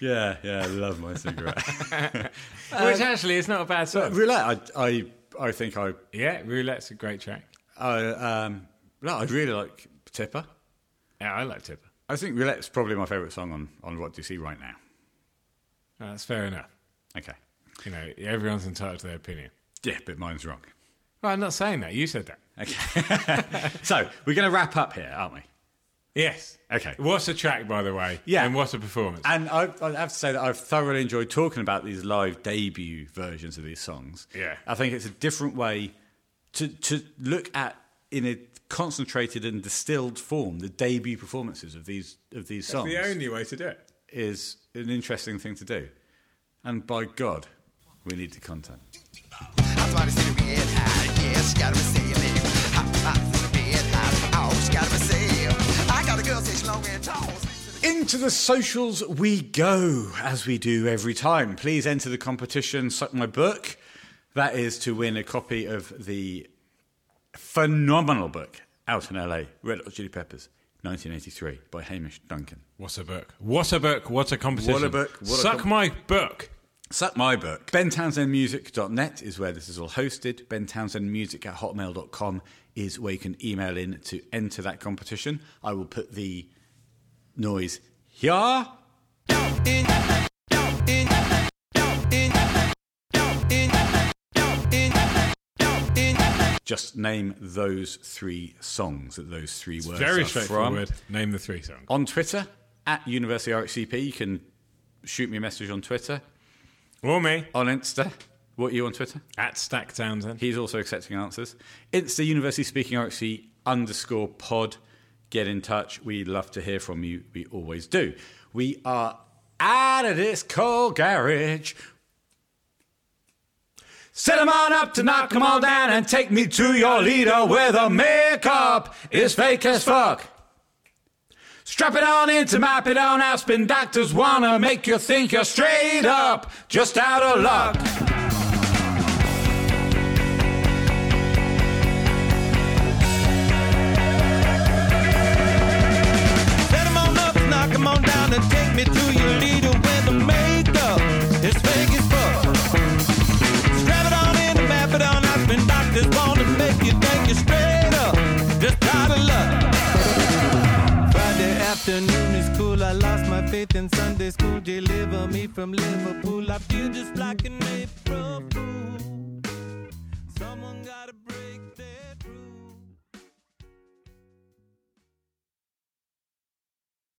Speaker 1: Yeah, yeah, I love my cigarette.
Speaker 2: which actually is not a bad song.
Speaker 1: Roulette, I, I, I think I
Speaker 2: yeah, Roulette's a great track.
Speaker 1: I um, no, I really like Tipper.
Speaker 2: Yeah, I like Tipper.
Speaker 1: I think Roulette's probably my favourite song on, on What Do You See right now.
Speaker 2: Oh, that's fair enough.
Speaker 1: Okay.
Speaker 2: You know, everyone's entitled to their opinion.
Speaker 1: Yeah, but mine's wrong.
Speaker 2: Well, I'm not saying that. You said that.
Speaker 1: So we're going to wrap up here, aren't we?
Speaker 2: Yes.
Speaker 1: Okay.
Speaker 2: What's a track, by the way?
Speaker 1: Yeah.
Speaker 2: And what's a performance?
Speaker 1: And I, I have to say that I've thoroughly enjoyed talking about these live debut versions of these songs.
Speaker 2: Yeah.
Speaker 1: I think it's a different way to, to look at in a concentrated and distilled form the debut performances of these of these songs
Speaker 2: the only way to do it.
Speaker 1: is an interesting thing to do. And by God, we need the content.
Speaker 5: I thought I seen a red eye. Yes, she got a receive it. Hot spots in the red eye. Oh, she got a receive. I got a girl, say she long and tall.
Speaker 1: Into the socials we go, as we do every time. Please enter the competition, Suck My Book. That is to win a copy of the phenomenal book out in LA, Red Hot Chili Peppers, 1983, by Hamish Duncan.
Speaker 2: What a book. What a book. What a competition.
Speaker 1: What a book, what a
Speaker 2: Suck
Speaker 1: com-
Speaker 2: my book.
Speaker 1: Suck my book. BenTownsendMusic.net is where this is all hosted. BenTownsendMusic at hotmail.com is where you can email in to enter that competition. I will put the noise here. Just name those three songs that those three words
Speaker 2: Very
Speaker 1: are from
Speaker 2: straightforward. Name the three songs.
Speaker 1: on Twitter at University RxCP. You can shoot me a message on Twitter,
Speaker 2: Or me.
Speaker 1: on Insta. What are you on Twitter?
Speaker 2: At Stack Townsend.
Speaker 1: He's also accepting answers. Insta University Speaking RxC underscore pod. Get in touch. We love to hear from you. We always do. We are out of this cold garage. Set 'em on up to knock 'em all down and take me to your leader where the makeup is fake as fuck. Strap it on in to map it on out. Spin doctors wanna make you think you're straight up, just out of luck.
Speaker 6: Set 'em on up, knock 'em on down, and take me to your leader where the makeup is fake as fuck. faith in Sunday school. Deliver me from Liverpool. I feel just like an April fool. Someone got a break.